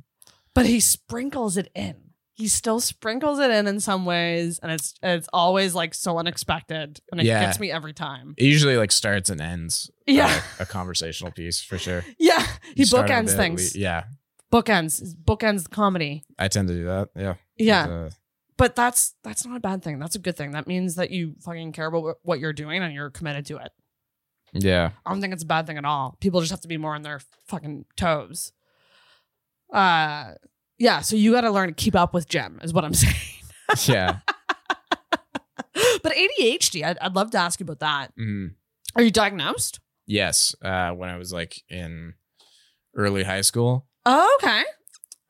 Speaker 7: but he sprinkles it in. He still sprinkles it in in some ways, and it's it's always like so unexpected, and it
Speaker 3: Yeah.
Speaker 7: gets me every time.
Speaker 3: It usually like starts and ends.
Speaker 7: Yeah,
Speaker 3: uh, a conversational piece for sure.
Speaker 7: yeah. He
Speaker 3: You start a
Speaker 7: bookends
Speaker 3: bit,
Speaker 7: things.
Speaker 3: we- yeah,
Speaker 7: Bookends bookends comedy.
Speaker 3: I tend to do that. Yeah.
Speaker 7: Yeah,
Speaker 3: Uh,
Speaker 7: but that's that's not a bad thing. That's a good thing. That means that you fucking care about wh- what you're doing and you're committed to it.
Speaker 3: yeah.
Speaker 7: I don't think it's a bad thing at all. People just have to be more on their fucking toes. Uh, yeah. So you got to learn to keep up with Jem, is what I'm saying.
Speaker 3: Yeah.
Speaker 7: but ADHD, I'd, I'd love to ask you about that.
Speaker 3: Mhm.
Speaker 7: Are you diagnosed?
Speaker 3: Yes, uh, when I was like in early high school.
Speaker 7: Oh, okay.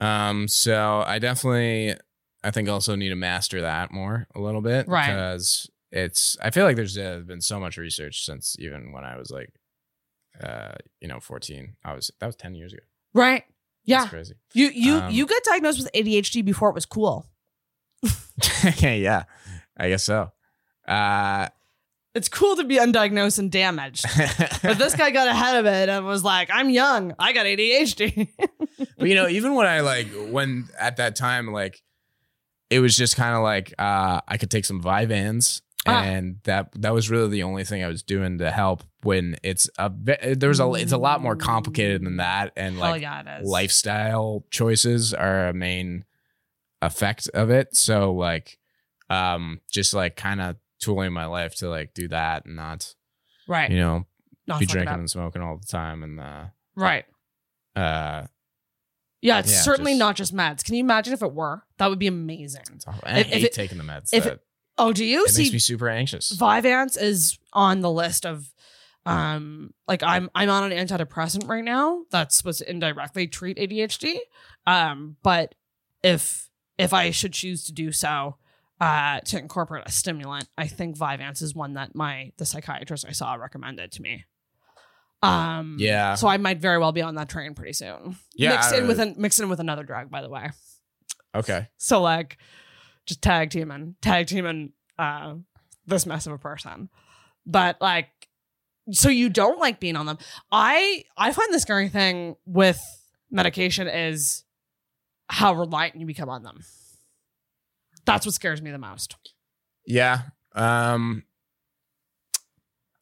Speaker 3: Um, so I definitely, I think also need to master that more a little bit,
Speaker 7: Right.
Speaker 3: Because it's, I feel like there's uh, been so much research since even when I was like, uh, you know, 14. I was that was 10 years ago.
Speaker 7: Right. Yeah.
Speaker 3: That's crazy.
Speaker 7: You you
Speaker 3: Um,
Speaker 7: you got diagnosed with ADHD before it was cool.
Speaker 3: yeah, I guess so. Uh,
Speaker 7: It's cool to be undiagnosed and damaged. But this guy got ahead of it and was like, I'm young. I got ADHD.
Speaker 3: but you know, even when I like when at that time, like it was just kind of like uh, I could take some Vivans,
Speaker 7: Ah.
Speaker 3: and that that was really the only thing I was doing to help. When it's a ve- there was a it's a lot more complicated than that, and
Speaker 7: Hell
Speaker 3: like
Speaker 7: Oh, yeah, it is.
Speaker 3: lifestyle choices are a main effect of it. So like, um, just like kind of tooling my life to like do that and not
Speaker 7: Right.
Speaker 3: you know
Speaker 7: Not
Speaker 3: be
Speaker 7: fucking
Speaker 3: drinking
Speaker 7: up.
Speaker 3: and smoking all the time and uh
Speaker 7: Right.
Speaker 3: uh
Speaker 7: Yeah, it's
Speaker 3: Yeah,
Speaker 7: certainly
Speaker 3: just-
Speaker 7: not just meds. Can you imagine if it were? That would be amazing.
Speaker 3: it's awful. And I
Speaker 7: If- if
Speaker 3: hate
Speaker 7: it-
Speaker 3: eh, taking the meds. Uh,
Speaker 7: if
Speaker 3: that-
Speaker 7: it- Oh, do you
Speaker 3: it
Speaker 7: see
Speaker 3: makes me super anxious.
Speaker 7: Vyvanse is on the list of um like I'm I'm on an antidepressant right now that's supposed to indirectly treat ADHD. Um but if if I should choose to do so uh to incorporate a stimulant, I think Vyvanse is one that my the psychiatrist I saw recommended to me. Um
Speaker 3: Yeah.
Speaker 7: So I might very well be on that train pretty soon.
Speaker 3: Yeah, uh,
Speaker 7: Mixed
Speaker 3: I-
Speaker 7: in with an mixed in with another drug, by the way.
Speaker 3: Okay.
Speaker 7: So like just tag teaming, tag teaming uh this mess of a person. But like so you don't like being on them. I I find the scary thing with medication is how reliant you become on them. That's what scares me the most.
Speaker 3: Yeah. Um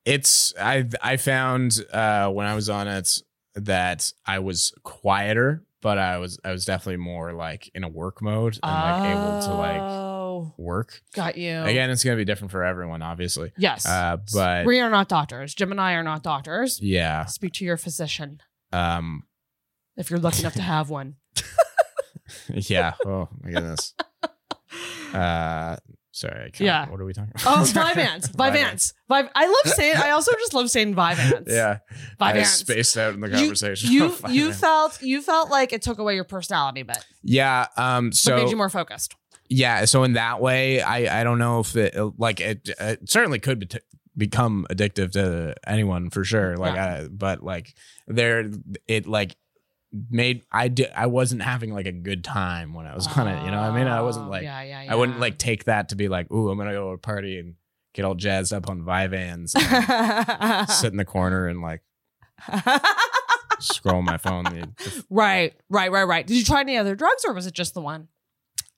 Speaker 3: it's I I found uh when I was on it that I was quieter, but I was I was definitely more like in a work mode and like able to like
Speaker 7: Oh,
Speaker 3: work.
Speaker 7: got you.
Speaker 3: Again, it's gonna be different for everyone, obviously.
Speaker 7: Yes.
Speaker 3: Uh but
Speaker 7: we are not doctors. Jim and I are not doctors.
Speaker 3: yeah.
Speaker 7: Speak to your physician
Speaker 3: Um
Speaker 7: if you're lucky enough to have one.
Speaker 3: yeah. Oh my goodness. Uh sorry, I can't,
Speaker 7: Yeah.
Speaker 3: what are we talking about?
Speaker 7: Oh, Vyvanse. Vyvanse. Vyv- I love saying. I also just love saying Vyvanse.
Speaker 3: Yeah. I
Speaker 7: Vyvanse.
Speaker 3: spaced out in the
Speaker 7: You-
Speaker 3: conversation.
Speaker 7: You you
Speaker 3: Vyvanse.
Speaker 7: felt you felt like it took away your personality a bit, but
Speaker 3: Yeah. Um. So
Speaker 7: made you more focused.
Speaker 3: yeah. So in that way, I I don't know if it like it, it certainly could be become addictive to anyone for sure. Like, I, but like there, it like made I did I wasn't having like a good time when I was on it. You know, what I mean, I wasn't
Speaker 7: Oh,
Speaker 3: like
Speaker 7: yeah, yeah,
Speaker 3: I wouldn't
Speaker 7: yeah.
Speaker 3: like take that to be like, ooh, I'm gonna go to a party and get all jazzed up on Vivans, and sit in the corner and like scroll my phone. the-
Speaker 7: right, right, right, right. Did you try any other drugs, or was it just the one?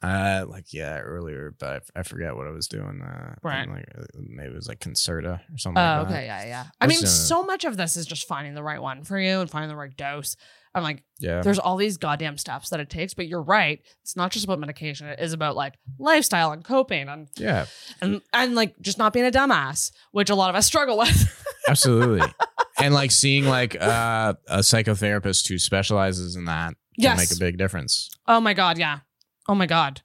Speaker 3: Uh, like yeah, earlier, but I, I forget what I was doing. Uh,
Speaker 7: Right.
Speaker 3: and, Like uh, maybe it was like Concerta or something.
Speaker 7: Oh,
Speaker 3: like that.
Speaker 7: okay, yeah, yeah. I mean,
Speaker 3: Just, uh,
Speaker 7: so much of this is just finding the right one for you and finding the right dose. I'm like,
Speaker 3: Yeah.
Speaker 7: there's all these goddamn steps that it takes, but you're right. It's not just about medication. It is about like lifestyle and coping and
Speaker 3: yeah.
Speaker 7: and and like just not being a dumbass, which a lot of us struggle with.
Speaker 3: Absolutely. and like seeing like uh, a psychotherapist who specializes in that
Speaker 7: Yes.
Speaker 3: can make a big difference.
Speaker 7: oh my god, yeah. Oh my god,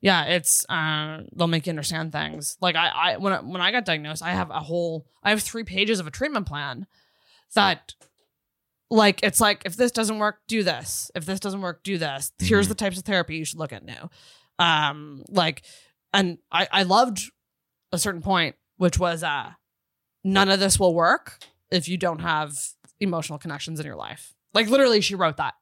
Speaker 7: yeah. It's uh, they'll make you understand things. Like I, I when I, when I got diagnosed, I have a whole, I have three pages of a treatment plan that. Like it's like if this doesn't work, do this. If this doesn't work, do this. Here's
Speaker 3: Mhm.
Speaker 7: the types of therapy you should look at now. Um, like, and I I loved a certain point, which was uh, none of this will work if you don't have emotional connections in your life. Like literally, she wrote that.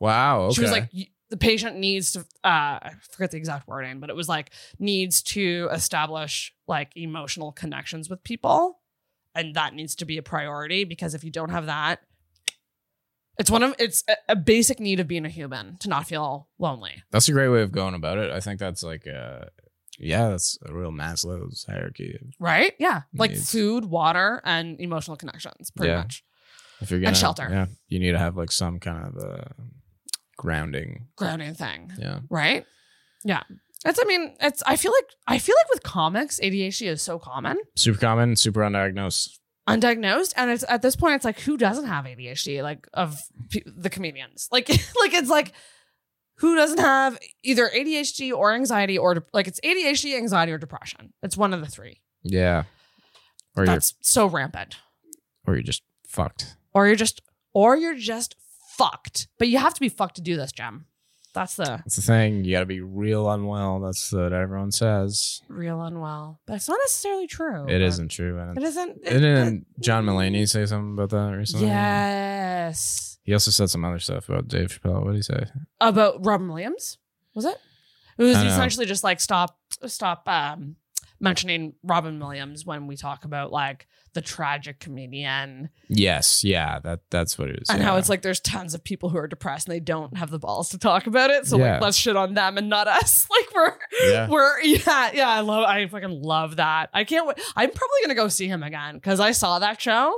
Speaker 3: Wow. Okay.
Speaker 7: She was like, "You- the patient needs to, uh, I forget the exact wording, but it was like, needs to establish like emotional connections with people. And that needs to be a priority because if you don't have that, it's one of, it's a, a basic need of being a human to not feel lonely.
Speaker 3: that's a great way of going about it. I think that's like, uh, yeah, that's a real Maslow's hierarchy.
Speaker 7: Right? Yeah. Like
Speaker 3: Needs.
Speaker 7: food, water, and emotional connections, pretty
Speaker 3: Yeah.
Speaker 7: much.
Speaker 3: If you're gonna
Speaker 7: shelter.
Speaker 3: yeah, you need to have like some kind of uh, grounding.
Speaker 7: Grounding thing.
Speaker 3: Yeah.
Speaker 7: Right? Yeah. It's, I mean, it's, I feel like, I feel like with comics, ADHD is so common.
Speaker 3: Super common, super undiagnosed.
Speaker 7: undiagnosed and it's at this point it's like who doesn't have ADHD like of pe- the comedians like like it's like who doesn't have either ADHD or anxiety or de- like it's ADHD anxiety or depression it's one of the three
Speaker 3: Yeah. Or you're
Speaker 7: that's so rampant
Speaker 3: or you're just fucked.
Speaker 7: or you're just or you're just fucked. But you have to be fucked to do this, Jem. That's the
Speaker 3: That's the thing. You got to be real unwell. That's what everyone says.
Speaker 7: real unwell. But it's not necessarily true.
Speaker 3: It isn't true. And
Speaker 7: It isn't. it-
Speaker 3: didn't John Mulaney say something about that recently?
Speaker 7: yes.
Speaker 3: He also said some other stuff about Dave Chappelle. What did he say?
Speaker 7: About Robin Williams, was it? It was
Speaker 3: I don't know.
Speaker 7: essentially just like stop, stop um, mentioning Robin Williams when we talk about like the tragic comedian
Speaker 3: Yes, yeah, that that's what it is.
Speaker 7: and
Speaker 3: yeah.
Speaker 7: how it's like there's tons of people who are depressed and they don't have the balls to talk about it. So
Speaker 3: Yeah.
Speaker 7: like let's shit on them and not us. Like we're
Speaker 3: Yeah.
Speaker 7: we're yeah yeah I love I fucking love that. I can't wait. I'm probably gonna go see him again because I saw that show,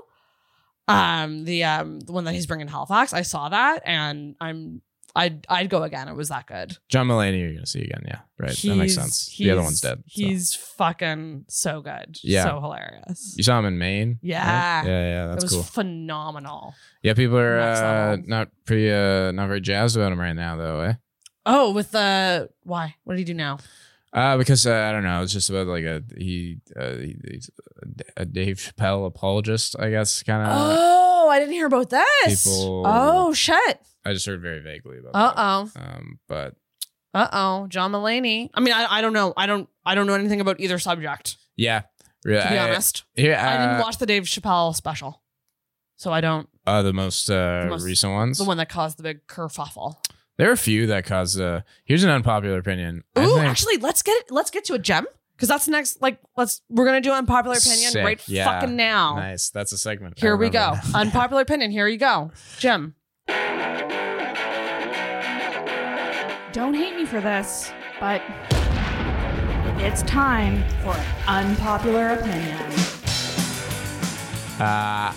Speaker 7: um the um the one that he's bringing to Halifax. I saw that and I'm I'd I'd go again. It was that good.
Speaker 3: John Mulaney, you're gonna see again. Yeah, right. that makes
Speaker 7: He's-
Speaker 3: sense. The other
Speaker 7: he's-
Speaker 3: one's dead. so.
Speaker 7: He's fucking so good.
Speaker 3: Yeah.
Speaker 7: so hilarious.
Speaker 3: You saw him in Maine.
Speaker 7: Yeah.
Speaker 3: right? yeah, yeah. That's
Speaker 7: it was
Speaker 3: cool.
Speaker 7: phenomenal.
Speaker 3: yeah, people are
Speaker 7: Next
Speaker 3: uh,
Speaker 7: level.
Speaker 3: not pretty, uh, not very jazzed about him right now, though. Eh?
Speaker 7: Oh, with the why? What did he do now?
Speaker 3: Uh, because uh, I don't know. It's just about like a he, uh, he- he's a Dave Chappelle apologist, I guess. Kind of.
Speaker 7: oh, I didn't hear about this.
Speaker 3: Uh, people-
Speaker 7: oh shit.
Speaker 3: I just heard very vaguely about.
Speaker 7: Uh
Speaker 3: that.
Speaker 7: oh.
Speaker 3: Um, but
Speaker 7: Uh oh. John Mulaney. I mean, I, I don't know. I don't I don't know anything about either subject.
Speaker 3: yeah, really.
Speaker 7: To be
Speaker 3: I,
Speaker 7: honest,
Speaker 3: yeah,
Speaker 7: I
Speaker 3: uh,
Speaker 7: didn't watch the Dave Chappelle special, so I don't.
Speaker 3: uh, the most uh,
Speaker 7: the most-
Speaker 3: recent ones.
Speaker 7: The one that caused the big kerfuffle.
Speaker 3: There are a few that cause. Uh, here's an unpopular opinion. I
Speaker 7: Ooh,
Speaker 3: think-
Speaker 7: actually, let's get it. Let's get to a gem because that's next. Like, let's we're gonna do unpopular opinion
Speaker 3: Sick,
Speaker 7: right
Speaker 3: yeah.
Speaker 7: fucking now.
Speaker 3: Nice. That's a segment. I
Speaker 7: Here we go.
Speaker 3: remember now.
Speaker 7: unpopular opinion. Here you go, Jim.
Speaker 1: Don't hate me for this, but it's time for an unpopular opinion.
Speaker 3: Uh,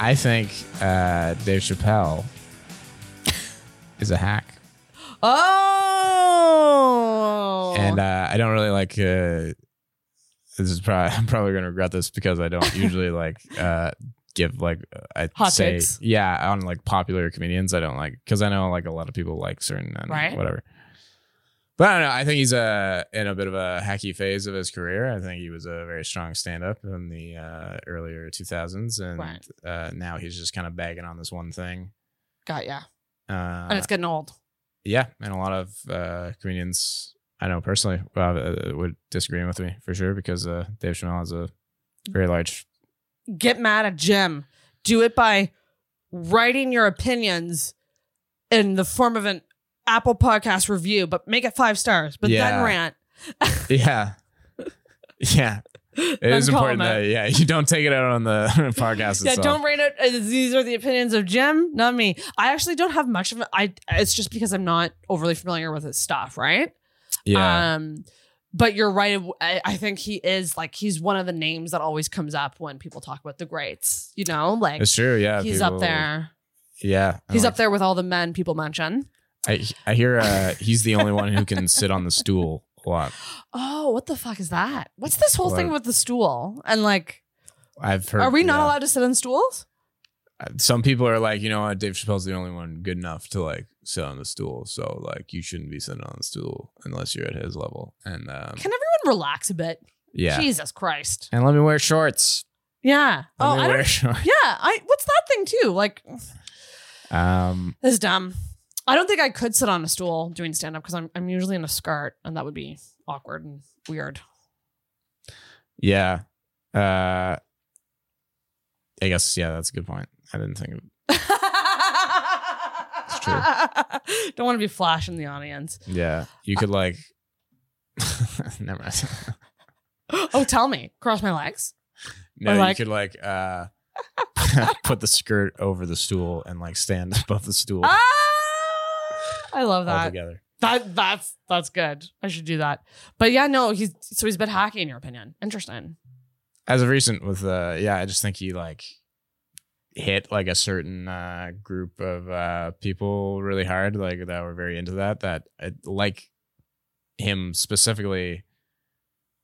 Speaker 3: I think uh, Dave Chappelle is a hack,
Speaker 7: Oh.
Speaker 3: and uh, I don't really like. Uh, this is probably I'm probably gonna regret this because I don't usually like uh, give like I
Speaker 7: Hot
Speaker 3: say
Speaker 7: takes.
Speaker 3: yeah on like popular comedians. I don't like because I know like a lot of people like certain and
Speaker 7: Right.
Speaker 3: whatever. But I don't know. I think he's uh, in a bit of a hacky phase of his career. I think he was a very strong stand-up in the uh, earlier 2000s, and
Speaker 7: Right.
Speaker 3: uh, now he's just kind of bagging on this one thing.
Speaker 7: got ya.
Speaker 3: Uh,
Speaker 7: and it's getting old.
Speaker 3: yeah, and a lot of uh, comedians I know personally uh, uh, would disagree with me for sure because uh, Dave Chappelle has a very large.
Speaker 7: get mad at Jim. Do it by writing your opinions in the form of an Apple Podcast review, but make it five stars. But
Speaker 3: Yeah.
Speaker 7: then rant.
Speaker 3: Yeah, yeah, it
Speaker 7: Then
Speaker 3: is important
Speaker 7: call
Speaker 3: that
Speaker 7: him
Speaker 3: yeah you don't take it out on the podcast
Speaker 7: Yeah,
Speaker 3: itself.
Speaker 7: don't rate it. uh, These are the opinions of Jim, not me. I actually don't have much of it. I. It's just because I'm not overly familiar with his stuff, right?
Speaker 3: yeah,
Speaker 7: Um, but you're right. I, I think he is like he's one of the names that always comes up when people talk about the greats. You know, like
Speaker 3: it's true. Yeah,
Speaker 7: he's
Speaker 3: people-
Speaker 7: up there.
Speaker 3: Yeah, I
Speaker 7: He's
Speaker 3: like-
Speaker 7: up there with all the men people mention.
Speaker 3: I I hear uh, he's the only one who can sit on the stool a lot.
Speaker 7: Oh, what the fuck is that? What's this whole thing
Speaker 3: What?
Speaker 7: with the stool? And like,
Speaker 3: I've heard.
Speaker 7: are we not
Speaker 3: yeah.
Speaker 7: allowed to sit on stools?
Speaker 3: some people are like, you know what, Dave Chappelle's the only one good enough to like sit on the stool. So like you shouldn't be sitting on the stool unless you're at his level. And um,
Speaker 7: Can everyone relax a bit?
Speaker 3: yeah.
Speaker 7: Jesus Christ.
Speaker 3: And let me wear shorts.
Speaker 7: Yeah.
Speaker 3: Let
Speaker 7: Oh,
Speaker 3: me
Speaker 7: I
Speaker 3: wear
Speaker 7: don't.
Speaker 3: shorts.
Speaker 7: Yeah. I. What's that thing too? Like,
Speaker 3: Um
Speaker 7: this is dumb. I don't think I could sit on a stool doing stand up because I'm I'm usually in a skirt and that would be awkward and weird.
Speaker 3: yeah. Uh I guess yeah, that's a good point. I didn't think of true.
Speaker 7: Don't want to be flash in the audience.
Speaker 3: Yeah. You could like never mind.
Speaker 7: Oh, tell me. Cross my legs.
Speaker 3: No,
Speaker 7: Or, like-
Speaker 3: you could like uh put the skirt over the stool and like stand above the stool
Speaker 7: Ah, I love that.
Speaker 3: altogether.
Speaker 7: That that's that's good. I should do that. But yeah, no, he's so he's a bit hacky in your opinion. Interesting.
Speaker 3: as of recent with uh yeah i just think he like hit like a certain uh group of uh people really hard like that were very into that that uh, like him specifically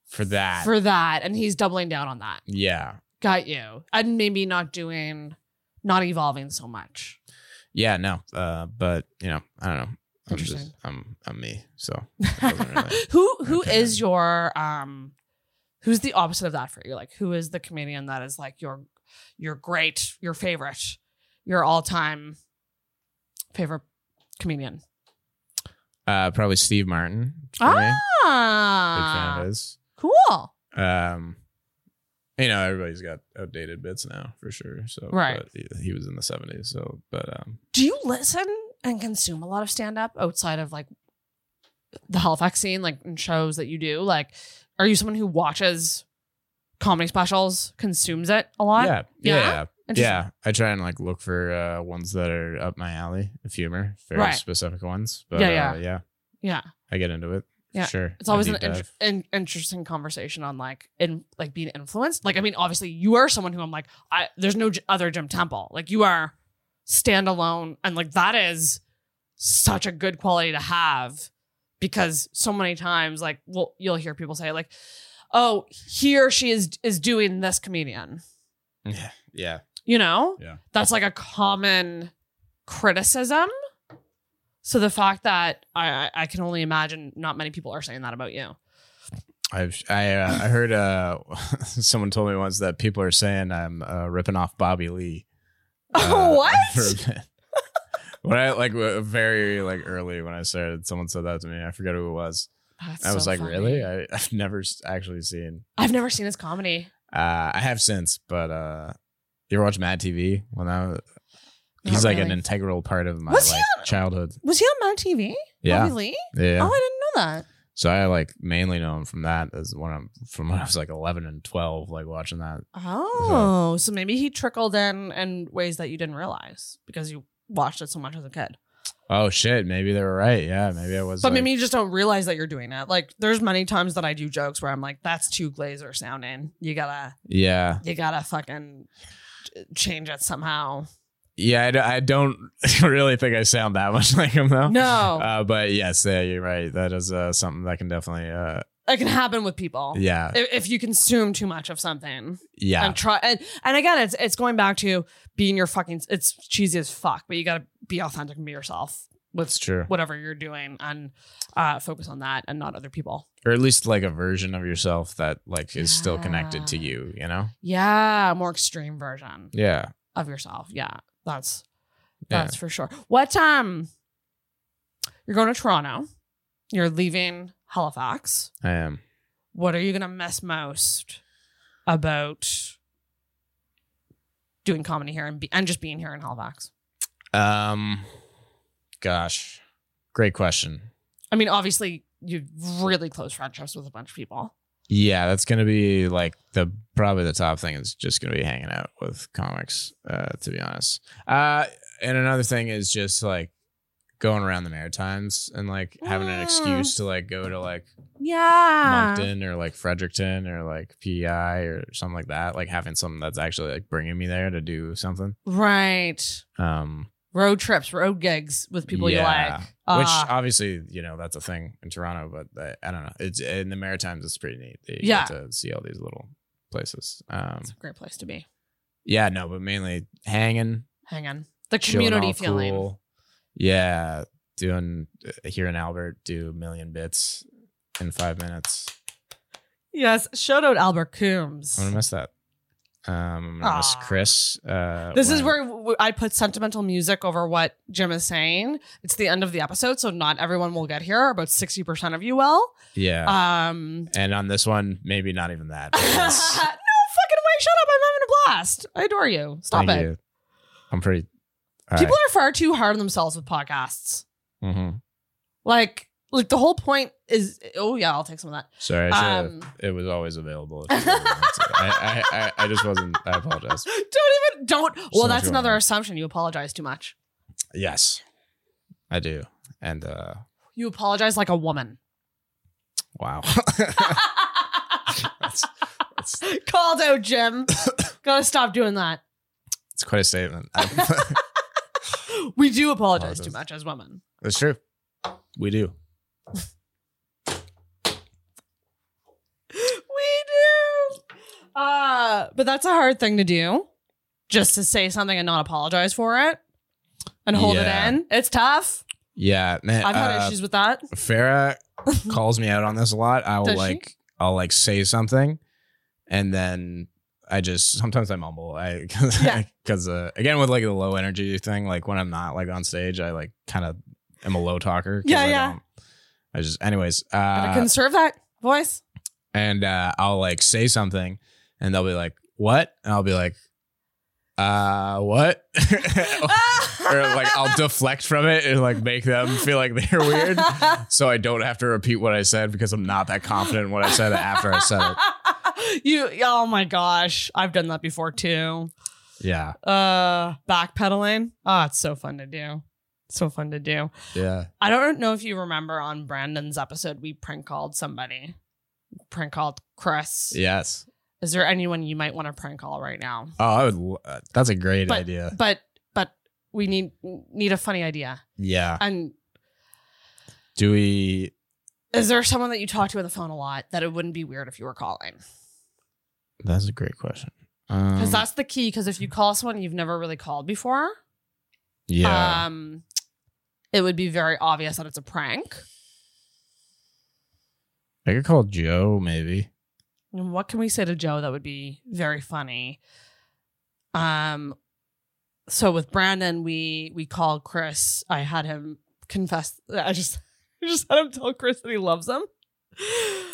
Speaker 3: for that
Speaker 7: For that. And he's doubling down on that.
Speaker 3: yeah
Speaker 7: Got you. And maybe not doing not evolving so much.
Speaker 3: yeah no uh but you know i don't know i'm just
Speaker 7: Interesting.
Speaker 3: i'm i'm me so doesn't really-
Speaker 7: who who
Speaker 3: okay.
Speaker 7: is your um who's the opposite of that for you? Like who is the comedian that is like your your great, your favorite, your all time favorite comedian?
Speaker 3: Uh, probably Steve Martin. for me. Big fan of
Speaker 7: Ah,
Speaker 3: his.
Speaker 7: cool.
Speaker 3: Um, you know, everybody's got outdated bits now for sure. So
Speaker 7: Right.
Speaker 3: but he- he was in the seventies. So, but um,
Speaker 7: Do you listen and consume a lot of stand up outside of like the Halifax scene, like in shows that you do? Like, are you someone who watches comedy specials, consumes it a lot?
Speaker 3: yeah, yeah,
Speaker 7: Yeah?
Speaker 3: yeah,
Speaker 7: Interesting.
Speaker 3: Yeah. I try and like look for uh, ones that are up my alley of humor, very
Speaker 7: Right.
Speaker 3: specific ones. But
Speaker 7: Yeah,
Speaker 3: yeah,
Speaker 7: yeah.
Speaker 3: uh, yeah,
Speaker 7: Yeah.
Speaker 3: I get into it. for
Speaker 7: Yeah.
Speaker 3: sure.
Speaker 7: It's always
Speaker 3: I
Speaker 7: an
Speaker 3: deep
Speaker 7: in-
Speaker 3: dive.
Speaker 7: in- interesting conversation on like in like being influenced. Like I mean, obviously you are someone who I'm like, I there's no j- other Jim Temple. Like you are standalone, and like that is such a good quality to have because so many times like well you'll hear people say like, oh he or she is is doing this comedian. Mm.
Speaker 3: yeah, yeah,
Speaker 7: You know,
Speaker 3: Yeah.
Speaker 7: that's like a common criticism. So the fact that I I- I can only imagine not many people are saying that about you.
Speaker 3: I've I uh, I heard uh someone told me once that people are saying I'm uh, ripping off Bobby Lee.
Speaker 7: Oh,
Speaker 3: uh,
Speaker 7: what?
Speaker 3: for a bit. when I like w- very like early when I started, someone said that to me. I forget who it was.
Speaker 7: Oh, That's
Speaker 3: I was
Speaker 7: so
Speaker 3: like,
Speaker 7: funny.
Speaker 3: really? I, I've never s- actually seen.
Speaker 7: I've never seen his comedy.
Speaker 3: Uh, I have since, but uh, you ever watch Mad TV? When I was,
Speaker 7: Not
Speaker 3: he's like an
Speaker 7: really.
Speaker 3: integral part of my
Speaker 7: Was he
Speaker 3: like childhood.
Speaker 7: Was he on Mad TV?
Speaker 3: Yeah,
Speaker 7: Bobby Lee?
Speaker 3: yeah.
Speaker 7: Oh, I didn't know that.
Speaker 3: So I like mainly know him from that as when I'm from when I was like 11 and 12, like watching that.
Speaker 7: Oh, so maybe he trickled in in ways that you didn't realize because you watched it so much as a kid.
Speaker 3: Oh shit, maybe they were right. Yeah, maybe I was.
Speaker 7: But
Speaker 3: like-
Speaker 7: maybe you just don't realize that you're doing it. Like, there's many times that I do jokes where I'm like, "That's too Glazer sounding. You gotta,
Speaker 3: Yeah,
Speaker 7: you gotta fucking ch- change it somehow."
Speaker 3: yeah. I, d- I don't really think I sound that much like him though.
Speaker 7: No,
Speaker 3: Uh, but yes, yeah, you're right. That is uh, something that can definitely. Uh,
Speaker 7: it can happen with people.
Speaker 3: yeah,
Speaker 7: If, if you consume too much of something.
Speaker 3: yeah.
Speaker 7: and try and, and again it's it's going back to being your fucking it's cheesy as fuck but you gotta be authentic and be yourself
Speaker 3: That's true.
Speaker 7: whatever you're doing and uh focus on that and not other people
Speaker 3: or at least like a version of yourself that like is still connected to
Speaker 7: Yeah.
Speaker 3: you you know
Speaker 7: yeah more extreme version
Speaker 3: yeah
Speaker 7: of yourself yeah that's
Speaker 3: Yeah.
Speaker 7: that's for sure what um you're going to toronto you're leaving halifax
Speaker 3: i am
Speaker 7: what are you gonna miss most about doing comedy here and, be, and just being here in halifax
Speaker 3: um gosh great question
Speaker 7: I mean, obviously, you've really close friendships with a bunch of people.
Speaker 3: yeah that's gonna be like the probably the top thing is just gonna be hanging out with comics uh to be honest uh and another thing is just like going around the maritimes and like having an
Speaker 7: Mm.
Speaker 3: excuse to like go to like
Speaker 7: Yeah.
Speaker 3: Moncton or like Fredericton or like PI or something like that like having something that's actually like bringing me there to do something
Speaker 7: Right.
Speaker 3: um
Speaker 7: Road trips, road gigs with people you like.
Speaker 3: Which um,
Speaker 7: Uh,
Speaker 3: obviously, you know, that's a thing in Toronto, but I, I don't know. It's in the Maritimes. It's pretty neat. You
Speaker 7: Yeah.
Speaker 3: get to see all these little places. Um,
Speaker 7: it's a great place to be.
Speaker 3: yeah, no, but mainly hanging,
Speaker 7: Hang on. The
Speaker 3: chilling
Speaker 7: community
Speaker 3: all
Speaker 7: feeling.
Speaker 3: cool. Yeah, doing here in Albert, do a million bits in five minutes.
Speaker 7: Yes. Shout out Albert
Speaker 3: I'm
Speaker 7: Coombs.
Speaker 3: gonna miss that. Um, I'm gonna miss
Speaker 7: Aw.
Speaker 3: Chris. Uh,
Speaker 7: This is
Speaker 3: when-
Speaker 7: where w- w- I put sentimental music over what Jim is saying. It's the end of the episode, so not everyone will get here. About 60% of you will.
Speaker 3: yeah.
Speaker 7: Um,
Speaker 3: and on this one, maybe not even that.
Speaker 7: no fucking way.
Speaker 3: because-
Speaker 7: Shut up. I'm having a blast. I adore you. Stop
Speaker 3: Thank
Speaker 7: it.
Speaker 3: you. I'm pretty. all
Speaker 7: People are far too hard on themselves with podcasts.
Speaker 3: right. Mhm.
Speaker 7: Like, like the whole point is. Oh yeah, I'll take some of
Speaker 3: Sorry, I
Speaker 7: that.
Speaker 3: should have
Speaker 7: Um,
Speaker 3: it was always available. If you really wanted to. I, I, I, I just wasn't. I apologize.
Speaker 7: don't even don't. Well,
Speaker 3: much
Speaker 7: that's
Speaker 3: going
Speaker 7: another
Speaker 3: on.
Speaker 7: assumption. You apologize too much.
Speaker 3: Yes, I do. And uh,
Speaker 7: You apologize like a woman.
Speaker 3: wow, that's,
Speaker 7: Called out, Jim. Gotta stop doing that.
Speaker 3: it's quite a statement.
Speaker 7: We do apologize too
Speaker 3: Apologize.
Speaker 7: much as women.
Speaker 3: That's true. We do.
Speaker 7: We do. Uh, but that's a hard thing to do. Just to say something and not apologize for it and hold
Speaker 3: Yeah.
Speaker 7: it in. It's tough.
Speaker 3: Yeah, man.
Speaker 7: I've had
Speaker 3: uh,
Speaker 7: issues with that.
Speaker 3: Farah calls me out on this a lot. I will
Speaker 7: Does she?
Speaker 3: like, I'll like say something, and then I just sometimes I mumble. I
Speaker 7: Yeah.
Speaker 3: because uh, again with like the low energy thing, like when I'm not like on stage, I like kind of am a low talker. 'cause
Speaker 7: Yeah,
Speaker 3: I
Speaker 7: yeah.
Speaker 3: don't- I just, anyways,
Speaker 7: Gotta
Speaker 3: uh,
Speaker 7: conserve that voice.
Speaker 3: and uh, I'll like say something, and they'll be like, "What?" and I'll be like, "Uh, what?" or like I'll deflect from it and like make them feel like they're weird, so I don't have to repeat what I said because I'm not that confident in what I said after I said it.
Speaker 7: you oh my gosh. I've done that before too.
Speaker 3: Yeah,
Speaker 7: Uh backpedaling. Oh, it's so fun to do. So fun to do.
Speaker 3: yeah.
Speaker 7: I don't know if you remember on Brandon's episode, we prank called somebody. Prank called Chris.
Speaker 3: Yes.
Speaker 7: Is there anyone you might want to prank call right now?
Speaker 3: Oh, I would. lo- Uh, that's a great
Speaker 7: But-
Speaker 3: idea.
Speaker 7: But but we need need a funny idea.
Speaker 3: Yeah.
Speaker 7: And
Speaker 3: Do we?
Speaker 7: is there someone that you talk to on the phone a lot that it wouldn't be weird if you were calling?
Speaker 3: That's a great question.
Speaker 7: Because
Speaker 3: Um,
Speaker 7: that's the key. Because if you call someone you've never really called before,
Speaker 3: yeah.
Speaker 7: um, it would be very obvious that it's a prank.
Speaker 3: I could call Joe maybe.
Speaker 7: And what can we say to Joe that would be very funny? Um, so with Brandon, we we called Chris. I had him confess. I just I just had him tell Chris that he loves him.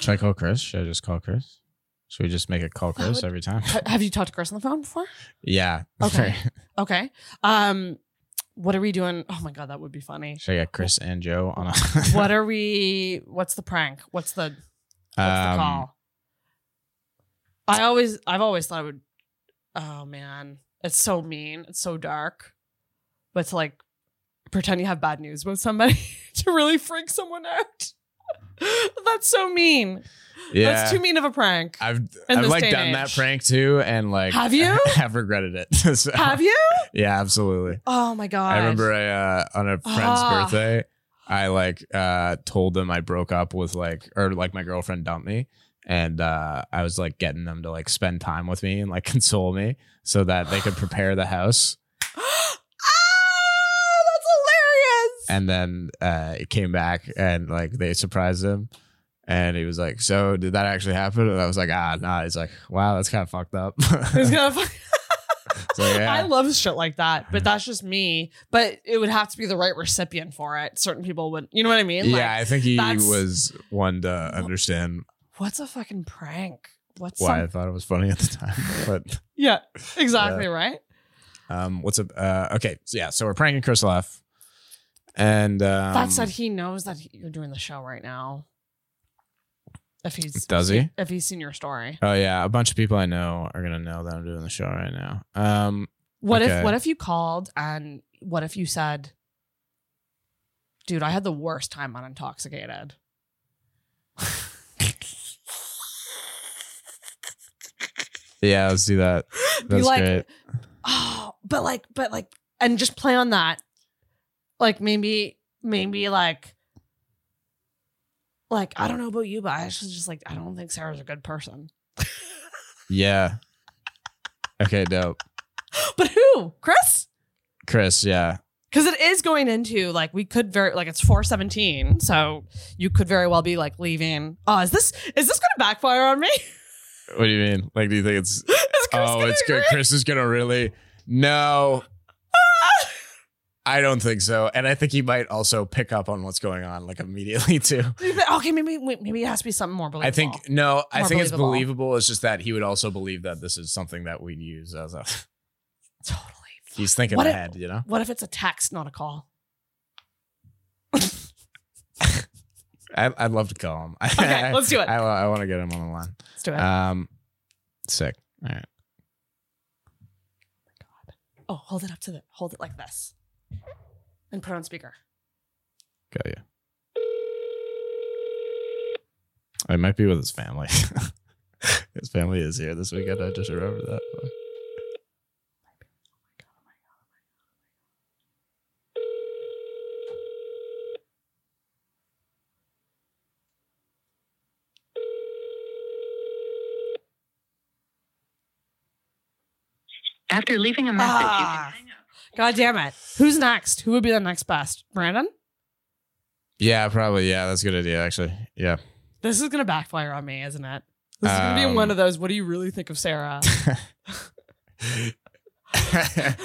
Speaker 3: Should I call Chris? Should I just call Chris? Should we just make it call Chris
Speaker 7: would-
Speaker 3: every time?
Speaker 7: Ha- Have you talked to Chris on the phone before?
Speaker 3: yeah.
Speaker 7: Okay. Okay. Um, what are we doing? Oh my god, that would be funny.
Speaker 3: Should I get Chris and Joe on a
Speaker 7: What are we? What's the prank? What's the What's the
Speaker 3: Um,
Speaker 7: call? I always, I've always thought it would. Oh man, it's so mean. It's so dark. But to like pretend you have bad news about somebody to really freak someone out. That's so mean.
Speaker 3: Yeah.
Speaker 7: That's too mean of a prank.
Speaker 3: I've
Speaker 7: in
Speaker 3: I've
Speaker 7: this
Speaker 3: like
Speaker 7: day and
Speaker 3: done that
Speaker 7: age.
Speaker 3: prank too, and like
Speaker 7: Have you?
Speaker 3: have regretted it. So-
Speaker 7: have you?
Speaker 3: Yeah, absolutely.
Speaker 7: Oh my god.
Speaker 3: I remember I uh, on a friend's
Speaker 7: Ah.
Speaker 3: birthday, I like uh told them I broke up with like or like my girlfriend dumped me. And uh, I was like getting them to like spend time with me and like console me so that they could prepare the house.
Speaker 7: oh, that's Ah, hilarious.
Speaker 3: And then uh, it came back and like they surprised him. And he was like, So did that actually happen? And I was like, Ah, nah. He's like, Wow, that's kind of fucked up.
Speaker 7: Who's gonna fuck-
Speaker 3: So, yeah. Mm.
Speaker 7: I love shit like that, but that's just me. But it would have to be the right recipient for it. Certain people would, you know what I mean?
Speaker 3: yeah, I think he
Speaker 7: that's-
Speaker 3: was one to understand
Speaker 7: What's a fucking prank? What's
Speaker 3: why I
Speaker 7: some-
Speaker 3: thought it was funny at the time. But
Speaker 7: yeah, exactly right.
Speaker 3: um, what's up? Uh, okay, so yeah, so we're pranking Chris Leff, and um,
Speaker 7: that said, he knows that he- you're doing the show right now. If he's
Speaker 3: does he?
Speaker 7: if he's seen your story,
Speaker 3: Oh yeah, a bunch of people I know are gonna know that I'm doing the show right now. Um,
Speaker 7: what
Speaker 3: Okay.
Speaker 7: if what if you called and what if you said, "Dude, I had the worst time on intoxicated."
Speaker 3: yeah, let's do that.
Speaker 7: be
Speaker 3: That's
Speaker 7: like,
Speaker 3: great.
Speaker 7: oh, but like, but like, and just play on that. Like maybe, maybe like, like I don't know about you, but I was just like, I don't think Sarah's a good person.
Speaker 3: Yeah. Okay, dope.
Speaker 7: But who, Chris?
Speaker 3: Chris, yeah.
Speaker 7: Because it is going into like we could very like it's four seventeen, so you could very well be like leaving. Oh, is this is this gonna backfire on me?
Speaker 3: What do you mean? Like, do you think it's?
Speaker 7: is Chris
Speaker 3: oh,
Speaker 7: gonna
Speaker 3: it's good.
Speaker 7: agree?
Speaker 3: Chris is gonna really. No, I don't think so. And I think he might also pick up on what's going on like immediately too.
Speaker 7: okay, maybe maybe it has to be something more oh, believable.
Speaker 3: I think no, I
Speaker 7: More
Speaker 3: think it's
Speaker 7: believable.
Speaker 3: believable. It's just that he would also believe that this is something that we'd use as a
Speaker 7: totally.
Speaker 3: he's thinking
Speaker 7: What if-
Speaker 3: ahead, you know?
Speaker 7: What if it's a text, not a call?
Speaker 3: I I'd love to call him.
Speaker 7: Okay, let's do it.
Speaker 3: I, I want to get him on the line.
Speaker 7: Let's do it.
Speaker 3: Um sick. All right.
Speaker 7: Oh, hold it up to the hold it like this. And put it on speaker.
Speaker 3: Got you. I might be with his family. his family is here this weekend. I just remember that.
Speaker 4: After leaving a
Speaker 7: Ah. God damn it. Who's next? Who would be the next best? Brandon?
Speaker 3: Yeah, probably. Yeah, that's a good idea, actually. Yeah.
Speaker 7: This is gonna backfire on me, isn't it? This is gonna
Speaker 3: Um,
Speaker 7: be one of those. What do you really think of Sarah?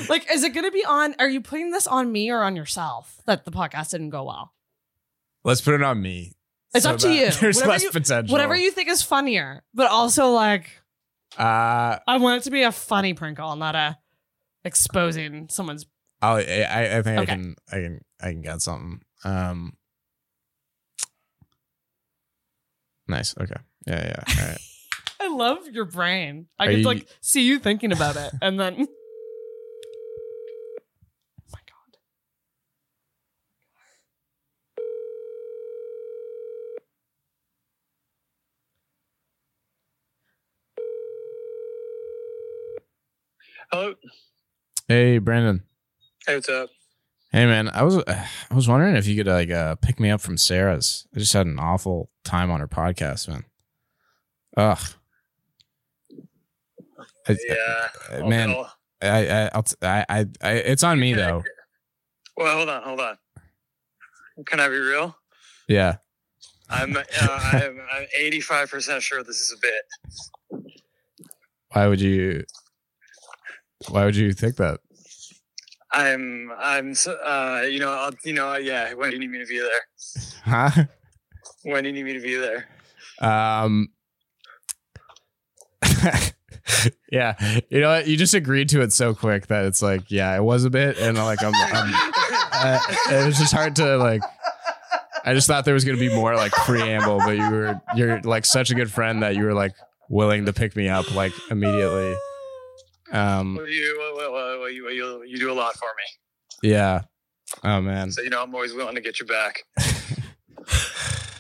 Speaker 7: like, is it gonna be on? Are you putting this on me or on yourself that the podcast didn't go well?
Speaker 3: Let's put it on me.
Speaker 7: It's up to
Speaker 3: that
Speaker 7: you.
Speaker 3: There's
Speaker 7: Whatever
Speaker 3: less
Speaker 7: you-
Speaker 3: potential.
Speaker 7: Whatever you think is funnier, but also like
Speaker 3: Uh,
Speaker 7: I want it to be a funny prank call, not a exposing someone's.
Speaker 3: I'll, I I I think I
Speaker 7: Okay.
Speaker 3: can I can I can get something. Um. Nice. Okay. Yeah. Yeah. All right.
Speaker 7: I love your brain. I
Speaker 3: Are
Speaker 7: get
Speaker 3: you-
Speaker 7: to like see you thinking about it, and then
Speaker 10: Hello.
Speaker 3: hey, Brandon.
Speaker 10: Hey, what's up?
Speaker 3: Hey, man. I was I was wondering if you could like uh, pick me up from Sarah's. I just had an awful time on her podcast, man. Ugh. I-
Speaker 10: Yeah. oh,
Speaker 3: I- man.
Speaker 10: I'll-
Speaker 3: I I, I'll t- I I I it's on me though.
Speaker 10: well, hold on, hold on. Can I be real?
Speaker 3: Yeah.
Speaker 10: I'm uh, I'm I'm 85 percent sure this is a bit.
Speaker 3: Why would you? Why would you think that?
Speaker 10: I'm I'm so- uh you know I'll, you know yeah. When do you need me to be there?
Speaker 3: Huh?
Speaker 10: When do you need me to be there?
Speaker 3: Um. yeah, you know, what? you just agreed to it so quick that it's like, yeah, it was a bit, and like, I'm, I'm uh, it was just hard to like. I just thought there was gonna be more like preamble, but you were you're like such a good friend that you were like willing to pick me up like immediately. Um.
Speaker 10: Well, you well, well, well, well, you, you you do a lot for me,
Speaker 3: Yeah. Oh man.
Speaker 10: so you know I'm always willing to get you back.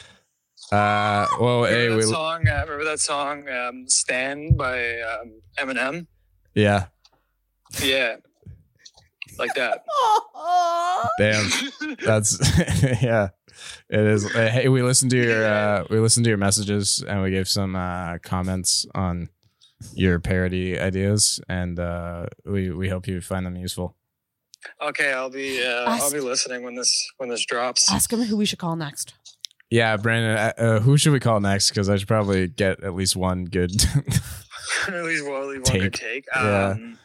Speaker 3: Uh. Well. Hey.
Speaker 10: Remember that
Speaker 3: We.
Speaker 10: song? Uh, remember that song um, "Stand" by um, Eminem?
Speaker 3: Yeah.
Speaker 10: Yeah, like that.
Speaker 3: Damn. That's yeah. It is. uh, Hey, we listened to your uh, we listened to your messages and we gave some uh, comments on your parody ideas and uh, we we hope you find them useful.
Speaker 10: Okay, I'll be uh, I'll be listening when this when this drops.
Speaker 7: ask him who we should call next.
Speaker 3: Yeah, Brandon. uh, Uh, who should we call next? Because I should probably get at least one good.
Speaker 10: at least one, at least one good
Speaker 3: Take.
Speaker 10: take.
Speaker 3: Yeah.
Speaker 10: Um,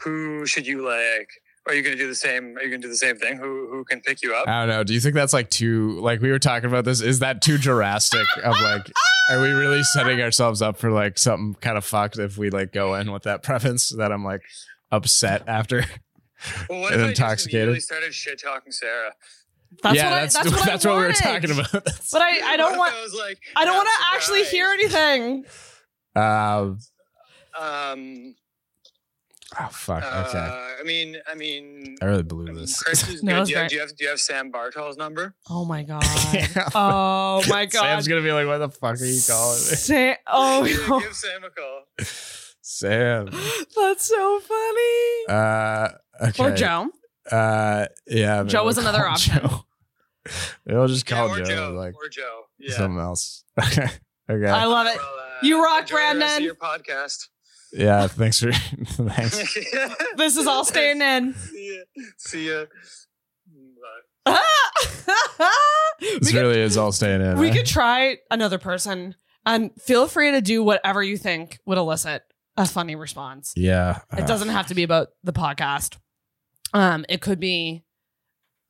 Speaker 10: who should you like? Are you gonna do the same? Are you gonna do the same thing? Who who can pick you up?
Speaker 3: I don't know. Do you think that's like too like we were talking about this? Is that too drastic? Of like, are we really setting ourselves up for like something kind of fucked if we like go in with that preference that I'm like upset after?
Speaker 10: well, what
Speaker 3: and
Speaker 10: if I just
Speaker 3: intoxicated.
Speaker 10: immediately started shit talking Sarah?
Speaker 7: That's
Speaker 3: yeah,
Speaker 7: what I-
Speaker 3: that's,
Speaker 7: that's what I
Speaker 3: that's what we were
Speaker 7: wanted.
Speaker 3: talking about.
Speaker 7: But I, I
Speaker 10: What
Speaker 7: don't
Speaker 10: if
Speaker 7: want.
Speaker 10: I was like,
Speaker 7: I don't
Speaker 10: "Yeah,
Speaker 7: want to
Speaker 10: I'm
Speaker 7: actually
Speaker 10: surprised."
Speaker 7: hear anything.
Speaker 3: Um,
Speaker 10: Um,
Speaker 3: oh fuck. Okay,
Speaker 10: uh, I mean, I mean,
Speaker 3: I really blew this.
Speaker 10: Chris is
Speaker 7: No,
Speaker 10: good.
Speaker 7: it's
Speaker 10: Do you,
Speaker 7: great.
Speaker 10: have, do you have do you have Sam Bartol's number?
Speaker 7: Oh my god. Oh my god.
Speaker 3: Sam's gonna be like, "What the fuck are you calling me,
Speaker 7: Sam. Oh,
Speaker 10: Yeah,
Speaker 7: no.
Speaker 10: give Sam a call.
Speaker 3: Sam?"
Speaker 7: that's so funny.
Speaker 3: Uh, okay.
Speaker 7: Or Joe.
Speaker 3: Uh, yeah.
Speaker 7: Joe was another option.
Speaker 3: They'll just
Speaker 10: Yeah,
Speaker 3: call
Speaker 10: or
Speaker 3: Joe,
Speaker 10: Joe,
Speaker 3: like
Speaker 10: or Joe. Yeah.
Speaker 3: something else. okay.
Speaker 7: I love it.
Speaker 10: Well, uh,
Speaker 7: You rock,
Speaker 10: enjoy the rest of
Speaker 7: Brandon.
Speaker 10: Your podcast.
Speaker 3: Yeah. Thanks for thanks.
Speaker 7: This is all staying in.
Speaker 10: See ya. See ya. Bye.
Speaker 7: we
Speaker 3: This
Speaker 7: could,
Speaker 3: really is all staying in.
Speaker 7: we
Speaker 3: eh?
Speaker 7: could try another person and feel free to do whatever you think would elicit a funny response.
Speaker 3: yeah.
Speaker 7: It doesn't have to be about the podcast. Um, it could be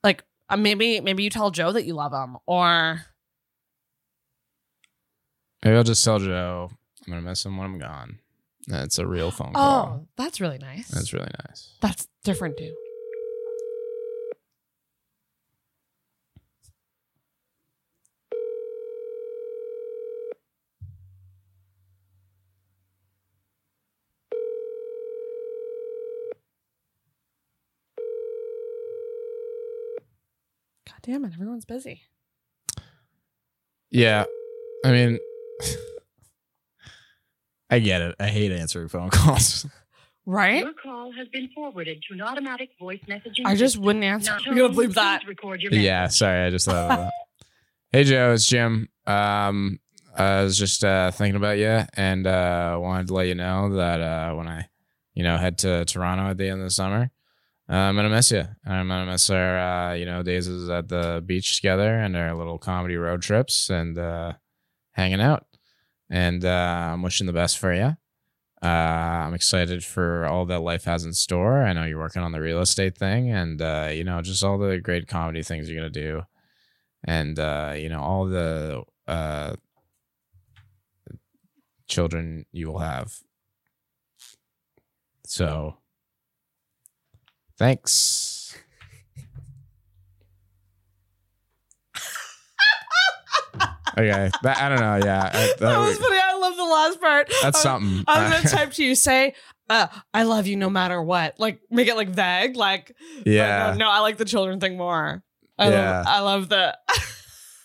Speaker 7: like uh, maybe maybe you tell Joe that you love him, or
Speaker 3: Maybe I'll just tell Joe. I'm gonna miss him when I'm gone. That's a real phone call.
Speaker 7: oh, that's really nice.
Speaker 3: That's really nice.
Speaker 7: That's different too. God damn it, everyone's busy.
Speaker 3: Yeah. I mean, I get it. I hate answering phone calls.
Speaker 7: Right?
Speaker 11: Your call has been forwarded to an automatic voice messaging.
Speaker 7: I just
Speaker 11: system.
Speaker 7: wouldn't answer.
Speaker 11: Not
Speaker 7: You're gonna
Speaker 11: only
Speaker 7: believe that.
Speaker 11: please Record your
Speaker 3: yeah. Sorry. I just thought of that. Hey, Joe. It's Jim. Um, I was just uh, thinking about you and uh, wanted to let you know that uh, when I, you know, head to Toronto at the end of the summer, uh, I'm going to miss you. And I'm going to miss our, uh, you know, days is at the beach together and our little comedy road trips and uh, hanging out. and uh, I'm wishing the best for you. Uh, I'm excited for all that life has in store. I know you're working on the real estate thing, and uh, you know just all the great comedy things you're gonna do, and uh, you know all the uh, children you will have. So, thanks. okay, that, I don't know. Yeah, I- that-
Speaker 7: That was funny. I love the last part.
Speaker 3: That's
Speaker 7: I was-
Speaker 3: something.
Speaker 7: I was gonna type to you say, uh, "I love you no matter what." Like make it like vague. Like
Speaker 3: Yeah.
Speaker 7: no, no, I like the children thing more. I
Speaker 3: Yeah.
Speaker 7: love, I love the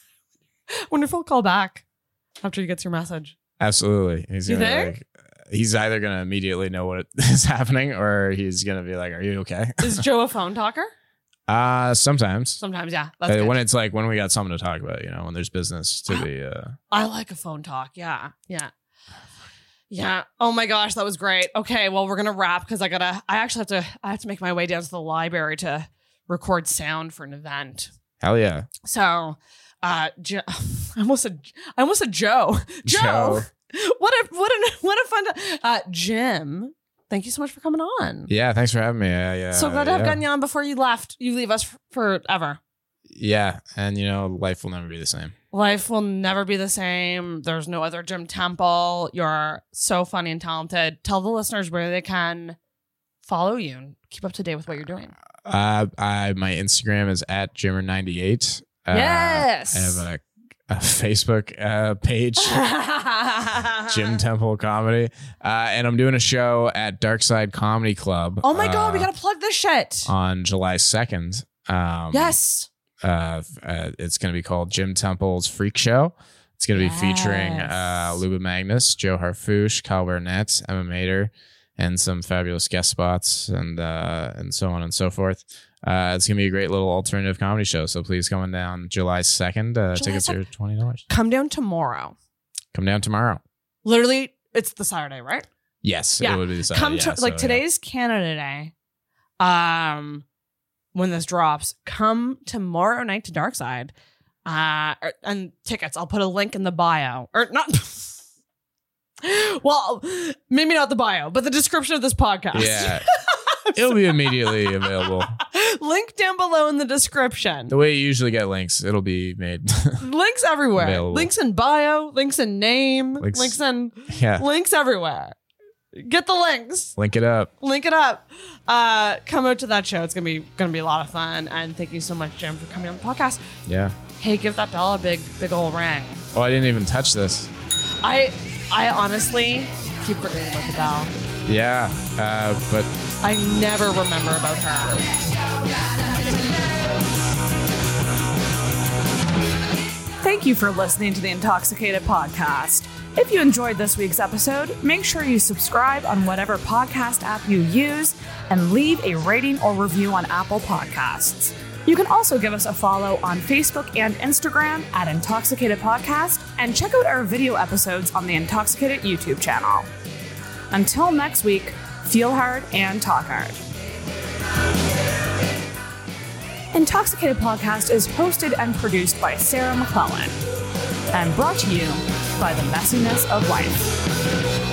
Speaker 7: wonderful call back after he gets your message.
Speaker 3: Absolutely. He's
Speaker 7: You
Speaker 3: gonna be
Speaker 7: think?
Speaker 3: like he's either gonna immediately know what is happening or he's gonna be like, Are you okay?
Speaker 7: Is Joe a phone talker?
Speaker 3: Uh sometimes.
Speaker 7: Sometimes, yeah. That's
Speaker 3: Uh,
Speaker 7: good.
Speaker 3: when it's like when we got something to talk about, you know, when there's business to be uh
Speaker 7: I like a phone talk. Yeah. Yeah. Yeah. Oh my gosh, that was great. Okay, well, we're gonna wrap because I gotta I actually have to I have to make my way down to the library to record sound for an event.
Speaker 3: hell yeah.
Speaker 7: So uh jo- I almost said I almost said Joe. Joe. What a what a what a fun ti- uh Jim. Thank you so much for coming on.
Speaker 3: Yeah, thanks for having me. Yeah, yeah.
Speaker 7: so glad to have
Speaker 3: yeah.
Speaker 7: gotten you on before you left. You leave us f- forever.
Speaker 3: Yeah, and you know, life will never be the same.
Speaker 7: Life will never be the same. There's no other Jim Temple. You're so funny and talented. Tell the listeners where they can follow you and keep up to date with what you're doing.
Speaker 3: Uh I my Instagram is at Jimmer98. Uh,
Speaker 7: Yes.
Speaker 3: I have a, a Facebook uh page.
Speaker 7: Uh-huh.
Speaker 3: Jim Temple Comedy. Uh, and I'm doing a show at Darkside Comedy Club.
Speaker 7: Oh my God, we
Speaker 3: uh, um,
Speaker 7: got to plug this shit.
Speaker 3: on July 2nd. Um,
Speaker 7: yes.
Speaker 3: Uh, f- uh, it's going to be called Jim Temple's Freak Show. It's going to be featuring uh, Luba Magnus, Joe Harfouche, Kyle Burnett, Emma Mater, and some fabulous guest spots and uh, and so on and so forth. Uh, it's going to be a great little alternative comedy show. So please come on down July 2nd. Uh, tickets are $20.
Speaker 7: Come down tomorrow.
Speaker 3: Come down tomorrow.
Speaker 7: Literally, it's the Saturday, right?
Speaker 3: Yes, it would be the Saturday.
Speaker 7: Come
Speaker 3: yeah,
Speaker 7: to like
Speaker 3: so, yeah.
Speaker 7: today's Canada Day. Um, when this drops, come tomorrow night to Dark Side. Uh, er, and tickets. I'll put a link in the bio, or not. well, maybe not the bio, but the description of this podcast.
Speaker 3: Yeah. It'll be immediately available.
Speaker 7: link down below in the description.
Speaker 3: The way you usually get links, it'll be made.
Speaker 7: Links everywhere.
Speaker 3: Available.
Speaker 7: Links in bio. Links in name.
Speaker 3: Links-
Speaker 7: Links, in
Speaker 3: Yeah.
Speaker 7: Links everywhere. Get the links.
Speaker 3: Link it up.
Speaker 7: link it up. Uh, come out to that show. It's gonna be gonna be a lot of fun. And thank you so much, Jim, for coming on the podcast.
Speaker 3: Yeah.
Speaker 7: Hey, give that doll a big big old ring.
Speaker 3: Oh, I didn't even touch this.
Speaker 7: I I honestly keep forgetting about the doll.
Speaker 3: Yeah. Uh, but
Speaker 7: I never remember about her.
Speaker 2: Thank you for listening to the Intoxicated Podcast. If you enjoyed this week's episode, make sure you subscribe on whatever podcast app you use and leave a rating or review on Apple Podcasts. You can also give us a follow on Facebook and Instagram at Intoxicated Podcast and check out our video episodes on the Intoxicated YouTube channel. Until next week, feel hard and talk hard. Intoxicated Podcast is hosted and produced by Sarah McClellan and brought to you by the messiness of life.